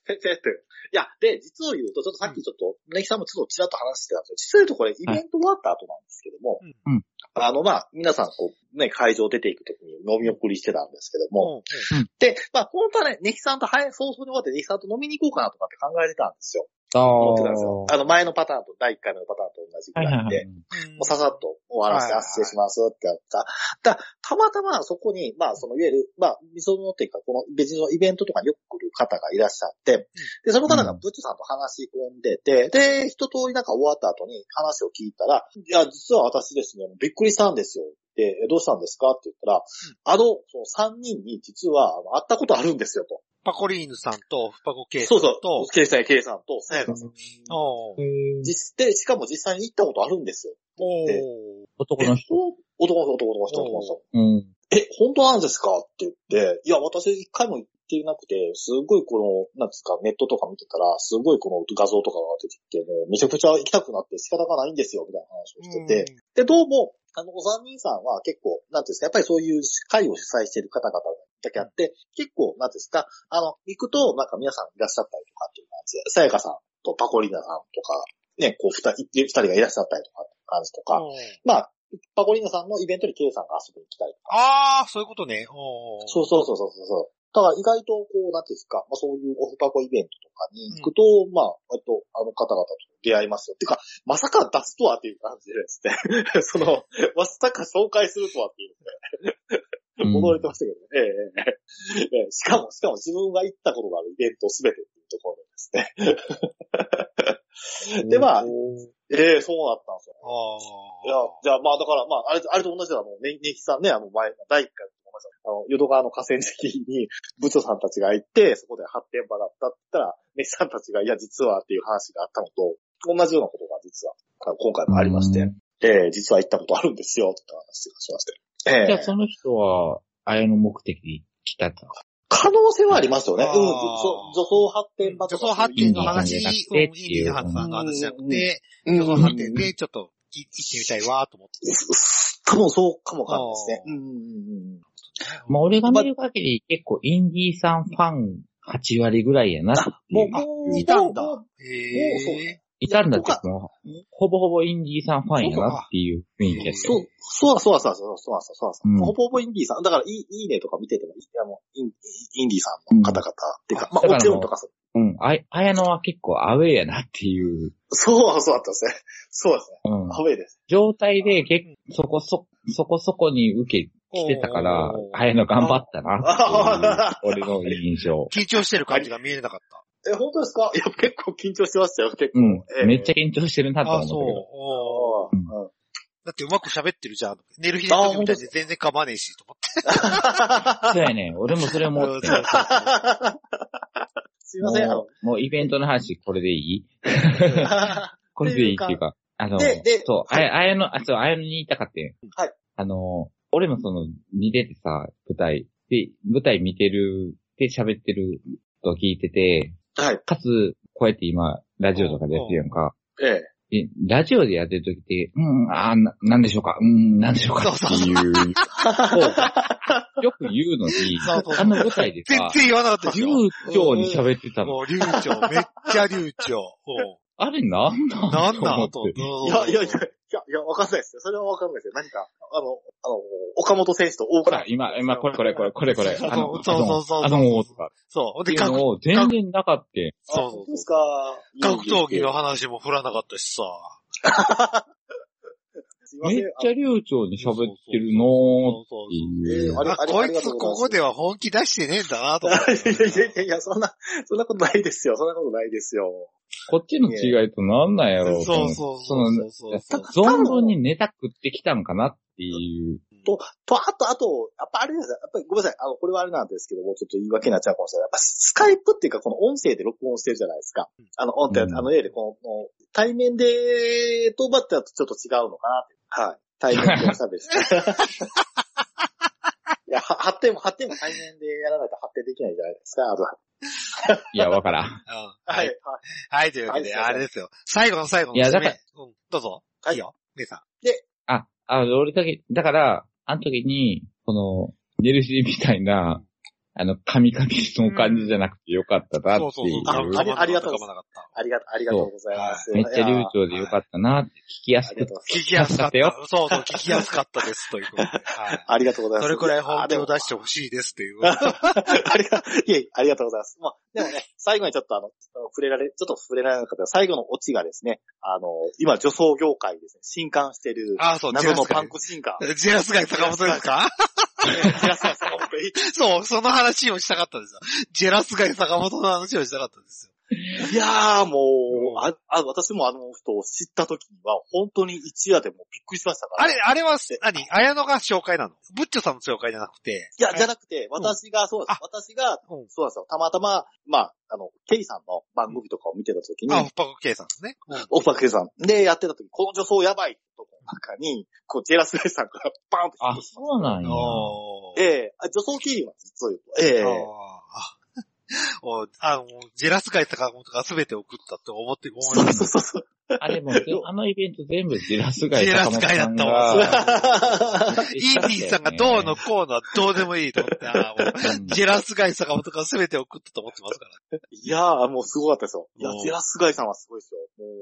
Speaker 3: ペッペッペいや、で、実を言うと、ちょっとさっきちょっと、ネキさんもちょっとちらっと話してたんですけど、実を言うとこれ、イベント終わった後なんですけども、
Speaker 2: うんうん
Speaker 3: あの、まあ、皆さん、こう、ね、会場出ていくときに飲み送りしてたんですけども、
Speaker 1: うん
Speaker 3: で、まあ、本当はね、ネキさんと早い、早々に終わってネキさんと飲みに行こうかなとかって考えてたんですよ。
Speaker 2: あ
Speaker 3: 思ってたんですよ
Speaker 2: は
Speaker 3: あの、前のパターンと、第1回目のパターンと同じぐ
Speaker 2: いはい
Speaker 3: らい
Speaker 2: は
Speaker 3: で
Speaker 2: い、。
Speaker 1: うん
Speaker 3: もうささっと終わらせて、
Speaker 1: はい
Speaker 3: あ失礼しますってやった。だたまたまそこに、まあ、その、いわゆる、まあ、みそのっていうか、この別のイベントとかによく来る方がいらっしゃって、で、その方がブッチョさんと話し込んでて、で、一通りなんか終わった後に話を聞いたら、いや、実は私ですね、びっくりしたんですよ。で、えどうしたんですかって言ったら、あの、その3人に実はあの会ったことあるんですよ、と。
Speaker 1: パコリーヌさんと、フパコケイさ
Speaker 3: そ
Speaker 1: ん
Speaker 3: うそう
Speaker 1: と、、
Speaker 3: ケイさん、ケイさんと、さやかさん。
Speaker 1: おー
Speaker 3: 実で、しかも実際に行ったことあるんですよ。
Speaker 1: おー
Speaker 2: 男の人。
Speaker 3: え男の人、男の人、男の人。
Speaker 2: うん。
Speaker 3: え、本当なんですかって言って、いや、私一回も行っていなくて、すごいこの、なんですか、ネットとか見てたら、すごいこの画像とかが出てきて、もうめちゃくちゃ行きたくなって仕方がないんですよ、みたいな話をしてて、で、どうも、あの、お三人さんは結構、なんていうんですか、やっぱりそういう会を主催している方々だけあって、結構、なんていうんですか、あの、行くと、なんか皆さんいらっしゃったりとかっていう感じで、さやかさんとパコリーナさんとか、ね、こう、二人、二人がいらっしゃったりとか、感じと
Speaker 1: うん
Speaker 3: か、まあ、パコリーナさんのイベントに K さんが遊びに来たりとか、
Speaker 1: ああ、そういうことね。おー
Speaker 3: そうそうそうそうそう。だから意外と、こう、なんていうんですか、まあそういうオフパコイベントとかに行くと、まあ、あと、あの方々と出会いますよ。てか、まさか出すとはっていう感じですね。 [LAUGHS] その、まさか紹介するとはっていう
Speaker 2: うん
Speaker 3: 驚いてましたけどね。ええええええしかも、しかも自分が行ったことがあるイベントすべてっていうところですね。でまあええそうだったんですよ。
Speaker 1: ああ。
Speaker 3: いや、じゃあまあだから、まあ、あれ、あれと同じだ、あの、ね、ネキさんね、あの前、第一回と同じだ。あの、淀川の河川敷に部長さんたちが行って、そこで発展場だったって言ったら、ネキさんたちが、いや、実はっていう話があったのと、同じようなことが実は、あの今回もありまして、
Speaker 2: うん
Speaker 3: ええ実は行ったことあるんですよ、って話がしまして。ええ
Speaker 2: じゃあその人は、あれの目的で来たと。
Speaker 3: 可能性はありますよね。うん、
Speaker 1: あー
Speaker 3: そう女装発展場
Speaker 1: 女
Speaker 3: とか。
Speaker 1: 装発展の
Speaker 2: イン
Speaker 1: 話、
Speaker 2: ディー
Speaker 1: うんイン
Speaker 2: ハ
Speaker 1: ディー
Speaker 2: ンじゃなくてっていう
Speaker 1: ハンさんの話じゃなくて、
Speaker 3: うん
Speaker 1: 女装発展でちょっとい行ってみたいわーと思って。
Speaker 3: 多分そうかもわかんないですね。
Speaker 1: あー
Speaker 3: うんうんうん
Speaker 2: まあ俺が見る限り結構インディーさんファン8割ぐらいやなってい
Speaker 3: もう、
Speaker 2: う。
Speaker 3: もう、
Speaker 1: いたんだ
Speaker 3: もう
Speaker 1: へ
Speaker 3: そう
Speaker 1: え。
Speaker 2: いたんだけど、もうほぼほぼインディーさんファンやなっていう雰囲気やった
Speaker 3: そう、そうそうそうそう、そうそうそうそう、
Speaker 2: うん
Speaker 3: ほぼほぼインディーさん。だから、いい、いいねとか見てても、いあのインインディーさんの方々、っていうか、
Speaker 2: だ
Speaker 3: まあ、
Speaker 2: か
Speaker 3: も
Speaker 2: ら
Speaker 3: ちろんとかそう。
Speaker 2: うん。あ、あやのは結構アウェーやなっていう。
Speaker 3: そう、そうだったんですね。そうですね。
Speaker 2: うん。
Speaker 3: アウェイです。
Speaker 2: 状態で結そこそ、そこそこに受け、来てたから
Speaker 1: お、ー
Speaker 2: あやの頑張ったなっていう。俺の印象。
Speaker 1: 緊張してる感じが見えなかった。
Speaker 3: え、本当ですかいや、結構緊張してましたよ、結構。
Speaker 2: うん
Speaker 3: [LAUGHS] え。え
Speaker 2: めっちゃ緊張してるなと
Speaker 1: あ
Speaker 2: は
Speaker 1: あ、そう。
Speaker 2: 思っ
Speaker 1: おー
Speaker 3: あーうん
Speaker 1: だってうまく喋ってるじゃん。寝る日の時みたいで全然噛まねえし、と思って。
Speaker 2: たけど。そうやね。俺もそれ思って。
Speaker 3: [LAUGHS]
Speaker 1: そうそうそう
Speaker 3: すいませ [LAUGHS] ん、あ
Speaker 2: もう、もうイベントの話、これでいい
Speaker 3: の、
Speaker 2: これでいいっていうか、あの、
Speaker 3: でで
Speaker 2: そう、あや、あやの、あ、そう、あやのに言いたかって。
Speaker 3: はい。
Speaker 2: あの、俺もその、見ててさ、舞台。で、舞台見てる、で喋ってると聞いてて、
Speaker 3: はい、
Speaker 2: かつ、こうやって今、ラジオとかでやってるやんか。
Speaker 3: ええ。
Speaker 2: で、ラジオでやってる時って、うん、あーな、なんでしょうか、うん、なんでしょうかっていう、をよく言うのに
Speaker 1: そうそう、
Speaker 2: あの舞台で
Speaker 1: 全
Speaker 2: さ、
Speaker 1: 然言わなかったでし
Speaker 2: 流
Speaker 1: ょ。
Speaker 2: 暢に喋ってたの。
Speaker 1: もう流暢、めっちゃ流暢。おう
Speaker 2: あれなんなん
Speaker 1: なん
Speaker 2: と思
Speaker 1: な
Speaker 2: っ
Speaker 1: んと。
Speaker 2: て
Speaker 3: いや、いや、いや、いや、いや、わかんないですよ。それはわかんないですよ。何か、あの、あの、岡本選手と大
Speaker 2: ほ
Speaker 3: 倉
Speaker 2: ら、。今、今、これこれこれこれこれ。
Speaker 1: そう
Speaker 2: あ
Speaker 1: そう
Speaker 2: の、
Speaker 1: そうそう
Speaker 2: あの、あのとか。
Speaker 1: そう。
Speaker 2: って
Speaker 1: で、
Speaker 2: いう
Speaker 1: 格
Speaker 2: のを全然なかった。
Speaker 1: そうそ
Speaker 3: あ本
Speaker 1: う
Speaker 3: 当です
Speaker 1: そ
Speaker 3: か
Speaker 1: う格闘技の話も振らなかったしさ。
Speaker 3: すいませ
Speaker 2: め
Speaker 3: ん
Speaker 2: っちゃ流暢に喋ってるのーっ
Speaker 1: そうそう
Speaker 2: てい
Speaker 3: あ
Speaker 2: う。
Speaker 3: り
Speaker 1: あ、
Speaker 3: り
Speaker 1: こ
Speaker 3: あ
Speaker 1: い
Speaker 3: りが
Speaker 1: つ
Speaker 3: とうござい
Speaker 1: こ
Speaker 3: ます
Speaker 1: こでは本気出してねえんだなと思っ
Speaker 3: [LAUGHS] い
Speaker 1: て。
Speaker 3: やいやいやいや、そんな、そんなことないですよ。そんなことないですよ。
Speaker 2: こっちの違いとなんなんやろと
Speaker 1: そ
Speaker 2: 思
Speaker 1: う
Speaker 2: って
Speaker 1: そう
Speaker 2: そ
Speaker 1: そうそう
Speaker 2: の、
Speaker 1: そうそう。
Speaker 2: 存分にネタ食ってきたんかなっていう。
Speaker 3: と、あと、あと、やっぱあれですよ。やっぱりごめんなさい。あの、これはあれなんですけども、ちょっと言い訳になっちゃうかもしれない。やっぱスカイプっていうか、この音声で録音してるじゃないですか
Speaker 1: うん。
Speaker 3: あの、音って、
Speaker 2: うん
Speaker 3: あの、いわゆるこの、対面で、とばったとちょっと違うのかなって。はい。対面でおしゃべりして。いや、は発展も、発展も対面でやらないと発展できないじゃないですか。あとは。
Speaker 2: いや、わからん。
Speaker 1: うん。
Speaker 3: は
Speaker 1: はいい。。はい、というわけで、
Speaker 3: はい
Speaker 1: あれですよ。最後の最後の
Speaker 2: いやだから
Speaker 1: 締めうん。どうぞ。
Speaker 3: はい
Speaker 1: いいよ。姉さん。
Speaker 2: あ、あ、俺だけ、だから、あの時に、この、ネルシーみたいな、あの、カミカミの感じじゃなくてよかったなって
Speaker 1: そうそう
Speaker 2: い
Speaker 1: そうう。。
Speaker 3: ありありがとうご
Speaker 1: ござ
Speaker 3: ざ
Speaker 1: いま
Speaker 3: ありがとう、ありがとうございます。
Speaker 2: めっちゃ流暢でよかったなって、聞きや
Speaker 3: いやあ
Speaker 2: す
Speaker 3: りが
Speaker 2: く
Speaker 3: とうござい
Speaker 1: 聞きやすかった
Speaker 2: 助かっ。
Speaker 1: そうそう、聞きやすかったです、ということで。はい
Speaker 3: ます。。ありがとうございます。
Speaker 1: それくらい本気を出
Speaker 3: し
Speaker 1: してほしいです、という。
Speaker 3: [LAUGHS] ありが、いえいえ、ありがとうございます。まあ、でもね、最後にちょっとあの、触れられ、ちょっと触れられなかった最後のオチがですね、あの、今、女装業界ですね、新刊してる、
Speaker 1: あ、そう、ジェ
Speaker 3: 謎
Speaker 1: ラ
Speaker 3: の
Speaker 1: ス
Speaker 3: パ
Speaker 1: ガ
Speaker 3: ン
Speaker 1: イ。
Speaker 3: クシンガー。
Speaker 1: ジェラスガイ坂本ですか
Speaker 3: 平沢さん本当に
Speaker 1: そう、その話をしたかったんですよ。ジェラスガイ坂本の話をしたかったんですよ。
Speaker 3: [LAUGHS] いやーもう、あ、あ私もあの人を知った時には、本当に一夜でもうびっくりしましたから。
Speaker 1: あれ、あれは、何綾野が紹介なのブッチョさんの紹介じゃなくて。
Speaker 3: いや、じゃ
Speaker 1: なくて。
Speaker 3: なくて、私が、そうで
Speaker 1: あ。
Speaker 3: す私が、
Speaker 1: うん
Speaker 3: そうなんですよ。たまたま、まあ、あの、ケイさんの番組とかを見てた時に、
Speaker 1: あ、オッパコケイさんですね。
Speaker 3: オフパクケイさんでやってた時、この女装やばいとこの中に、こう、ジェラスガイさんからバーンと
Speaker 2: あ、そうなんや。
Speaker 1: おー
Speaker 3: ええあ女装キーは実を言うと。ええ
Speaker 1: あーあ [LAUGHS] おあの、ジェラスガイ坂本が全て送ったって思って、思い
Speaker 3: そう
Speaker 1: ま
Speaker 3: そ
Speaker 1: す。
Speaker 3: うそうそう。
Speaker 2: あ、でも、あのイベント全部ジェラスガイ
Speaker 1: ジェラス
Speaker 2: 坂本
Speaker 1: ガイだ
Speaker 2: さ
Speaker 1: っ
Speaker 2: ん
Speaker 1: た
Speaker 2: が
Speaker 1: わ。イー
Speaker 2: 言ってた
Speaker 1: ピ
Speaker 2: よ
Speaker 1: ー
Speaker 2: ね
Speaker 1: さんがどうのこうのはどうでもいいと思って、あ
Speaker 2: [LAUGHS]
Speaker 1: ーもう
Speaker 2: うん
Speaker 1: ジェラスガイ坂本が全て送ったと思ってますから。
Speaker 3: いやー、もうすごかったですよ。いや
Speaker 1: う、ん
Speaker 3: ジェラスガイさんはすごいですよ。もう、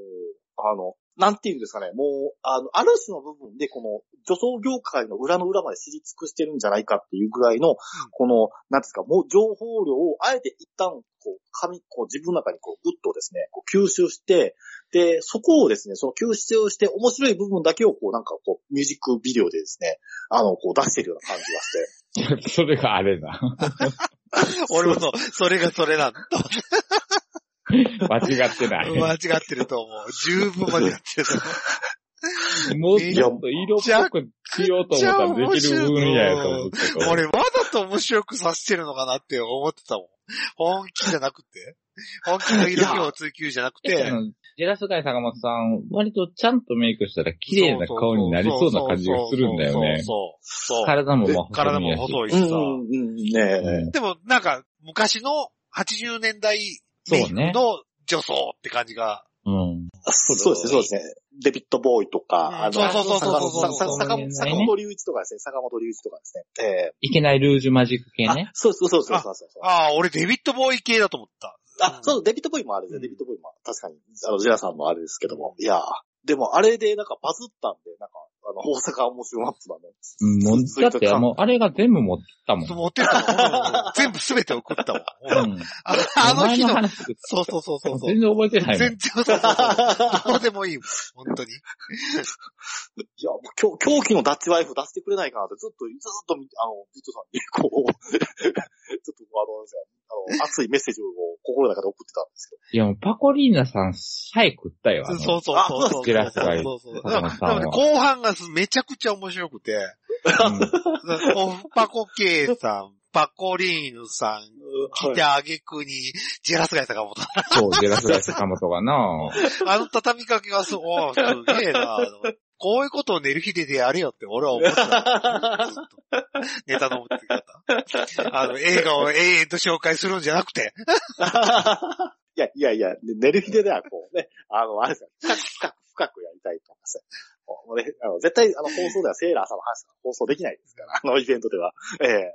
Speaker 3: あの、なんていうんですかね、もう、あの、ある種の部分で、この、女装業界の裏の裏まで知り尽くしてるんじゃないかっていうぐらいの、この、なんですか、もう情報量を、あえて一旦、こう、紙、こう、自分の中にこう、ぐっとですね、こう、吸収して、で、そこをですね、その吸収して、面白い部分だけを、こう、なんか、こう、ミュージックビデオでですね、あの、こう、出してるような感じがして。
Speaker 2: それがあれだ。 [LAUGHS]
Speaker 1: [LAUGHS] 俺もそう、それがそれなんだ。
Speaker 2: 間違ってない。
Speaker 1: 間違ってると思う。十分間違ってると思う。
Speaker 2: もうちょっと色っぽくしようと思ったらできる分野やと思うけ
Speaker 1: [LAUGHS]
Speaker 2: ど。
Speaker 1: 俺、わざと面白くさせてるのかなって思ってたもん。本気じゃなくて。本気の色気を追求じゃなく
Speaker 2: [LAUGHS]
Speaker 1: て
Speaker 2: あ。のジェラスガイ坂本さん、割とちゃんとメイクしたら綺麗な顔になりそうな感じがするんだよね。
Speaker 1: そうそうそうそう
Speaker 2: 体もまあ
Speaker 1: そう。体も
Speaker 2: い
Speaker 1: 細いし
Speaker 3: うん
Speaker 1: さ。、
Speaker 3: うん、ねえ。
Speaker 2: うん
Speaker 1: でも、なんか、昔の80年代メイクの女装って感じが。
Speaker 2: うん。
Speaker 3: そうですね、そうですね。デビットボーイと
Speaker 1: うん
Speaker 3: か、あの、
Speaker 1: そうそうそうそうそうそう
Speaker 3: 坂坂坂
Speaker 2: そう
Speaker 3: 本坂本龍一とかですね、坂本龍一とかですね。え
Speaker 2: いけないルージュマジック系
Speaker 3: えあ
Speaker 2: ね。
Speaker 3: そうそうそうそうそうそう。
Speaker 1: ああ、俺デビットボーイ系だと思った。
Speaker 3: あ、そう、デビットボーイもあれです
Speaker 1: う
Speaker 3: ね、
Speaker 1: ん
Speaker 3: デビットボーイも確かに、あの、ジェラさんもあれですけども。いやーでもあれでなんかバズったんで、なんか、あの、大阪面白マップだ
Speaker 1: [LAUGHS]
Speaker 3: ね。
Speaker 2: うん、もう、
Speaker 3: そう
Speaker 2: だって、もう、あれが全部持ってったもん。
Speaker 1: そう持ってったもん。全部すべて送ったもん。
Speaker 2: うん。
Speaker 1: あ [LAUGHS] あの日
Speaker 2: お前
Speaker 1: の、
Speaker 2: 話
Speaker 1: そうそうそうそうそう。
Speaker 2: 全然覚えてないも
Speaker 1: 全然、
Speaker 2: ん。
Speaker 1: そうそうそうどうでもいいもん。本当に。
Speaker 3: いや、もう狂狂気のダッチワイフ出してくれないかなって、ずっと、ずっと見て、あの、ビットさんに、こう、 [LAUGHS] ちょっと、あの、あの熱いメッセージを心の中で送ってたんですけど。
Speaker 2: いや、もう、パコリーナさん、さえ食ったよ。あ
Speaker 1: そう
Speaker 2: の
Speaker 1: そうそう
Speaker 3: あ
Speaker 1: そうそう。
Speaker 2: ジェラスガイ
Speaker 1: そうそうそう。
Speaker 2: 坂
Speaker 1: だ
Speaker 2: 本さ
Speaker 1: か
Speaker 2: んは
Speaker 1: らね後半がめちゃくちゃ面白くて、オフパコケイさん、パコリーヌさん、来てあげくに、ジェラスガイ坂本。
Speaker 2: そう、ジェラスガイ坂本がな
Speaker 1: あの畳みかけがすごい、すげえな。こういうことを寝る日ででやれよって俺は思ってた。ずっとネタの持ってき方。あの、映画を永遠と紹介するんじゃなくて、
Speaker 3: [LAUGHS] いや、いやいや、ね寝る日でではこうね、あの、あれですよ、深く深く深くやりたいと思います。もうね、あの絶対、あの、放送ではセーラーさんの話が放送できないですから、あのイベントでは。ええ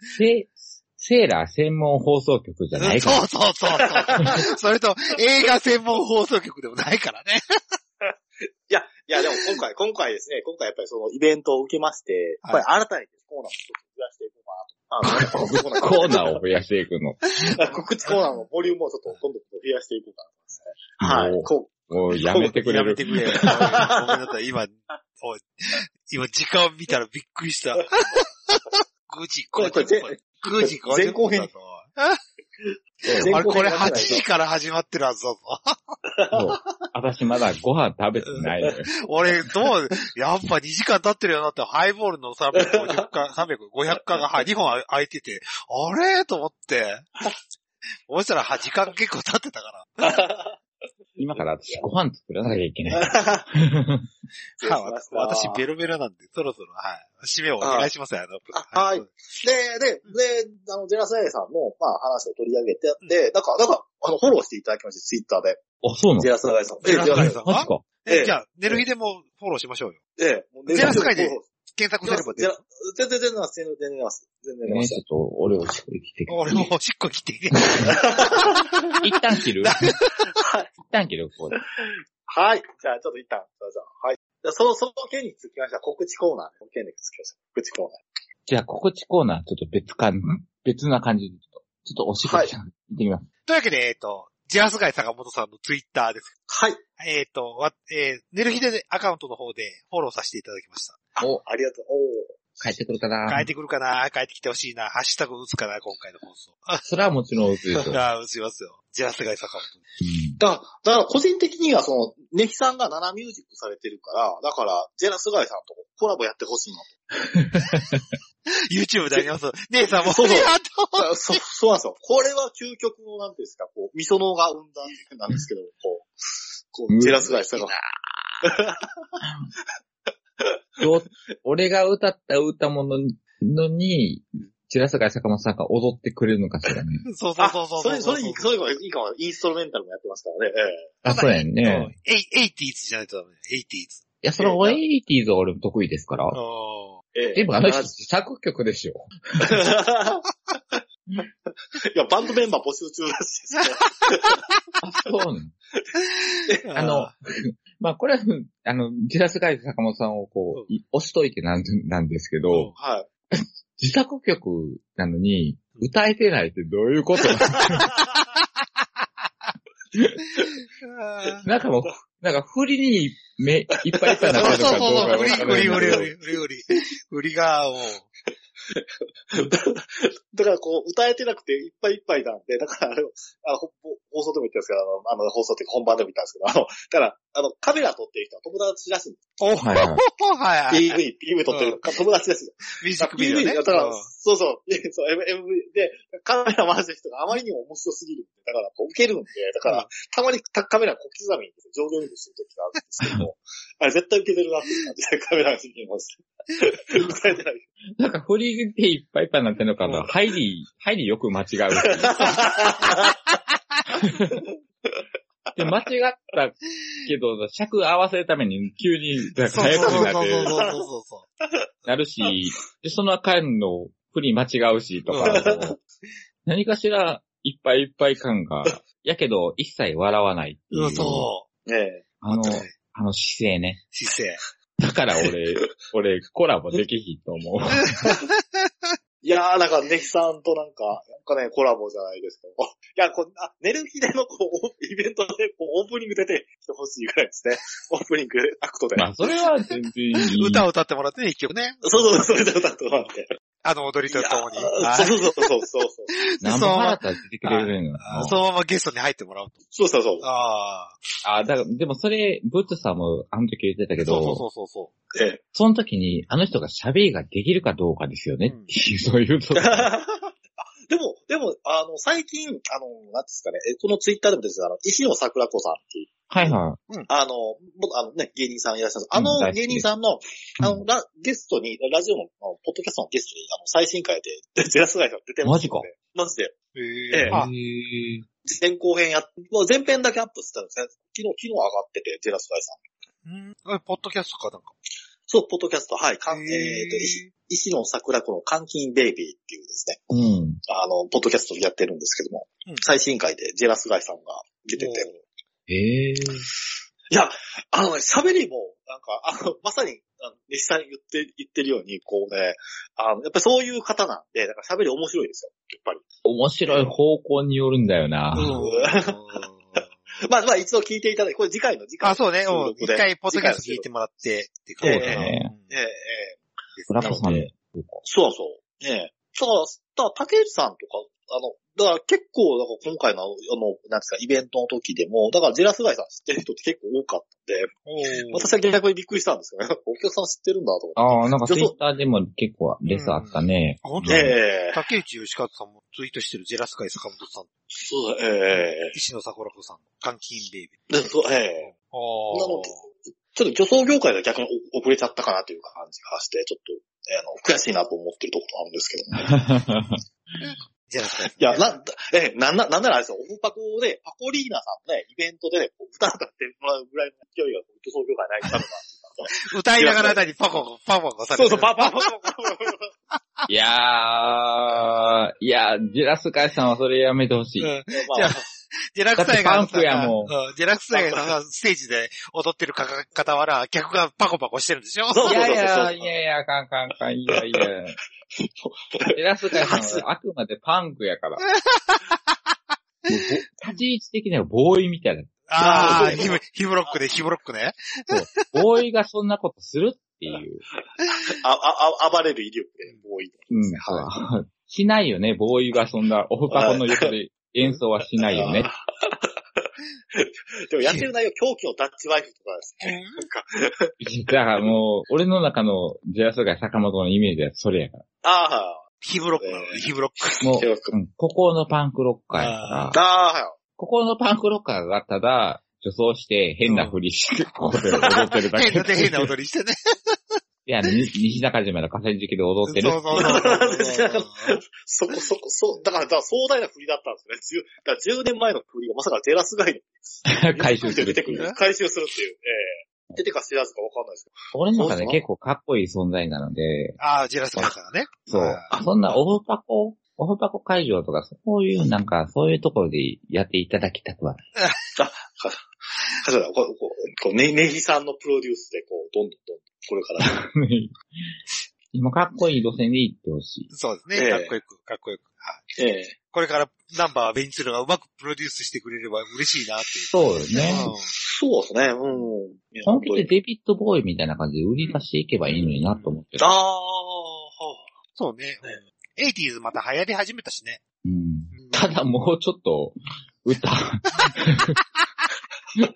Speaker 2: セ、セーラー専門放送局じゃないから。
Speaker 1: そうそうそうそう。それと、映画専門放送局でもないからね。
Speaker 3: いや、いや、でも今回、今回ですね、今回やっぱりそのイベントを受けまして、やっ
Speaker 1: はい
Speaker 3: ぱり新たにコーナーをちょっと増やしていこうか
Speaker 2: [LAUGHS]
Speaker 3: なと。あの
Speaker 2: コーナーを増やしていくの。
Speaker 3: 告知コーナーのボリュームをちょっとどんどん増やしていこうかなと思いますね。はい。
Speaker 2: も
Speaker 3: こう
Speaker 2: う、もうやめてくれ
Speaker 1: やめ
Speaker 2: る
Speaker 1: て。く
Speaker 3: [LAUGHS]
Speaker 1: れよ。ごめんなさい、今、おい今時間見たらびっくりした。9時
Speaker 3: これこれ
Speaker 1: 50分。9時50分。
Speaker 3: 前後編
Speaker 1: だぞ
Speaker 2: そう
Speaker 3: 前
Speaker 1: あれ、
Speaker 3: 後
Speaker 1: こ
Speaker 3: 編
Speaker 1: れ
Speaker 3: やってない
Speaker 1: 8
Speaker 3: と
Speaker 1: 時から始まってるはずだぞ。
Speaker 2: そう私まだご飯食べてないのよ。
Speaker 1: 俺、どう、やっぱ2時間経ってるよなって、ハイボールの350巻、300、500巻が2本空いてて、あれと思って。そしたら8時間結構経ってたから。
Speaker 2: 今から私ご飯作らなきゃいけない。
Speaker 3: 失礼しました
Speaker 1: はい私ベロベロなんで、そろそろ、はい。締めをお願いしますよ、あの、
Speaker 3: あはいで、で、で、あの、ジェラスエイさんも、まあ、話を取り上げて、で、なんか、なんか、あの、フォローしていただきました、ツイッターで。
Speaker 2: あ、そうなの
Speaker 3: ジェラスエイさん。
Speaker 1: ジェラス
Speaker 3: エ
Speaker 1: ガ
Speaker 3: イ
Speaker 1: イ
Speaker 3: さ
Speaker 1: さ
Speaker 3: ん。
Speaker 1: ん
Speaker 2: マジか。
Speaker 1: え、じゃあ、寝る日でもフォローしましょうよ。
Speaker 3: ええ、
Speaker 1: ジェラスガイで
Speaker 3: フォロー
Speaker 1: 検索すれば
Speaker 3: ジ
Speaker 1: 出
Speaker 3: ェ
Speaker 1: る
Speaker 3: ラ。全然出ます、全然出ます。全然出ま
Speaker 2: ね、
Speaker 3: す
Speaker 2: ちょっと、俺をしっくりきて。
Speaker 1: 俺もうおしっこ来て [LAUGHS] いい
Speaker 2: 一旦切る一旦切る、ここで。
Speaker 3: はい。じゃあ、ちょっと一旦、どうぞ。はい。じゃあ、その、その件につきましては、告知コーナーで、その件につきましては、告知コーナー。
Speaker 2: じゃあ、ここちコーナー、ちょっと別感、別な感じで、ちょっと、ちょっとおしっこりちゃん、行ってみます。
Speaker 1: というわけで、えっ、と、ジェラスガイ坂本さんのツイッターです。
Speaker 3: はい。
Speaker 1: えっ、と、わ、えー、寝る日でアカウントの方でフォローさせていただきました。
Speaker 2: お、
Speaker 3: ありがとう。おー。
Speaker 2: 帰ってくるかな
Speaker 1: 帰ってくるかな帰ってきてほしいな。ハッシュタグ打つかな今回の放送。
Speaker 2: それはもちろん薄い [LAUGHS] と。うん。
Speaker 1: ああ、打ちますよ。ジェラスガイ坂本。
Speaker 3: だ、だから個人的にはその、ネヒさんがナナミュージックされてるから、だから、ジェラスガイさんとコラボやってほしいの。
Speaker 1: [LAUGHS] YouTube であります。 [LAUGHS] 姉さんも。
Speaker 3: そうそう
Speaker 1: ありがと
Speaker 3: あそ、そうなんですよ。これは究極の、なんていうんですか、こう、味噌のが生んだ、なんですけど、こう、こう、ジェラスガイさんが。
Speaker 2: ど俺が歌った歌もののに、チラスが坂本さんが踊ってくれるのかしらね。
Speaker 1: うそうそう
Speaker 3: あ
Speaker 1: そうそう。
Speaker 3: それ、それいい、それがいいかも。インストルメンタルもやってますからね。え
Speaker 2: あ、そうやん
Speaker 1: うん
Speaker 2: ね。
Speaker 1: エイ、エイティーズじゃないとダメだよ。エイティーズ。
Speaker 2: いや、それオエイティーズは俺も得意ですから。
Speaker 1: あ
Speaker 3: え。ええ
Speaker 2: でもあの人、作曲でしょ。
Speaker 3: [LAUGHS] いや、バンドメンバー募集中らしいですね。
Speaker 2: あ、そうね。
Speaker 1: ー
Speaker 2: [LAUGHS] あの、、まあ、これは、あの、ジラスガイズ坂本さんをこう、い押しといてなんなんですけど、
Speaker 3: はい。 [LAUGHS]
Speaker 2: 自作曲なのに、歌えてないってどういうこと
Speaker 1: あ
Speaker 2: [LAUGHS]
Speaker 1: ー
Speaker 2: なんかもう、なんか振りに目いっぱいいっぱいになっ
Speaker 1: そうそ
Speaker 2: てるのか
Speaker 1: う
Speaker 2: どうか
Speaker 1: [LAUGHS] そう。売り、
Speaker 2: わか
Speaker 1: 売
Speaker 2: らない
Speaker 1: り、
Speaker 2: んだ
Speaker 1: 売り、
Speaker 2: けど
Speaker 1: 売り、売り、売り。 [LAUGHS] 売りが、もう。 [LAUGHS]
Speaker 3: だからこう、歌えてなくていっぱいいっぱいなんで、だからあれ、あの、ほぼ放送でも言ったんですけど、あの、あの放送っていうか本番でも言ったんですけど、あの、だから、あの、カメラ撮ってる人は友達らしいんです。
Speaker 1: お
Speaker 2: はいは
Speaker 1: おは
Speaker 2: い
Speaker 1: いはい。
Speaker 3: PV、PV 撮ってる友達らしいんで
Speaker 1: ミ
Speaker 3: す。
Speaker 1: ュージックビデオね。
Speaker 3: だから
Speaker 1: うん、
Speaker 3: そうそう、でそう、M- MV で、カメラ回してる人があまりにも面白すぎるんで、だからこう、受けるんで、だか
Speaker 1: う
Speaker 3: ら、たまにたカメラ小刻みに上下にする時があるんです
Speaker 1: [LAUGHS]
Speaker 3: けど、あれ絶対受けてるなって感じでカメラが見ます。歌えてない。
Speaker 2: なんか振りでいっぱいいっぱいになってるのかな、入り、入りよく間違
Speaker 1: [LAUGHS]
Speaker 2: うし。で、間違ったけど、尺合わせるために急になんか
Speaker 1: そう
Speaker 2: 早
Speaker 1: そう
Speaker 2: く
Speaker 1: そう
Speaker 2: なっ
Speaker 1: そう
Speaker 2: て、
Speaker 1: そうそう。
Speaker 2: なるし、で、その間の振り間違うし
Speaker 1: [LAUGHS]
Speaker 2: とか、
Speaker 1: う
Speaker 2: 何かしらいっぱいいっぱい感が、やけど一切笑わないっていう。
Speaker 1: うん、そ
Speaker 3: ねえ。
Speaker 2: あの
Speaker 1: う。、ね
Speaker 2: あの姿勢ね。
Speaker 1: 姿勢。
Speaker 2: だから
Speaker 1: [LAUGHS]
Speaker 2: 俺、俺コラボできひんと思う。
Speaker 3: いやー、なんか、ネヒさんとなんか、なんかね、コラボじゃないですけど。 [LAUGHS] いや、こんな、寝る日での、こう、イベントで、こう、オープニング出てきてほしいぐらいで
Speaker 1: [LAUGHS]
Speaker 3: すね。オープニング、アクトで。
Speaker 2: まあ、それは全然いい。
Speaker 1: 歌を歌ってもらってね、一曲ね。
Speaker 3: そうそう、それで歌ってもらって。
Speaker 1: あの踊りとともに。
Speaker 3: あ
Speaker 1: はい
Speaker 3: そうそうそうそうそう。
Speaker 2: 何も払ったら出てくれるのよ
Speaker 1: あそのままゲストに入ってもらう
Speaker 3: そうそうそう
Speaker 1: と。。ああ。
Speaker 2: あ、だからでもそれ、ブッツさんもあの時言ってたけど、
Speaker 1: そ
Speaker 2: そう
Speaker 1: そうそうそ
Speaker 3: ええ。
Speaker 2: の時にあの人が喋りができるかどうかですよね、
Speaker 1: うん
Speaker 2: っていうそういうとこ。
Speaker 3: あ [LAUGHS] でも、でも、あの、最近、あの、なんですかね、えこのツイッターでもですね、あの、石野桜子さんっていう、
Speaker 2: はいは
Speaker 3: あの、僕、あのね、芸人さんいらっしゃるんですあ
Speaker 2: うん大
Speaker 3: の
Speaker 2: 好き
Speaker 3: 芸人さんの、
Speaker 2: うん
Speaker 3: あの、ラゲストに、ラジオの、あのポッドキャストのゲストに、あの、最新回で、 [LAUGHS] ゼラスガイさん出てますので
Speaker 2: マジか。
Speaker 3: マジで。
Speaker 1: う。 [LAUGHS] え
Speaker 3: ええ
Speaker 1: あ
Speaker 2: い。へー
Speaker 3: 前後編やっ、もう前編だけアップしてたんですね。昨日、昨日上がってて、ゼラスガイさん。
Speaker 1: うんあポッドキャストかなんか。
Speaker 3: そう、ポッドキャスト、はい、かんえーと、石
Speaker 1: え
Speaker 3: 石野桜子の監禁ベイビーっていうですね、
Speaker 2: うん。
Speaker 3: あの、ポッドキャストでやってるんですけども、
Speaker 1: うん
Speaker 3: 最新回でジェラスガイさんが出てて、
Speaker 2: ええ
Speaker 3: いや、あのね、喋りも、なんか、あの、まさに、あの、西さん言って、言ってるように、こうね、あの、やっぱりそういう方なんで、だから喋り面白いですよ、やっぱり。
Speaker 2: 面白い方向によるんだよな。
Speaker 1: うん
Speaker 3: まあ、まあ、一度聞いていただいて、これ次回の次回の
Speaker 1: あ、そうね。
Speaker 3: 収
Speaker 1: うん
Speaker 3: 録
Speaker 1: 一
Speaker 3: で。
Speaker 1: 回、ポッドキャスト聞いてもらって、って感じかな
Speaker 2: そうだ
Speaker 1: うん
Speaker 2: ね
Speaker 3: ええええ
Speaker 2: ブラコさん
Speaker 3: なのでそうそう。ええ。だから、だから竹内さんとか、あの、だから結構、だから今回のあの、なんですか、イベントの時でも、だからジェラスガイさん知ってる人って結構多かったんで、
Speaker 1: お
Speaker 3: 私は逆にびっくりしたんですよね。お客さん知ってるんだと思って。
Speaker 2: ああ、なんか
Speaker 3: ちょ
Speaker 2: ツ
Speaker 3: っ
Speaker 2: イ
Speaker 3: と
Speaker 2: ッターでも結構レスあったね。
Speaker 1: 本当
Speaker 3: え
Speaker 1: だ
Speaker 3: え
Speaker 1: 竹内義和さんもツイートしてるジェラスカイ坂本さん、
Speaker 3: そうだ、え
Speaker 1: 石野桜子さん、監禁ベイビ
Speaker 3: えでそう、ええ
Speaker 1: ー。あ
Speaker 3: なのでちょっと女装業界では逆にお遅れちゃったかなという感じがして、ちょっと、ええあの、悔しいなと思ってるところなんですけど、ね。
Speaker 1: ジェラスカイさん。
Speaker 3: いや、な、ええなんな、なんならあれですよ、オフパコで、パコリーナさんのね、イベントでね、こう歌歌ってもらうぐらいの勢いが女装業界ないから。
Speaker 1: 歌いながら何パココ、パココされてる
Speaker 3: そうそう、パパパパパ
Speaker 2: いやー、いやー、ジェラスカイさんはそれやめてほしい。
Speaker 1: うん
Speaker 3: まあ
Speaker 1: ジェラクサイが
Speaker 2: だってパンクやもん
Speaker 1: うんジェラクサイがステージで踊ってるかか、傍ら、客がパコパコしてるんでしょ
Speaker 3: そう
Speaker 2: い
Speaker 3: そ
Speaker 2: や
Speaker 3: うそう
Speaker 2: いや、いやいや、あかんあかんあかん、いやい [LAUGHS] や。ジェラスカイさんはあくまでパンクやから。もうぼ立ち位置的にはボーイみたいな。
Speaker 1: ああ、
Speaker 3: そうそう
Speaker 1: ヒブ、ヒブロックで、ヒブロックね。
Speaker 2: ボーイがそんなことするっていう。
Speaker 3: あ、あ、あ暴れる威力で、ボーイ。
Speaker 2: うん、そうしないよね、ボーイがそんなオフパコの横で演奏はしないよね。
Speaker 3: でもやってる内容、狂気のダッチワイフとかですね。
Speaker 2: [LAUGHS] だからもう、俺の中のジェラスガイ坂本のイメージはそれやから。
Speaker 3: あ
Speaker 1: ヒブロックなのね、ヒブロック。
Speaker 2: もう、
Speaker 3: そうか
Speaker 2: うん、ここのパンクロッカーや
Speaker 1: あ
Speaker 2: から、
Speaker 3: あ、ああ、
Speaker 2: ここのパンクロッカーがただ、女装して変なふりして、ここで踊ってるだけ。
Speaker 1: 変な、変
Speaker 2: [LAUGHS]
Speaker 1: な踊りしてね。
Speaker 2: いや、に西中島の河川敷で踊ってる
Speaker 1: そうそうそうそう。
Speaker 3: そこそこ、そう、だから、だから壮大な振りだったんですね。10、だから10年前の振りがまさかジェラスガイ
Speaker 2: って
Speaker 3: に
Speaker 2: 回収するっ
Speaker 3: 出
Speaker 2: て
Speaker 3: てく
Speaker 2: いう。
Speaker 3: る。回収するっていう。ええ出てか知らずかわかんないです
Speaker 2: 俺の中で
Speaker 3: そうそう
Speaker 2: 結構かっこいい存在なので、
Speaker 1: ああ、ジェラスカイさんがね。
Speaker 2: そう。そんなオフパコ、オフパコ会場とか、そういうなんか、そういうところでやっていただきたくはない。
Speaker 3: けど。だから、こう、こう、こうね、ねひさんのプロデュースで、こう、どんどんどんどん、これから。
Speaker 1: [LAUGHS]
Speaker 2: 今かっこいい路線で行ってほしい。
Speaker 1: そうで
Speaker 3: え
Speaker 1: す
Speaker 3: え
Speaker 1: ね。かっこよく、かっこよく。はい
Speaker 3: ええ
Speaker 1: これからナンバーベンチルがうまくプロデュースしてくれれば嬉しいなっていう。
Speaker 2: そうですね。
Speaker 1: うん
Speaker 3: そうですね、うん。いや
Speaker 2: 本気でデビッドボーイみたいな感じで売り出していけばいいのになと思ってる
Speaker 3: あ。あ、
Speaker 1: そうね。エイティーズまた流行り始めたしね。
Speaker 2: うん
Speaker 1: うん
Speaker 2: ただもうちょっと、歌、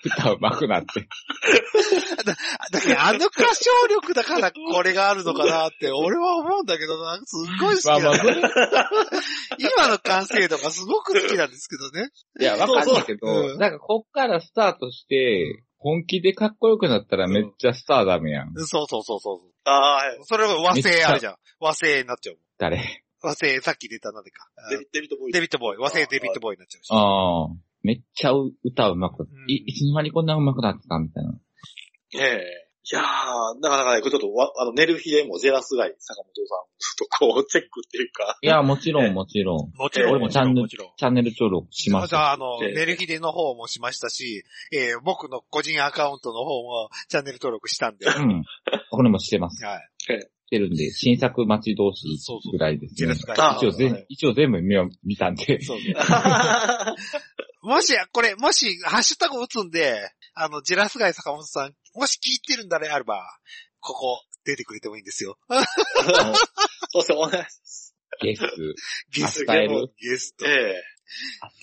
Speaker 2: 歌うまくなって。
Speaker 1: あだけど、あの歌唱力だからこれがあるのかなって、俺は思うんだけどな、すっごい好き
Speaker 2: まあまあ、
Speaker 1: だ、今の完成度がすごく好きなんですけどね。
Speaker 2: いや、わかんないけ
Speaker 1: そうそうう
Speaker 2: ど、
Speaker 1: ん
Speaker 2: なんかこっからスタートして、本気でかっこよくなったらめっちゃスターダメやん。
Speaker 1: そうそうそうそ。
Speaker 3: ああ、はいう
Speaker 1: それが和製あるじゃん。和製になっちゃう。
Speaker 2: 誰
Speaker 1: 和製、さっき出たなんでか。あ
Speaker 3: デビデビットボーイ。
Speaker 1: デビットボーイ。和製デビットボーイになっちゃうし。
Speaker 2: ああ。めっちゃう歌うま
Speaker 1: う
Speaker 2: く、
Speaker 1: ん
Speaker 2: い、いつの間にこんなうまくなってたみたいな。
Speaker 3: ええいやー、なかなかね、これちょっとわ、あの、寝る日でもジェラス街、坂本さん、ちょっとこう、チェックっていうか、
Speaker 2: いや、もちろんもちろん。
Speaker 1: もちろん、
Speaker 2: 俺も
Speaker 1: もちろん、
Speaker 2: チャンネル
Speaker 1: もちろん。
Speaker 2: チャンネル登録しま
Speaker 1: ま
Speaker 2: したし。
Speaker 1: た、あの、
Speaker 3: ええ
Speaker 1: メルヒデの方もしましたし、えー僕の個人アカウントの方もチャンネル登録したんで。は
Speaker 2: うん。これもしてます。
Speaker 1: い。
Speaker 2: してるんで、新作待ち同士ぐらいです
Speaker 1: ジェ
Speaker 2: ね
Speaker 1: ラ。スカイ
Speaker 3: あ
Speaker 2: 一応全、一応全部見は見たん
Speaker 3: [LAUGHS]
Speaker 2: で。
Speaker 1: そうそうもし、これ、もし、ハッシュタグ打つんで、あの、ジェラスガイ坂本さん、もし聞いてるんだね、あれば、ここ、出てくれてもいいんですよ。
Speaker 3: そうしてお願いします。
Speaker 2: ゲス、
Speaker 1: ゲスト。
Speaker 2: 扱える
Speaker 1: ゲスト
Speaker 3: え。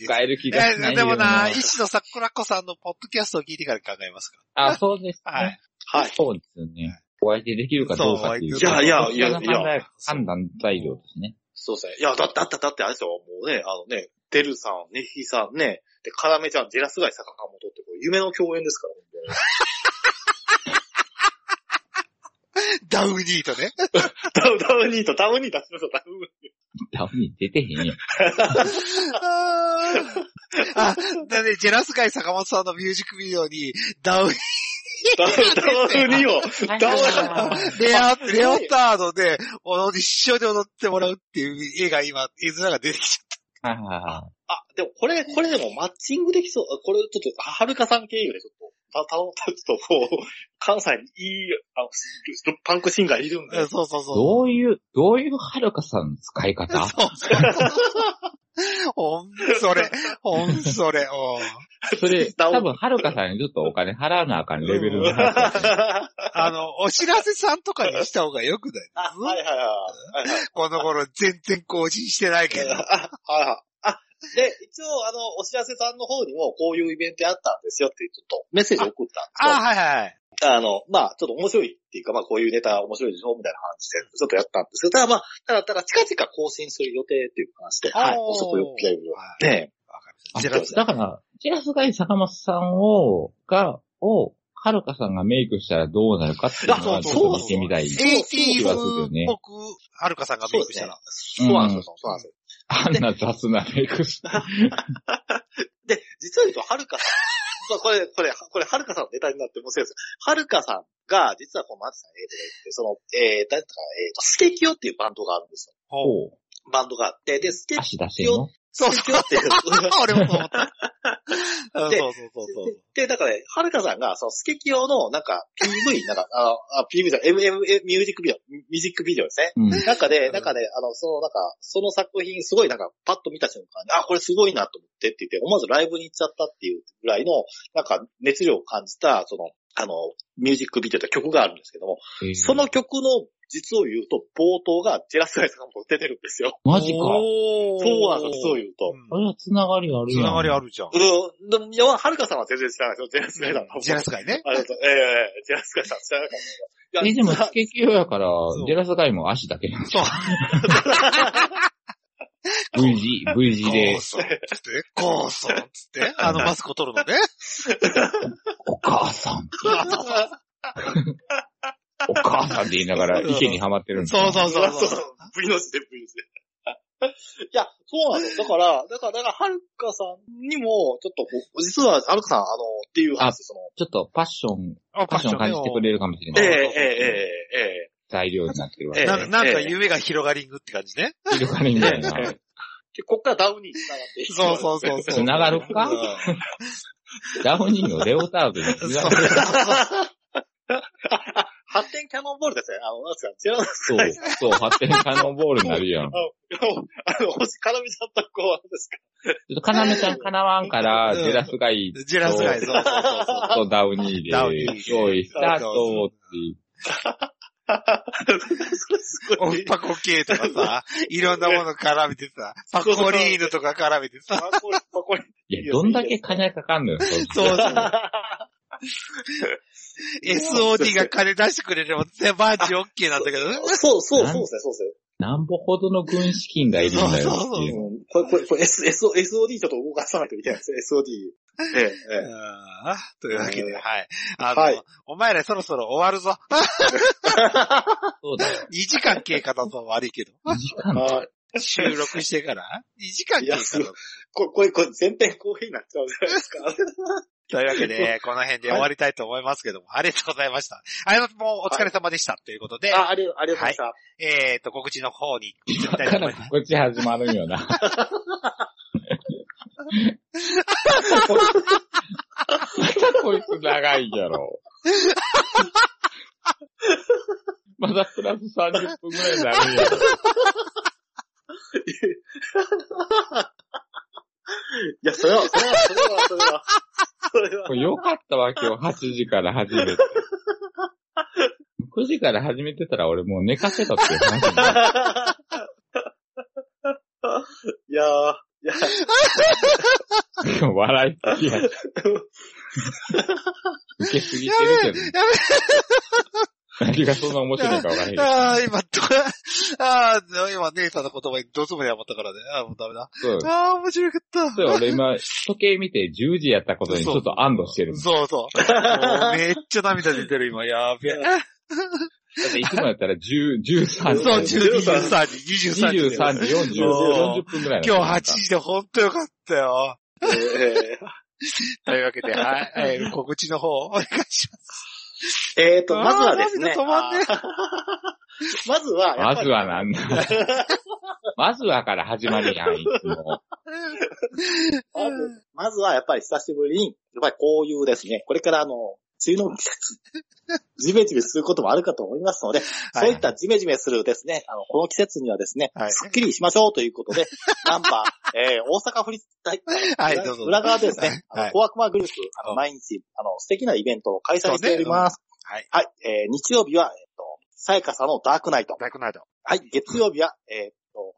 Speaker 3: え
Speaker 2: 使える気がしない
Speaker 1: え
Speaker 2: よ
Speaker 1: でもな、石野桜子さんのポッドキャストを聞いてから考えますか
Speaker 2: あ、そうです
Speaker 1: ら。はい
Speaker 2: ね。。
Speaker 3: はい。
Speaker 2: そうですよね。お相手できるかどうかっていう。
Speaker 1: そうお相手
Speaker 3: いやいやいや
Speaker 2: こちらの判断判断材料ですね。
Speaker 3: そうですね。いや、だって、だって、だって、あれですよ、もうね、あのね、デルさん、ネヒさんね、で、カラメちゃん、ジェラス街、坂本って、これ夢の共演で
Speaker 1: [LAUGHS]
Speaker 3: すから、ね、
Speaker 1: ダウニーと
Speaker 2: [LAUGHS]
Speaker 1: ね。
Speaker 3: ダウ、ダウニート、ダウニート出しましょう、ダウニー
Speaker 2: ダウに出てへん
Speaker 3: [LAUGHS]
Speaker 2: よ。
Speaker 1: あーあ、だね、ジェラスガイ坂本さんのミュージックビデオに、ダウニー
Speaker 3: ト。ダウダウニーを、ダウ
Speaker 2: あ
Speaker 1: レア、レオタードで、お一緒に踊ってもらうっていう絵が今、絵面が出てきち
Speaker 2: あ
Speaker 3: あ、でもこれ、これでもマッチングできそう。あこれちょっと、はるかさん経由でちょっと、た、た、た、ちょっとこう、関西にいい、あの、パンクシンガーいるん
Speaker 1: ゃ
Speaker 3: で
Speaker 1: っ
Speaker 3: [LAUGHS]
Speaker 1: た。。そうそうそう。
Speaker 2: どういう、どういうはるかさんの使い
Speaker 3: [LAUGHS]
Speaker 2: 方
Speaker 1: そうそうそう。 [LAUGHS] ほん、それ。ほん、それ。おう
Speaker 2: それ、
Speaker 3: ダウ
Speaker 2: 多分はるかさんにちょっとお金払わなあかんレベルの話だと思う。
Speaker 1: あの、お知らせさんとかにした方がよくない
Speaker 3: あ、はいはいはい。はいはい
Speaker 1: この頃全然更新してないけど。
Speaker 3: あ、はいはい。あ、で、一応、あの、お知らせさんの方にも、こういうイベントやったんですよって、ちょっとメッセージを送ったんです
Speaker 1: あ、はいはいはい。
Speaker 3: けど、あの、まあ、ちょっと面白いっていうか、まあ、こういうネタ面白いでしょみたいな話で、ちょっとやったんですけど、ただまあ、ただただ近々更新する予定っていう話で、はい、
Speaker 1: おー
Speaker 3: 遅くよっぴらいよ。
Speaker 1: はい
Speaker 3: ね
Speaker 1: わかり
Speaker 2: あ
Speaker 1: ました。ジェラ
Speaker 2: だから、ジェラスガイ坂本さんを、が、を、はるかさんがメイクしたらどうなるかっていうの
Speaker 3: あ
Speaker 2: は、ち
Speaker 3: そう
Speaker 2: ょ
Speaker 3: そ
Speaker 2: っと見
Speaker 3: う
Speaker 2: てみたい。
Speaker 3: そう
Speaker 1: エイ
Speaker 2: 気
Speaker 1: ティー
Speaker 2: がするよ
Speaker 1: 風っ
Speaker 2: ね
Speaker 1: ぽく、はるかさんがメイクしたら。
Speaker 3: そうなんですよ、そうなんですよ。
Speaker 2: あんな雑なメイクして。
Speaker 3: で、実は言うと、はるかさん、そうこれ、これ、これ、はるかさんのネタになって面白いです。はるかさんが、実はこの、マツさん、えーとねその、えー、誰だったかな、えーと、スケキヨっていうバンドがあるんです
Speaker 1: ほう。
Speaker 2: おう
Speaker 3: よ。バンドがあって、で、スケ
Speaker 2: 足出せんの
Speaker 1: そう
Speaker 3: ス
Speaker 1: そ
Speaker 3: ケキヨっていう、
Speaker 1: う。 [LAUGHS] 俺もそう思った。うん
Speaker 3: で
Speaker 1: そうそうそうそう。
Speaker 3: で、なんかね、はるかさんが、その、スケキヨの、なんか、PV、なんか、あの、あ PV じゃない、M、M、ミュージックビデオ、ミュージックビデオですね。
Speaker 2: うん。
Speaker 3: なんか
Speaker 1: う
Speaker 3: で、
Speaker 1: ん
Speaker 3: なんかね、あの、その、なんか、その作品、すごいなんか、パッと見た瞬間に、あ、これすごいなと思ってって言って、思わずライブに行っちゃったっていうぐらいの、なんか、熱量を感じた、その、あの、ミュージックビデオという曲があるんですけども、
Speaker 2: えー
Speaker 3: その曲の実を言うと、冒頭がジェラスガイさんも出てるんですよ。
Speaker 2: マジか。
Speaker 1: そ
Speaker 3: そうなんですよ、そう言うと。
Speaker 2: あれは繋がりある
Speaker 1: つ
Speaker 2: やん。
Speaker 1: ながりあるじゃん。
Speaker 3: うん、でも、いや、はるかさんは全然知らないですよ、ジェラスガイさんのこと
Speaker 1: ジェラスガイね。
Speaker 3: ありがとう。ええええジェラスガイさん知らなかっ
Speaker 2: え、
Speaker 3: たです
Speaker 2: で
Speaker 3: よ。い
Speaker 2: も、
Speaker 3: や、
Speaker 2: スケキューやから
Speaker 1: う、
Speaker 2: ジェラスガイも足だけなんですよ。V [LAUGHS] 字、V 字
Speaker 1: ゴ
Speaker 2: で
Speaker 1: ー、ソン、つって、ゴーソン、つって、あのマスクを取るのね。
Speaker 2: お母さん、お母さんって言いながら池にはまってるんですよ。
Speaker 1: そうそう
Speaker 3: そ
Speaker 1: そうう
Speaker 3: そう
Speaker 1: そう。
Speaker 3: V の字で V の字で。いや、そうなんですよ。だから、だから、だから、はるかさんにも、ちょっとこう、実は、はるかさん、あの、っていう話、その、
Speaker 2: ちょっとパッション、
Speaker 1: あ
Speaker 2: パッション感じてくれるかもしれ
Speaker 3: え
Speaker 2: な
Speaker 3: え
Speaker 2: い
Speaker 3: え
Speaker 2: 材料になってるわけ
Speaker 3: ええ
Speaker 1: な
Speaker 2: で
Speaker 1: ん。なんか夢が広がりんぐって感じね。
Speaker 2: いるかねみたいな
Speaker 3: ええ。ええで、こっからダウニーに繋がっていく
Speaker 1: そうそうそうそう。
Speaker 2: 繋がるか
Speaker 1: うん
Speaker 2: ダウニーのレオタードにつながる。
Speaker 3: 発展キャノンボールですね。あの、なんですか、違う
Speaker 2: そう、そう、発展可能ボールになるやん。ち
Speaker 3: あの、星からみちゃんとこう、あれですか。
Speaker 2: ょっと、要ちゃんかなわんから、ジェラスガイ
Speaker 1: ジェラスガイ、そうそうそうそう。
Speaker 2: とダウニ
Speaker 1: ダウ
Speaker 2: ー
Speaker 1: ニ
Speaker 2: で
Speaker 1: ー、
Speaker 2: 用意スタートっていう。
Speaker 3: それすご
Speaker 1: オ
Speaker 3: い
Speaker 1: ン。パコ系とかさ、いろんなもの絡めてさ、パコリーヌとか絡めてさ、
Speaker 3: パコリ、パコリ。
Speaker 2: いや、どんだけ金かかんのよ、
Speaker 1: そうそう
Speaker 2: う。
Speaker 1: SOD が金出してくれれば、全部マジオッケーなんだけどね。
Speaker 3: [LAUGHS] そうそう、そうですね、そうですね。
Speaker 2: なんぼほどの軍資金がいるんだよ
Speaker 1: そうそう
Speaker 2: って
Speaker 1: そ
Speaker 2: いうう。
Speaker 3: うんこれ、これ、これ、S、S、SOD ちょっと動かさないといけないですね、SOD。ええ、ええ。
Speaker 1: あーというわけで、はい。あの、
Speaker 3: はい
Speaker 1: お前らそろそろ終わるぞ。
Speaker 2: そうだよ。
Speaker 1: 2時間経過だぞ、悪いけど。
Speaker 2: 2時間
Speaker 3: はい。
Speaker 1: 収録してから、2時間
Speaker 3: い
Speaker 1: 経
Speaker 3: や
Speaker 1: 過だぞ。
Speaker 3: これ、これ、これ、全編後編になっちゃうじゃないですか。
Speaker 1: というわけで、この辺で終わりたいと思いますけども、ありがとうございました。あれもお疲れ様でした、ということで、
Speaker 3: あ、ありがとうありがとうございました。
Speaker 1: えっ、ー、と、告知の方に行き
Speaker 2: だ
Speaker 1: たいと
Speaker 2: か
Speaker 1: 思い
Speaker 2: ら
Speaker 1: ます。
Speaker 2: 告知始まるんよ
Speaker 1: [LAUGHS]
Speaker 2: な。またこいつ長いじゃろ。まだプラス30分ぐらいになるんやろ。
Speaker 3: [LAUGHS] いや、それは、それは、それは、それは、それは
Speaker 2: こ。れよかったわ、今日8時から始めて。9時から始めてたら俺もう寝かせたっていう話になる
Speaker 1: [LAUGHS]
Speaker 3: いやー、いや、
Speaker 2: 笑いすぎや。受けすぎてるけど。何がそんな面白いかわからへんけど。
Speaker 1: ああ、今、ど、ああ、今、姉さんの言葉にどつもに余ったからね。ああ、もうダメだ。
Speaker 2: そう。
Speaker 1: ああ、面白かった。
Speaker 2: そう俺今、時計見て10時やったことにちょっと安堵してる。だ
Speaker 1: そうそう。もうめっちゃ涙出てる、今。やべえ。
Speaker 2: っていつもやったら10、13時。
Speaker 1: そう、
Speaker 3: 10
Speaker 1: 23時、23時。
Speaker 2: 23時40 40分ぐらい。
Speaker 1: 今日8。時でほんとよかったよ。
Speaker 3: えー
Speaker 1: というわけで、はい、えー告知の方、お願いします。
Speaker 3: えーと、まずはですね。
Speaker 1: あー涙止まんね
Speaker 3: あーまずは、やっ
Speaker 2: ま
Speaker 3: ぱ
Speaker 2: ず
Speaker 3: り
Speaker 2: はなんだ。まずはから始まるやん、いつも。
Speaker 3: まず、まずはやっぱり久しぶりに、やっぱりこういうですね、これからあの、梅雨の季
Speaker 1: [LAUGHS]
Speaker 3: 節、ジメジメすることもあるかと思いますので、
Speaker 1: はい
Speaker 3: そういったジメジメするですね、あの、この季節にはですね、
Speaker 1: はい
Speaker 3: すっきりしましょうとい
Speaker 1: [LAUGHS]
Speaker 3: うことで、ナンバー、えー、大阪府立大、
Speaker 1: はい、どうぞ。
Speaker 3: 裏側でですね、あ
Speaker 1: は
Speaker 3: の、
Speaker 1: い
Speaker 3: 小悪魔グループ、あ
Speaker 1: うん
Speaker 3: の、毎日、あの、素敵なイベントを開催しております。
Speaker 1: そうね
Speaker 3: はい。えー、日曜日は、えっと、さやかさんのダークナイト。
Speaker 1: ダークナイト。
Speaker 3: [LAUGHS] はい、月曜日は、えーっと、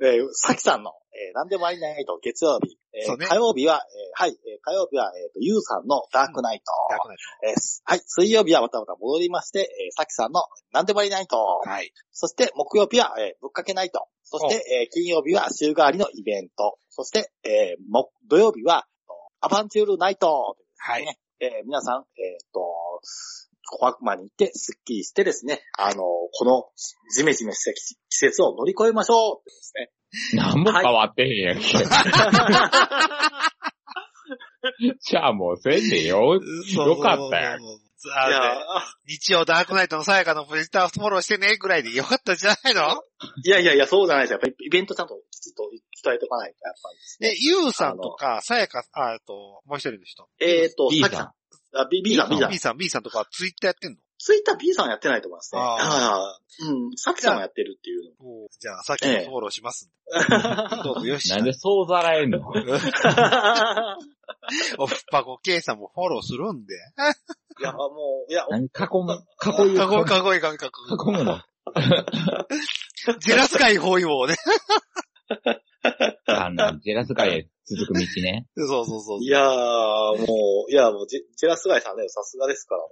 Speaker 3: えー、さきさんの、えー、なんでもありないと、月曜日。え
Speaker 1: そう
Speaker 3: ー
Speaker 1: ね
Speaker 3: 火曜日は、えーはい、えー火曜日は、えっ、と、ゆうさんのダークナイト。
Speaker 1: ダークナイ
Speaker 3: えーすはい、水曜日はまたまた戻りまして、えーさきさんのなんでもありないと。
Speaker 1: ト。はい。
Speaker 3: そして、木曜日は、えーぶっかけナイト。そして、えー金曜日は週替わりのイベント。そして、えーも土曜日は、アバンチュールナイト。
Speaker 1: はい。
Speaker 3: えー皆さん、えっ、と、小悪魔に行って、スッキリしてですね、あの、この、ジメジメした季季節を乗り越えましょうですね。
Speaker 2: 何も変わってへんやんけ。じゃあもうせんでよ。よかったやん
Speaker 1: そうそうそうあのね日曜ダークナイトのさやかのプレジターをフォローしてね、ぐらいでよかったんじゃないの
Speaker 3: いやいやいや、そうじゃないですよ。やっぱりイベントちゃんときちっと伝えておかないと、やっぱりですね。
Speaker 1: で、ゆうさんとか、さやか、あ、えっと、もう一人の人。
Speaker 3: えっ、と、
Speaker 2: B
Speaker 3: さき
Speaker 2: さん
Speaker 3: さん。あ、B, B さん、B さん
Speaker 1: B。さん、B さんとかツイッターやってんの
Speaker 3: ツイッター B さんやってないと思いますね。
Speaker 1: あー
Speaker 3: あーうん。さきさんはやってるっていうの。
Speaker 1: じゃあ、さっきのフォローしますんで。どうぞよし。
Speaker 2: なんでそうざらえんの
Speaker 1: おふっぱごけいさんもフォローするんで。
Speaker 3: いや、もう、いや、
Speaker 2: 何囲む [LAUGHS] 囲
Speaker 1: か
Speaker 2: う
Speaker 1: ごいかごいかごいかごい。
Speaker 2: 囲むの
Speaker 1: ジェラスカイ包囲網ね。
Speaker 2: あの、ジェラスカイへ続く道ね。
Speaker 1: そうそうそう。
Speaker 3: いやー、もう、いや、もうジェ、ジェラスガイさんね、さすがですから、もう。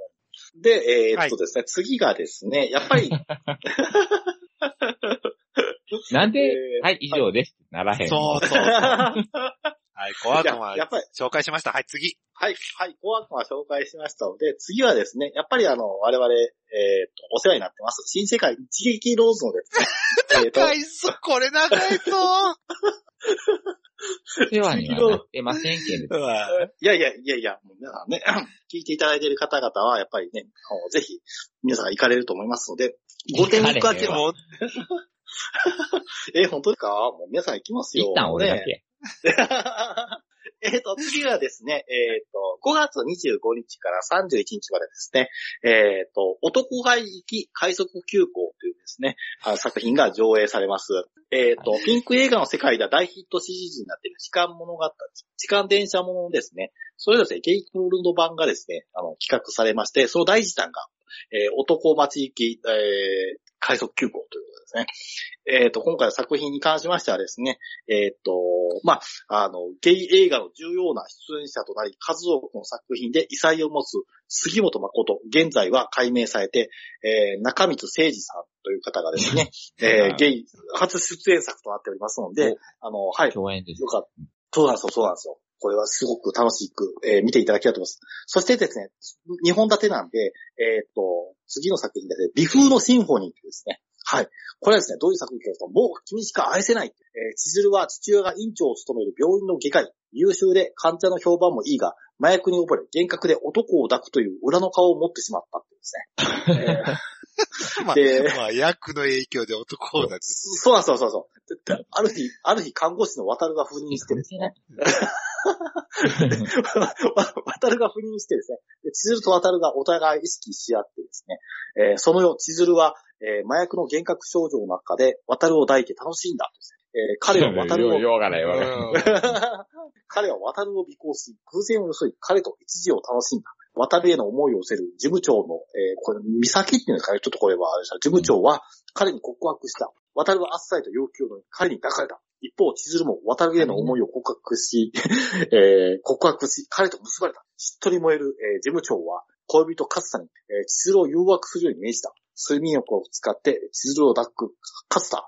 Speaker 3: で、えー
Speaker 1: は
Speaker 3: っ
Speaker 1: い
Speaker 3: とですね、次がですね、やっぱり、
Speaker 2: なんで
Speaker 3: え、ー
Speaker 2: はい、以上です。ならへん。
Speaker 1: そうそう。はい、 [LAUGHS] 小悪魔
Speaker 3: いややっぱり、
Speaker 1: 紹介しました。はい、次。
Speaker 3: はい、はい、コアクマ紹介しましたので、次はですね、やっぱりあの、我々、えーっと、お世話になってます、新世界一撃ローズのですね、えーっと、
Speaker 1: 長いそう、これ長いそう。
Speaker 2: 世話にはなってませんけれど。
Speaker 3: いやいや、いやいや、もう皆さんね、 [LAUGHS] 聞いていただいている方々は、やっぱりね、あのぜひ、皆さん行かれると思いますので、ご点に行くわけ
Speaker 1: で
Speaker 3: は、
Speaker 1: も、
Speaker 3: えー、本当ですかもう皆さん行きますよ。
Speaker 2: 一旦俺だ
Speaker 3: ね
Speaker 2: け。
Speaker 3: [LAUGHS] えっと、次はですね、えっ、と、5月25日から31日までですね、えっ、と、男が行き快速急行というですね、あ作品が上映されます。えっ、と、ピンク映画の世界では大ヒットシリーズになっている時間物語、時間電車ものですね、それぞれゲイクロールド版がですね、あの、企画されまして、その第一弾が、えー男町行き、えー快速急行ということですね。えっ、と、今回の作品に関しましてはですね、えっ、と、まあ、あの、ゲイ映画の重要な出演者となり、数多くの作品で異彩を持つ杉本誠、現在は解明されて、えー中光誠二さんという方がですね、えーゲイ初出演作となっておりますので、あの、はい、
Speaker 2: 共演です
Speaker 3: よ。かった。そうなんですよ、そうなんですよ。これはすごく楽しく、えー見ていただきたいと思います。そしてですね、2本立てなんで、えーっと、次の作品ですね、微風のシンフォニーというですね。はい。これはですね、どういう作品かというと、もう君しか愛せない。えー、千鶴は父親が院長を務める病院の外科医。優秀で患者の評判もいいが、麻薬に溺れ、幻覚で男を抱くという裏の顔を持ってしまったっていうですね。えー
Speaker 1: まあ
Speaker 3: で、
Speaker 1: まあ、役の影響で男を抱く。
Speaker 3: そうなんですよそうそうそう。である日、ある日看護師の渡るが赴任してですね。 [LAUGHS] 渡るが赴任してですね、で千鶴と渡るがお互い意識し合ってですね、えーその夜、千鶴は、えー麻薬の幻覚症状の中で渡るを抱いて楽しいんだとですね、えー彼
Speaker 2: [LAUGHS]
Speaker 3: は渡るを
Speaker 2: よう、ようがないわが
Speaker 1: うん
Speaker 3: 彼は渡るを尾行し、偶然を装い、彼と一時を楽しんだ。渡るへの思いを寄せる事務長の、えーこれ、三崎っていうんですかね、ちょっとこれはあれでした、事務長は彼に告白した。渡るはあっさりと要求のに彼に抱かれた。一方、千鶴も渡るへの思いを告白し、えー告白し、彼と結ばれた。しっとり燃える、えー事務長は、恋人勝田に、えー千鶴を誘惑するように命じた。睡眠薬を使って、千鶴を抱く勝田。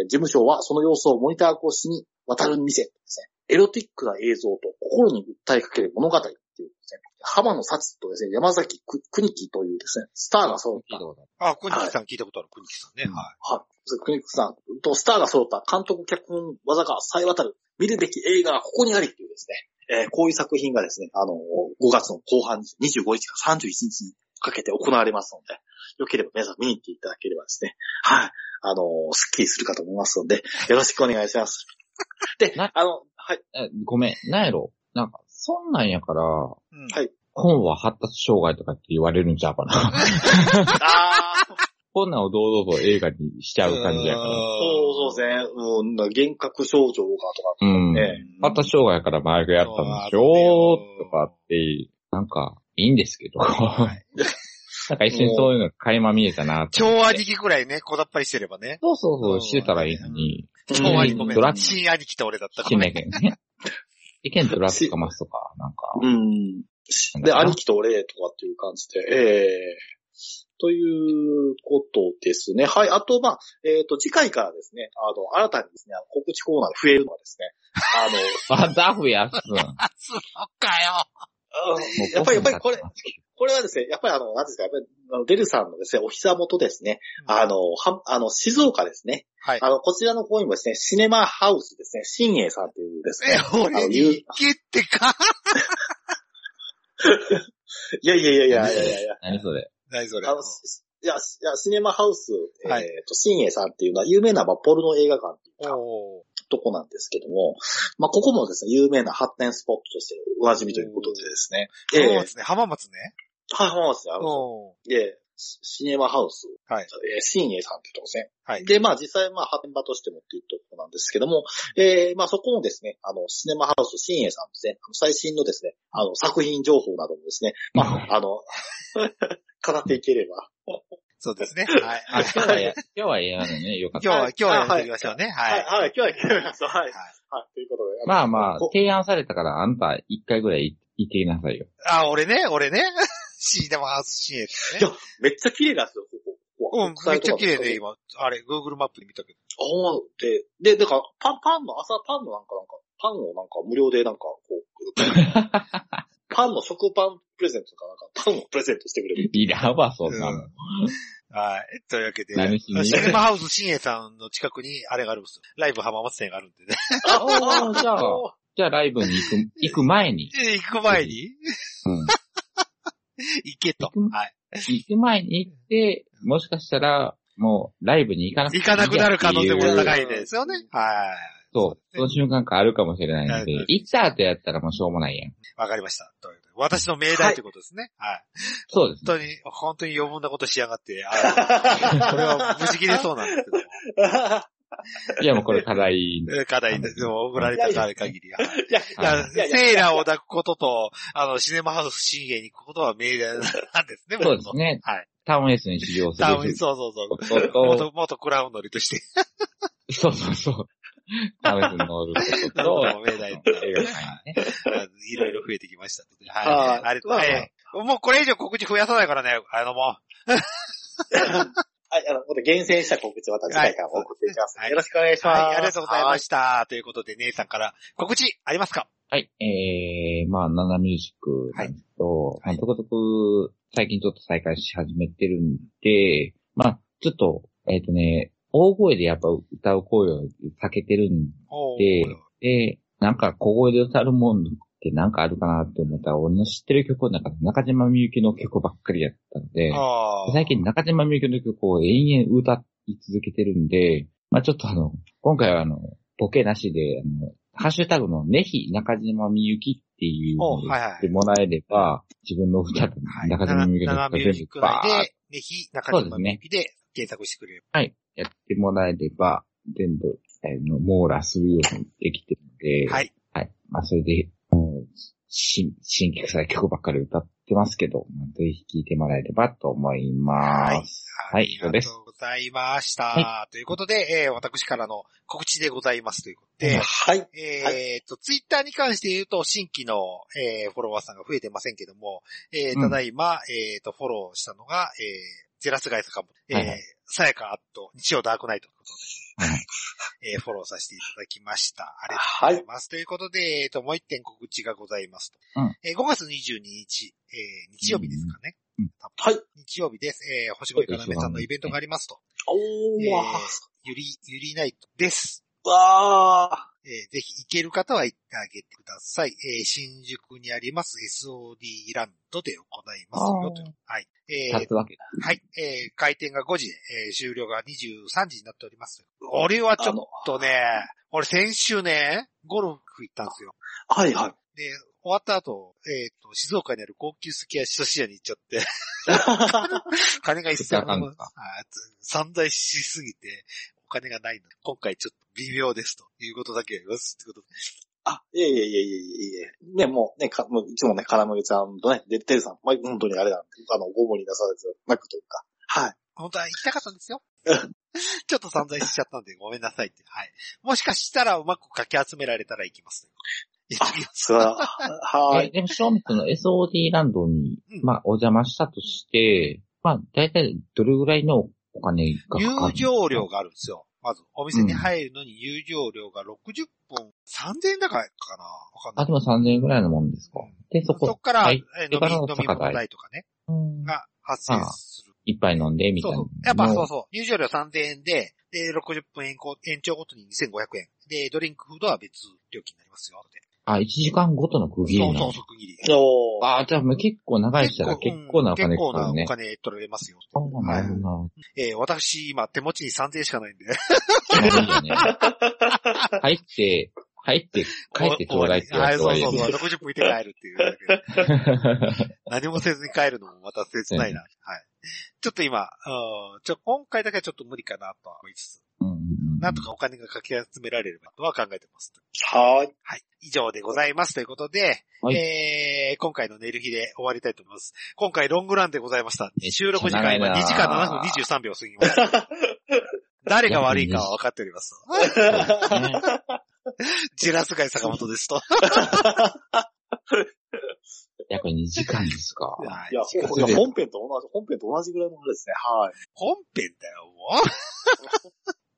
Speaker 3: えー事務所はその様子をモニター越しに渡る店ですね。エロティックな映像と心に訴えかける物語っていうですね。浜野幸とですね、山崎く国木というですね、スターが揃った。
Speaker 1: あ、くにきさん聞いたことある、くにきさんね。は
Speaker 3: はい。国木さんとスターが揃った監督脚本技が冴え渡る、見るべき映画はここにありっていうですね、えーこういう作品がですね、あの、5月の後半25日から31日にかけて行われますので、よければ皆さん見に行っていただければですね、はい。あの、スッキリするかと思いますので、よろしくお願いします。で、
Speaker 2: な
Speaker 3: あの、はい。
Speaker 2: えごめん、なんやろなんか、そんなんやから、
Speaker 1: い。うん
Speaker 3: はい
Speaker 2: 本は発達障害とかって言われるんちゃうかな。
Speaker 3: あー、
Speaker 2: こんなんを堂々と映画にしちゃう感じやから。
Speaker 3: そうそうですね、うん、幻覚症状がとか、
Speaker 2: うん。
Speaker 3: え
Speaker 2: 発達障害やから麻薬やったんでしょとかって、なんか、いいんですけ
Speaker 3: [LAUGHS]
Speaker 2: ど。なんか一瞬そういうの垣間見えたなって。
Speaker 1: 超兄貴くらいね、小だっぱりしてればね。
Speaker 2: そうそうそう、してたらいいのに。
Speaker 1: 今日はごめん
Speaker 2: ドラ
Speaker 1: な
Speaker 2: ッ
Speaker 1: さ
Speaker 2: グ
Speaker 1: い。新兄貴と俺だった。
Speaker 2: しんないけど
Speaker 3: [LAUGHS]
Speaker 2: ね。意見とラップかマスとか、なんか。
Speaker 3: うん。で、兄貴と俺とかっていう感じで、ええということですね。はい。あと、まあ、えっ、と、次回からですね、あの、新たにですね、あの告知コーナーが増えるのはですね、あの、
Speaker 2: あ、ダフやっすん。
Speaker 1: あ、そうかよ。
Speaker 3: あのやっぱり、やっぱりこれ、これはですね、やっぱりあの、なんていうんですか、やっぱりあのデルさんのですね、お膝元ですね、あの、は、あの、静岡ですね。
Speaker 1: はい
Speaker 3: あの、こちらの方にもですね、シネマハウスですね、新栄さんっていうですね。
Speaker 1: え、
Speaker 3: あ
Speaker 1: 俺
Speaker 3: の
Speaker 1: に
Speaker 3: 言う
Speaker 1: 行けってか。
Speaker 3: いやいやいやいやいやいやいや。
Speaker 2: 何それ。
Speaker 1: 何それ。
Speaker 3: あの、
Speaker 1: う
Speaker 3: しいや、しいやシネマハウス、えっ、
Speaker 1: はい
Speaker 3: と、新栄さんっていうのは有名な、まあ、ポルノ映画館っていうんか、
Speaker 1: おー
Speaker 3: とこなんですけども、まあ、ここもですね、有名な発展スポットとしてお馴染みということでですね。ええ
Speaker 1: 浜松ね、浜松ね。
Speaker 3: はい、浜松にあるんですよ
Speaker 1: おー
Speaker 3: で、シシネマハウス、
Speaker 1: はい
Speaker 3: えー新栄さんっていうとこですね。
Speaker 1: はい
Speaker 3: で、まあ実際、まあ発展場としてもっていうところなんですけども、えーまあそこもですね、あの、シネマハウス新栄さんですね、最新のですね、あの、作品情報などもですね、ま
Speaker 2: [LAUGHS]
Speaker 3: あ、あの、 [LAUGHS] 語っていければ。
Speaker 1: そうです
Speaker 3: [LAUGHS]
Speaker 1: ね。はい。はい
Speaker 2: 今日はや、今日は嫌なのね、よかっ
Speaker 1: 今日
Speaker 2: た。
Speaker 1: は、今日はやっていきましょうね。はい。
Speaker 3: はい、今日は決めました。はい。
Speaker 1: い
Speaker 3: はい、ということで。
Speaker 2: まあまあ
Speaker 3: こ、
Speaker 2: 提案されたから、あんた一回ぐらい行ってきなさいよ。
Speaker 1: あ、俺ね、俺ね。 [LAUGHS] シーダマハウスシーエス
Speaker 3: い
Speaker 1: ね
Speaker 3: や。めっちゃ綺麗なんですよ、ここ。ここは
Speaker 1: うん、めっちゃ綺麗で、。
Speaker 3: 国際とか
Speaker 1: 今、あれ、Google マップで見たけど。
Speaker 3: あ、ほんまで、で、だから、パン、パンの、朝パンのなんかなんか、パンをなんか無料でなんか、こう、パンの食パンプレゼントとかなんか、パンをプレゼントしてくれる。
Speaker 2: いらば、そんなの。
Speaker 1: はい。というわけで、
Speaker 2: 何しに
Speaker 1: シネマハウス新栄さんの近くに、あれがあるんですよ。ライブ浜松店があるんでね。 [LAUGHS]
Speaker 3: あ
Speaker 2: ああじゃあ
Speaker 3: [LAUGHS]
Speaker 2: じゃあライブに行く、行く前に。
Speaker 1: え行く前に、
Speaker 2: うん。
Speaker 1: [LAUGHS] 行けと。
Speaker 2: 行く
Speaker 1: はい。
Speaker 2: 行く前に行って、もしかしたら、もう、ライブに行かなくてい
Speaker 1: 行
Speaker 2: いや
Speaker 1: か
Speaker 2: ってい
Speaker 1: な
Speaker 2: う
Speaker 1: くなる可能性も高い
Speaker 3: いいやっていう
Speaker 1: ですよね。はい。
Speaker 2: そう。その瞬間があるかもしれないので
Speaker 1: はい、
Speaker 2: 行った後やったらもうしょうもないやん。
Speaker 1: わかりました。ということで私の命題ということですね。はい。
Speaker 2: そうですね。
Speaker 1: 本当に、本当に余分なことしやがって、あのこれは無事切れそうなんですけども。
Speaker 2: いやもうこれ課題。
Speaker 1: えー課題で、でも、送られた限りは。はい
Speaker 3: いや、
Speaker 1: いや
Speaker 2: はい
Speaker 3: やいや
Speaker 1: セーラーを抱くことと、あの、シネマハウス新芸に行くことは命令なんですね、
Speaker 2: そうですね。
Speaker 1: はい。
Speaker 2: タウンエースに修行す
Speaker 1: 多分、
Speaker 2: る
Speaker 1: そうそうそう。
Speaker 2: ことと、
Speaker 1: 元、元クラウン乗りとして、 [LAUGHS]
Speaker 2: そうそうそう。タウンエースに乗ること
Speaker 1: なる
Speaker 2: と
Speaker 1: ほ、ど命題って
Speaker 2: 映画館にね。
Speaker 1: いろいろ増えてきましたので。は。
Speaker 3: はいい
Speaker 1: ありがとうございます。もうこれ以上告知増やさないからね、あのも
Speaker 3: はい、あの、また厳選した告知をまた次回から送っていきます。
Speaker 1: はい
Speaker 3: よろしくお願いし
Speaker 1: う。
Speaker 3: ます。
Speaker 1: はい、ありがとうございました。ということで、姉さんから告知ありますか
Speaker 2: はい、えー、まあ、ナナミュージックなんですけど、
Speaker 1: はい
Speaker 2: まあ、とことく、最近ちょっと再開し始めてるんで、まあ、ちょっと、えっ、とね、大声でやっぱ歌う声を避けてるん
Speaker 1: お
Speaker 2: で
Speaker 1: ー。、
Speaker 2: で、なんか小声で歌うもんってなんかあるかなって思ったら、俺の知ってる曲の中で中島みゆきの曲ばっかりやったので、
Speaker 1: あー
Speaker 2: 最近中島みゆきの曲を延々歌い続けてるんで、まあちょっとあの、今回はあの、ボケなしで、あの、ハッシュタグのネヒ中島みゆきっていうのを
Speaker 1: お
Speaker 2: 言
Speaker 1: はいはい
Speaker 2: ってもらえれば、自分の歌と
Speaker 1: はい。
Speaker 2: 中島みゆきの
Speaker 1: 長
Speaker 2: 曲
Speaker 1: ミ
Speaker 2: が
Speaker 1: ュージ
Speaker 2: 全
Speaker 1: ッ
Speaker 2: 部
Speaker 1: ク
Speaker 2: バ
Speaker 1: 内
Speaker 2: ーッ
Speaker 1: で、ねひ、中島みゆきで検索してくれれば。
Speaker 2: はい、やってもらえれば、全部、えーの、網羅するようにできてるので、
Speaker 1: はい。
Speaker 2: はい。まあ、それで、もう、新、新曲さ曲ばっかり歌ってますけど、まあぜひ聴いてもらえればと思います。はい、以
Speaker 1: あり
Speaker 2: 上で
Speaker 1: が
Speaker 2: す
Speaker 1: と。うございました。
Speaker 2: は
Speaker 1: ということで、えー私からの告知でございますということで、
Speaker 3: はい。
Speaker 1: えーと、ツイッターに関して言うと、新規の、えーフォロワーさんが増えてませんけども、えー
Speaker 2: うん
Speaker 1: ただいま、えーと、フォローしたのが、えージェラスガイ坂本、えー
Speaker 2: はいはい
Speaker 1: さやかアット、日曜ダークナイトということ
Speaker 2: はいはい
Speaker 1: [LAUGHS] で、えーフォローさせていただきました。ありがとうございます。ということで、えーと、もう一点告知がございますと。
Speaker 2: うん
Speaker 1: えー5月22日、えー日曜日ですかね。
Speaker 2: うんうん
Speaker 1: 多分
Speaker 3: はい。
Speaker 1: 日曜日です。えー星越かなめさんのイベントがありますと。
Speaker 3: おー、
Speaker 1: えーゆり、ゆりナイトです。
Speaker 3: わ
Speaker 1: えーぜひ行ける方は行ってあげてください。えー新宿にあります SOD ランドで行いますよと
Speaker 2: あー。
Speaker 1: はい。えー
Speaker 2: 立つわけだ。
Speaker 1: はい。えー開店が5時で、えー終了が23時になっております。俺はちょっとね、俺先週ね、ゴルフ行ったんですよ。
Speaker 3: ー。はいはい。
Speaker 1: で、終わった後、えっ、と、静岡にある高級すき家寿司屋に行っちゃって、金が一切
Speaker 2: ちょっとあかんの
Speaker 1: も
Speaker 2: か、
Speaker 1: あつ散財しすぎて、お金がないの。今回ちょっと微妙ですということだけ言います。ってことで
Speaker 3: あ、いえいえいえいえいえいえ。ね、もうね、かもういつもね、金森さんとね、デッテルさん、まあ、本当にあれなんで、あの、ご無理なさらずなくというか。はい。
Speaker 2: [LAUGHS]
Speaker 1: 本当は行きたかったんですよ。ちょっと散々しちゃったんでごめんなさいって。はい。もしかしたらうまくかき集められたら行きます。行ってきます
Speaker 3: そう。は
Speaker 2: え [LAUGHS]
Speaker 3: い。
Speaker 2: でも、正味その SOD ランドに、
Speaker 1: うん
Speaker 2: まあ、お邪魔したとして、まあ、だいたいどれぐらいのお金がかかるん
Speaker 1: 入
Speaker 2: ですか
Speaker 1: 場料があるんですよ。まず、お店に入るのに入場料が60分、3000円だからかなわかんな
Speaker 2: あ、
Speaker 1: い
Speaker 2: で。も3000円ぐらいのもんですか。で、そ
Speaker 1: そ
Speaker 2: こ
Speaker 1: こ、から、
Speaker 2: は
Speaker 1: え
Speaker 2: い
Speaker 1: ー飲み、飲
Speaker 2: そこからの
Speaker 1: み
Speaker 2: 高
Speaker 1: 物
Speaker 2: 台
Speaker 1: 代とかね、
Speaker 2: うん
Speaker 1: が発生する。
Speaker 2: 一杯飲んで、みた
Speaker 1: そ
Speaker 2: いう
Speaker 1: そ
Speaker 2: なの
Speaker 1: う。やっぱそう
Speaker 2: そ
Speaker 1: そう。入場料3000円で、で、60分延行延長ごとに2500円。で、ドリンクフードは別料金になりますよ。
Speaker 2: あ、1時間ごとの区切り
Speaker 1: そう
Speaker 2: なの
Speaker 1: そう、即切り。
Speaker 3: おー
Speaker 2: ああ、じゃあもう結構長いしたら結構なお金
Speaker 1: 結構
Speaker 2: かか
Speaker 1: な
Speaker 2: る
Speaker 1: お
Speaker 2: ね。
Speaker 1: 金取られますよ。
Speaker 2: あーなるほどなるほど。
Speaker 1: えー私、今、手持ちに3000円しかないんで。
Speaker 2: まあいいよね。
Speaker 1: [LAUGHS]
Speaker 2: 入って、入って、帰ってちょうだいって言わ
Speaker 1: は
Speaker 2: れ
Speaker 1: い、そう
Speaker 2: て終
Speaker 1: そ
Speaker 2: わ
Speaker 1: う
Speaker 2: り
Speaker 1: そう。
Speaker 2: で
Speaker 1: 60分いて帰るっていうだけで。
Speaker 2: す。
Speaker 1: 何もせずに帰るのもまた切ないな。はい。ちょっと今、うんちょ、今回だけはちょっと無理かなとは思いつつ、
Speaker 2: [LAUGHS] うんうんうん
Speaker 1: なん
Speaker 2: [LAUGHS]
Speaker 1: とかお金がかき集められればとは考えてます。
Speaker 3: はい。
Speaker 1: はい。以上でございます。ということで、
Speaker 2: はい
Speaker 1: えー、今回の寝る日で終わりたいと思います。今回ロングランでございました。
Speaker 2: めっちゃ
Speaker 1: 収録時間
Speaker 2: 長い
Speaker 1: 今
Speaker 2: な
Speaker 1: 2時間7分23秒過ぎました。誰が悪いかは分かっております。
Speaker 2: そうですね
Speaker 1: ジェラスガイ坂本ですと。
Speaker 2: やっぱ2時間ですか。
Speaker 3: いや、ほんいや本編と同じ、本編と同じぐらいのものですね。はい。
Speaker 1: 本編だよ、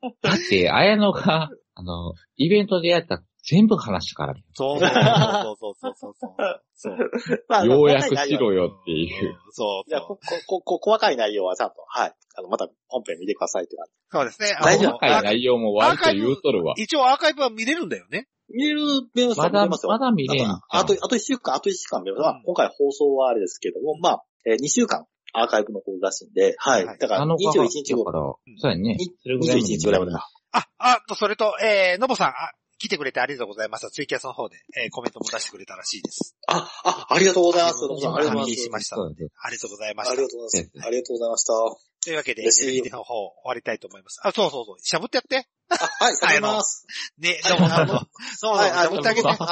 Speaker 1: も
Speaker 2: だって、綾野が、あの、イベントでやった全部話したから、
Speaker 1: う。そうそうそうそうそうそう。そう
Speaker 3: まあ
Speaker 2: ようやくし
Speaker 3: い
Speaker 2: ろよっていう。。
Speaker 1: そう
Speaker 3: や、
Speaker 1: そう
Speaker 3: こ、。こ、こ、細かい内容はちゃんと、はい。あの、また本編見てくださいって感
Speaker 1: そうですね。あの
Speaker 3: 大丈夫
Speaker 2: 細かい内容も割と言うとるわ。
Speaker 1: 一応アーカイブは見れるんだよね。
Speaker 3: じ。見れる、見れます
Speaker 2: ま
Speaker 3: よ、見
Speaker 2: だ、
Speaker 3: れますよ。
Speaker 2: まだ見れんじゃん。
Speaker 3: あと、あと一週間、あと一週間見れます。
Speaker 1: う
Speaker 3: ま
Speaker 1: ん
Speaker 3: あ今回放送はあれですけども、まあ、えー、二週間アーカイブ残るらしいんで、はい。
Speaker 1: はい
Speaker 3: だから、
Speaker 2: あの
Speaker 3: 21
Speaker 2: 子が
Speaker 3: 日
Speaker 2: だ
Speaker 3: 後
Speaker 2: か、ら、そうやね。それぐらいま
Speaker 3: 21
Speaker 2: で
Speaker 3: 日ぐらいまでな。
Speaker 1: あ、あと、それと、えー、のぼさん、あ、来てくれてありがとうございました。ツイキャスの方で、えー、コメントも出してくれたらしいです。
Speaker 3: あ、あ、ありがとうございます。
Speaker 1: あ
Speaker 3: ど
Speaker 1: の
Speaker 3: うもありがとうござい
Speaker 1: 歓迎し
Speaker 3: ま。
Speaker 1: ますした
Speaker 2: そうやね
Speaker 1: ありがとうございま
Speaker 3: あ
Speaker 1: した
Speaker 3: りが。とうございます。ありがとうございました。あ
Speaker 1: というわけで、
Speaker 3: 嬉しい
Speaker 1: 寝る日の方、終わりたいと思います。あ、そうそうそう。しゃぶってやって。
Speaker 3: はい、ありがとうございます。
Speaker 1: ね、
Speaker 3: はい
Speaker 1: のぼさんと。
Speaker 3: は
Speaker 1: の
Speaker 3: い
Speaker 1: ぼさん、し
Speaker 3: はい、はい、
Speaker 1: ゃぶ
Speaker 3: は
Speaker 1: っ
Speaker 3: い、
Speaker 1: てあげ
Speaker 3: はい、
Speaker 1: て。
Speaker 3: はい、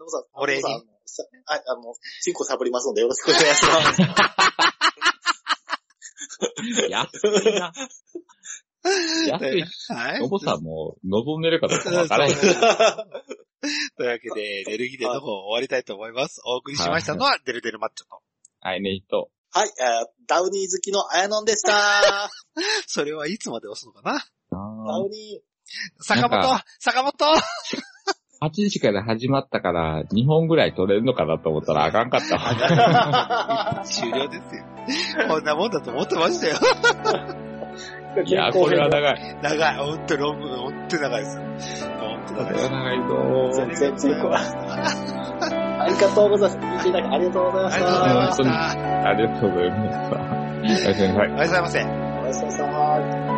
Speaker 3: どうもさん。
Speaker 1: お礼に
Speaker 3: どうもさんはい、あの、チンコサボりますのでよろしくお願い
Speaker 1: [LAUGHS]
Speaker 3: します。
Speaker 2: 安いな。安いし。
Speaker 1: はい。
Speaker 2: のぼさんも望んでるかどうか
Speaker 1: そう
Speaker 2: わ
Speaker 1: そ
Speaker 2: から
Speaker 1: う
Speaker 2: へん。
Speaker 1: というわけで、寝る日での方、終わりたいと思います。お送りしましたのは、デルデルマッチョと。
Speaker 2: はい、ね、人。
Speaker 3: はい、えーダウニー好きのあやのんでした。
Speaker 1: それはいつまで押すのかな
Speaker 3: ダ
Speaker 2: あ
Speaker 3: ウニ
Speaker 1: 坂
Speaker 2: な
Speaker 1: 本坂本
Speaker 2: ー8時から始まったから、2本ぐらい取れるのかなと思ったらあかんかったわ。
Speaker 3: ー。
Speaker 1: 終了ですよ。こんなもんだと思ってましたよ。
Speaker 2: いや、これは長い。
Speaker 1: 長い。ほんとロング、ほんと長いです。ほんと
Speaker 2: こ
Speaker 1: 長い
Speaker 2: れ
Speaker 1: です
Speaker 2: は。長いぞ
Speaker 3: 全然全然
Speaker 1: [LAUGHS]
Speaker 3: 怖い。ありがとうございます。見ていただきありがとうございま
Speaker 1: あ
Speaker 3: し
Speaker 1: りがとうござい
Speaker 3: た
Speaker 1: ま。した。
Speaker 2: 啊ありがとうございました。おやすみなさい。
Speaker 1: おやすみなさいませ。
Speaker 3: おやすみなさい。